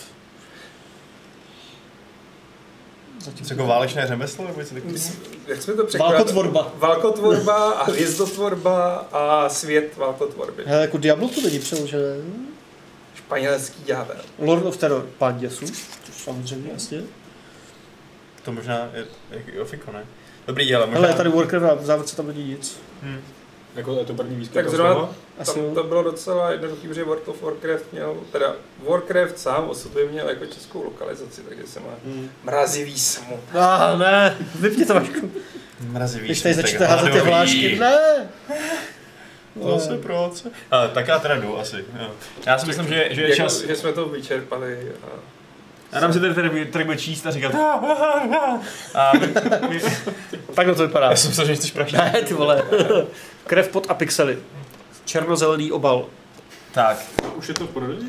A: Jsi jako válečné řemeslo, nebo něco takového?
B: Jak jsme to překládali?
C: Válkotvorba.
B: Válkotvorba a hvězdotvorba a svět válkotvorby.
C: Hele, jako Diablo to není přeložené.
B: Španělský ďábel.
C: Lord of Terror, pán děsů. To samozřejmě, jasně.
A: To možná je, je, je ofiko, ne? Dobrý, ale možná...
C: Hele, je tady Warcraft a v závodce tam není nic.
A: Hm.
D: Jako je to první výzkum.
B: Tak zrovna-
C: Asi
B: Tam
C: jo.
B: to bylo docela jednoduchý, protože World of Warcraft měl, teda Warcraft sám o sobě měl jako českou lokalizaci, takže se má mrazivý smut.
C: Ah, ne, vypni to Vašku.
A: Mrazivý.
C: Když
A: jsem,
C: tady
A: tak
C: začnete házet ty
A: hladový.
C: vlášky, ne.
E: No,
C: No.
A: To se proč? Ale tak já teda jdu asi. Jo. Já si myslím, že, že je
B: Jako,
A: čas.
B: Že jsme to vyčerpali a...
E: Já dám si ten track, track bude číst a říkat "Ah, ah, ah, ah." a my, my,
C: Takhle to vypadá.
A: Já jsem se, že chceš prachy.
C: Ne, ty vole. Krev pod a pixely. Černozelený obal.
A: Tak,
D: Už je to v prodeji?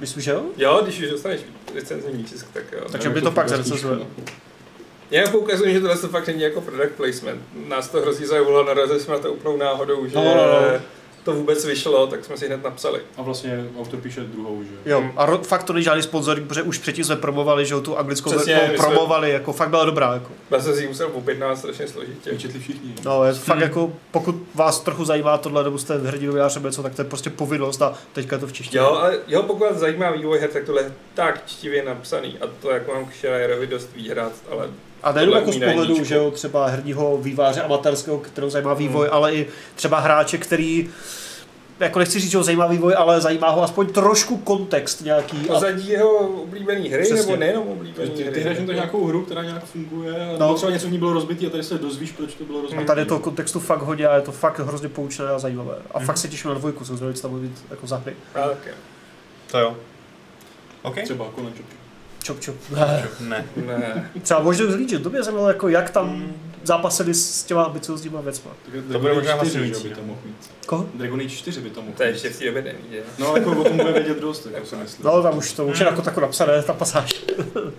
C: Myslím, že jo?
B: Jo, když už dostaneš recenzní výtisk, tak jo.
C: Tak-
B: Tak.
C: Takže
D: Nevím,
C: by to
D: jak
C: pak
D: funguje s
C: zrecenzujeme.
D: knížkou,
B: Já poukazuji, že tohle to fakt není jako product placement. Nás to hrozí zaujalo, narazili jsme na to úplnou náhodou, že
C: No, no, no.
B: to vůbec vyšlo, tak jsme si hned napsali.
D: no. A vlastně autor píše druhou, že jo?
C: Jo, a ro, fakt to není žádný sponzoring, protože už předtím jsme promovali, že jo, tu anglickou
B: Přesně,
C: verzi
B: my jsme-
C: promovali, jako fakt byla dobrá, jako.
B: Já Vlastně jsem si ji musel objednat strašně složitě.
D: Četli všichni.
C: No, je to
B: Hmm.
C: fakt jako, pokud vás trochu zajímá tohle, nebo jste hrdinovinářem něco, tak to je prostě povinnost a teďka je to v češtině.
B: Jo, ale jo, pokud vás zajímá vývoj her, tak tohle je tak čtivě napsaný a to jako mám k Schleierovi dost výhrad, ale
C: A nejenom
B: Tohle
C: jako z
B: umí na
C: pohledu,
B: jedničku.
C: že jo, třeba herního výváře amatérského, kterou zajímá vývoj, ale i třeba hráče, který jako nechci říct, že ho zajímá vývoj, ale zajímá ho aspoň trošku kontext nějaký. A,
B: pozadí jeho oblíbený hry,
C: Přesně.
B: nebo nejenom
D: Ty,
B: oblíbený
D: ty,
B: hry.
D: ty hraješ na to nějakou hru, která nějak funguje, a
C: No.
D: no. třeba něco v ní bylo rozbitý a tady se dozvíš, proč to bylo
C: a
D: rozbitý.
C: tady toho kontextu fakt hodně a je to fakt hrozně poučné a zajímavé. A fakt se těším na dvojku, jsem zvědavý, co tam bude být jako za hry.
B: A, tak jo.
A: to jo. OK?
D: Třeba jako konec.
C: Čop, čop.
A: Ne.
B: Ne.
C: Třeba možná zlíčit, dobře jsem jako jak tam zápasili s těma ambiciozníma věcma.
D: To
A: bude možná
D: že
A: následující,
D: by to mohl mít.
C: Koho?
D: Dragon Age 4 by to mohl
B: To je
D: mít.
B: ještě v té době není, že?
D: No ale jako o tom bude vědět dost, jako si myslím.
C: No tam už to už je jako tak napsané, ta pasáž.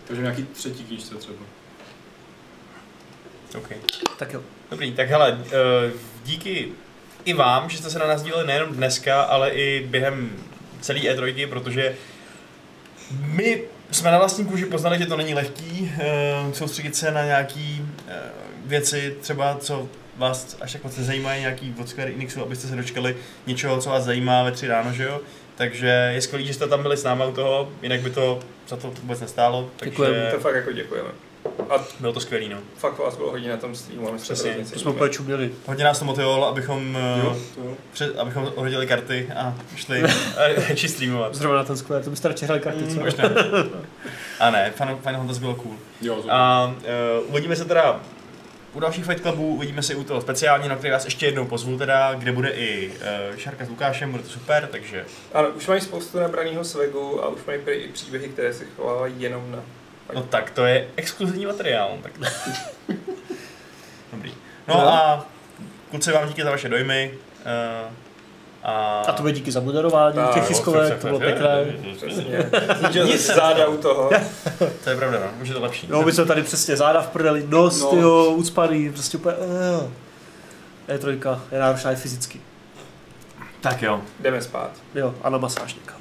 D: Takže nějaký třetí knížce třeba.
A: OK.
C: Tak jo.
A: Dobrý, tak hele, eh, díky i vám, že jste se na nás dívali nejenom dneska, ale i během celé E3, protože my jsme na vlastní kůži poznali, že to není lehký eh, soustředit se na nějaký eh, věci, třeba co vás až tak moc nezajímají, nějaký od Square Enixu, abyste se dočkali něčeho, co vás zajímá ve tři ráno, že jo? Takže je skvělý, že jste tam byli s náma u toho, jinak by to za to vůbec nestálo, takže
C: Děkujeme,
B: To fakt jako děkujeme.
A: bylo to skvělý, no.
B: Fakt vás bylo hodně na tom streamu a my jsme
A: Přesně,
B: hrozně
C: To jsme
B: ceníme.
C: úplně čuměli.
A: Hodně nás to motivovalo, abychom eh,
D: Jo, to jo.
A: Před, abychom hodili karty a šli eh, radši streamovat.
C: Zrovna na ten skvělý, to byste radši hráli karty, co?
A: Možná. A ne, Final Final Fantasy bylo cool.
D: Jo, to-
A: A uh, uvidíme se teda u dalších Fight Clubů, uvidíme se u toho speciálně, na který vás ještě jednou pozvu teda, kde bude i uh, Šarka s Lukášem, bude to super, takže
B: Ano, už mají spoustu nabraného svegu a už mají prý i příběhy, které se chovávají jenom na...
A: no tak to je exkluzivní materiál. no Tak. Dobrý. No a kluci vám díky za vaše dojmy. Uh, a...
C: A to bude díky za moderování
B: Tak,
C: těch tiskovek, to bylo pekné.
B: Přesně. Nic záda u toho.
A: To je pravda, no, už je to lepší.
C: Jo, my jsme tady přesně záda v prdeli, nos,
D: No.
C: no. tyjo, ucpaný, prostě úplně... eh. E3 je náročná i fyzicky.
E: Tak jo.
B: Jdeme spát.
C: Jo, a na masáž někam.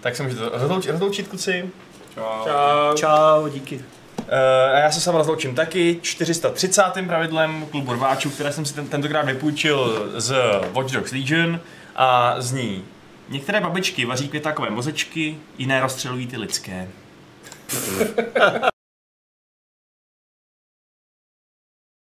A: Tak se můžete rozloučit, rozloučit kuci.
D: Čau.
B: Čau.
C: Čau, díky.
A: Eh, a já se sám rozloučím taky 430. pravidlem klubu rváčů, které jsem si ten, tentokrát vypůjčil z Watch Dogs Legion a zní Některé babičky vaří květákové mozečky, jiné rozstřelují ty lidské.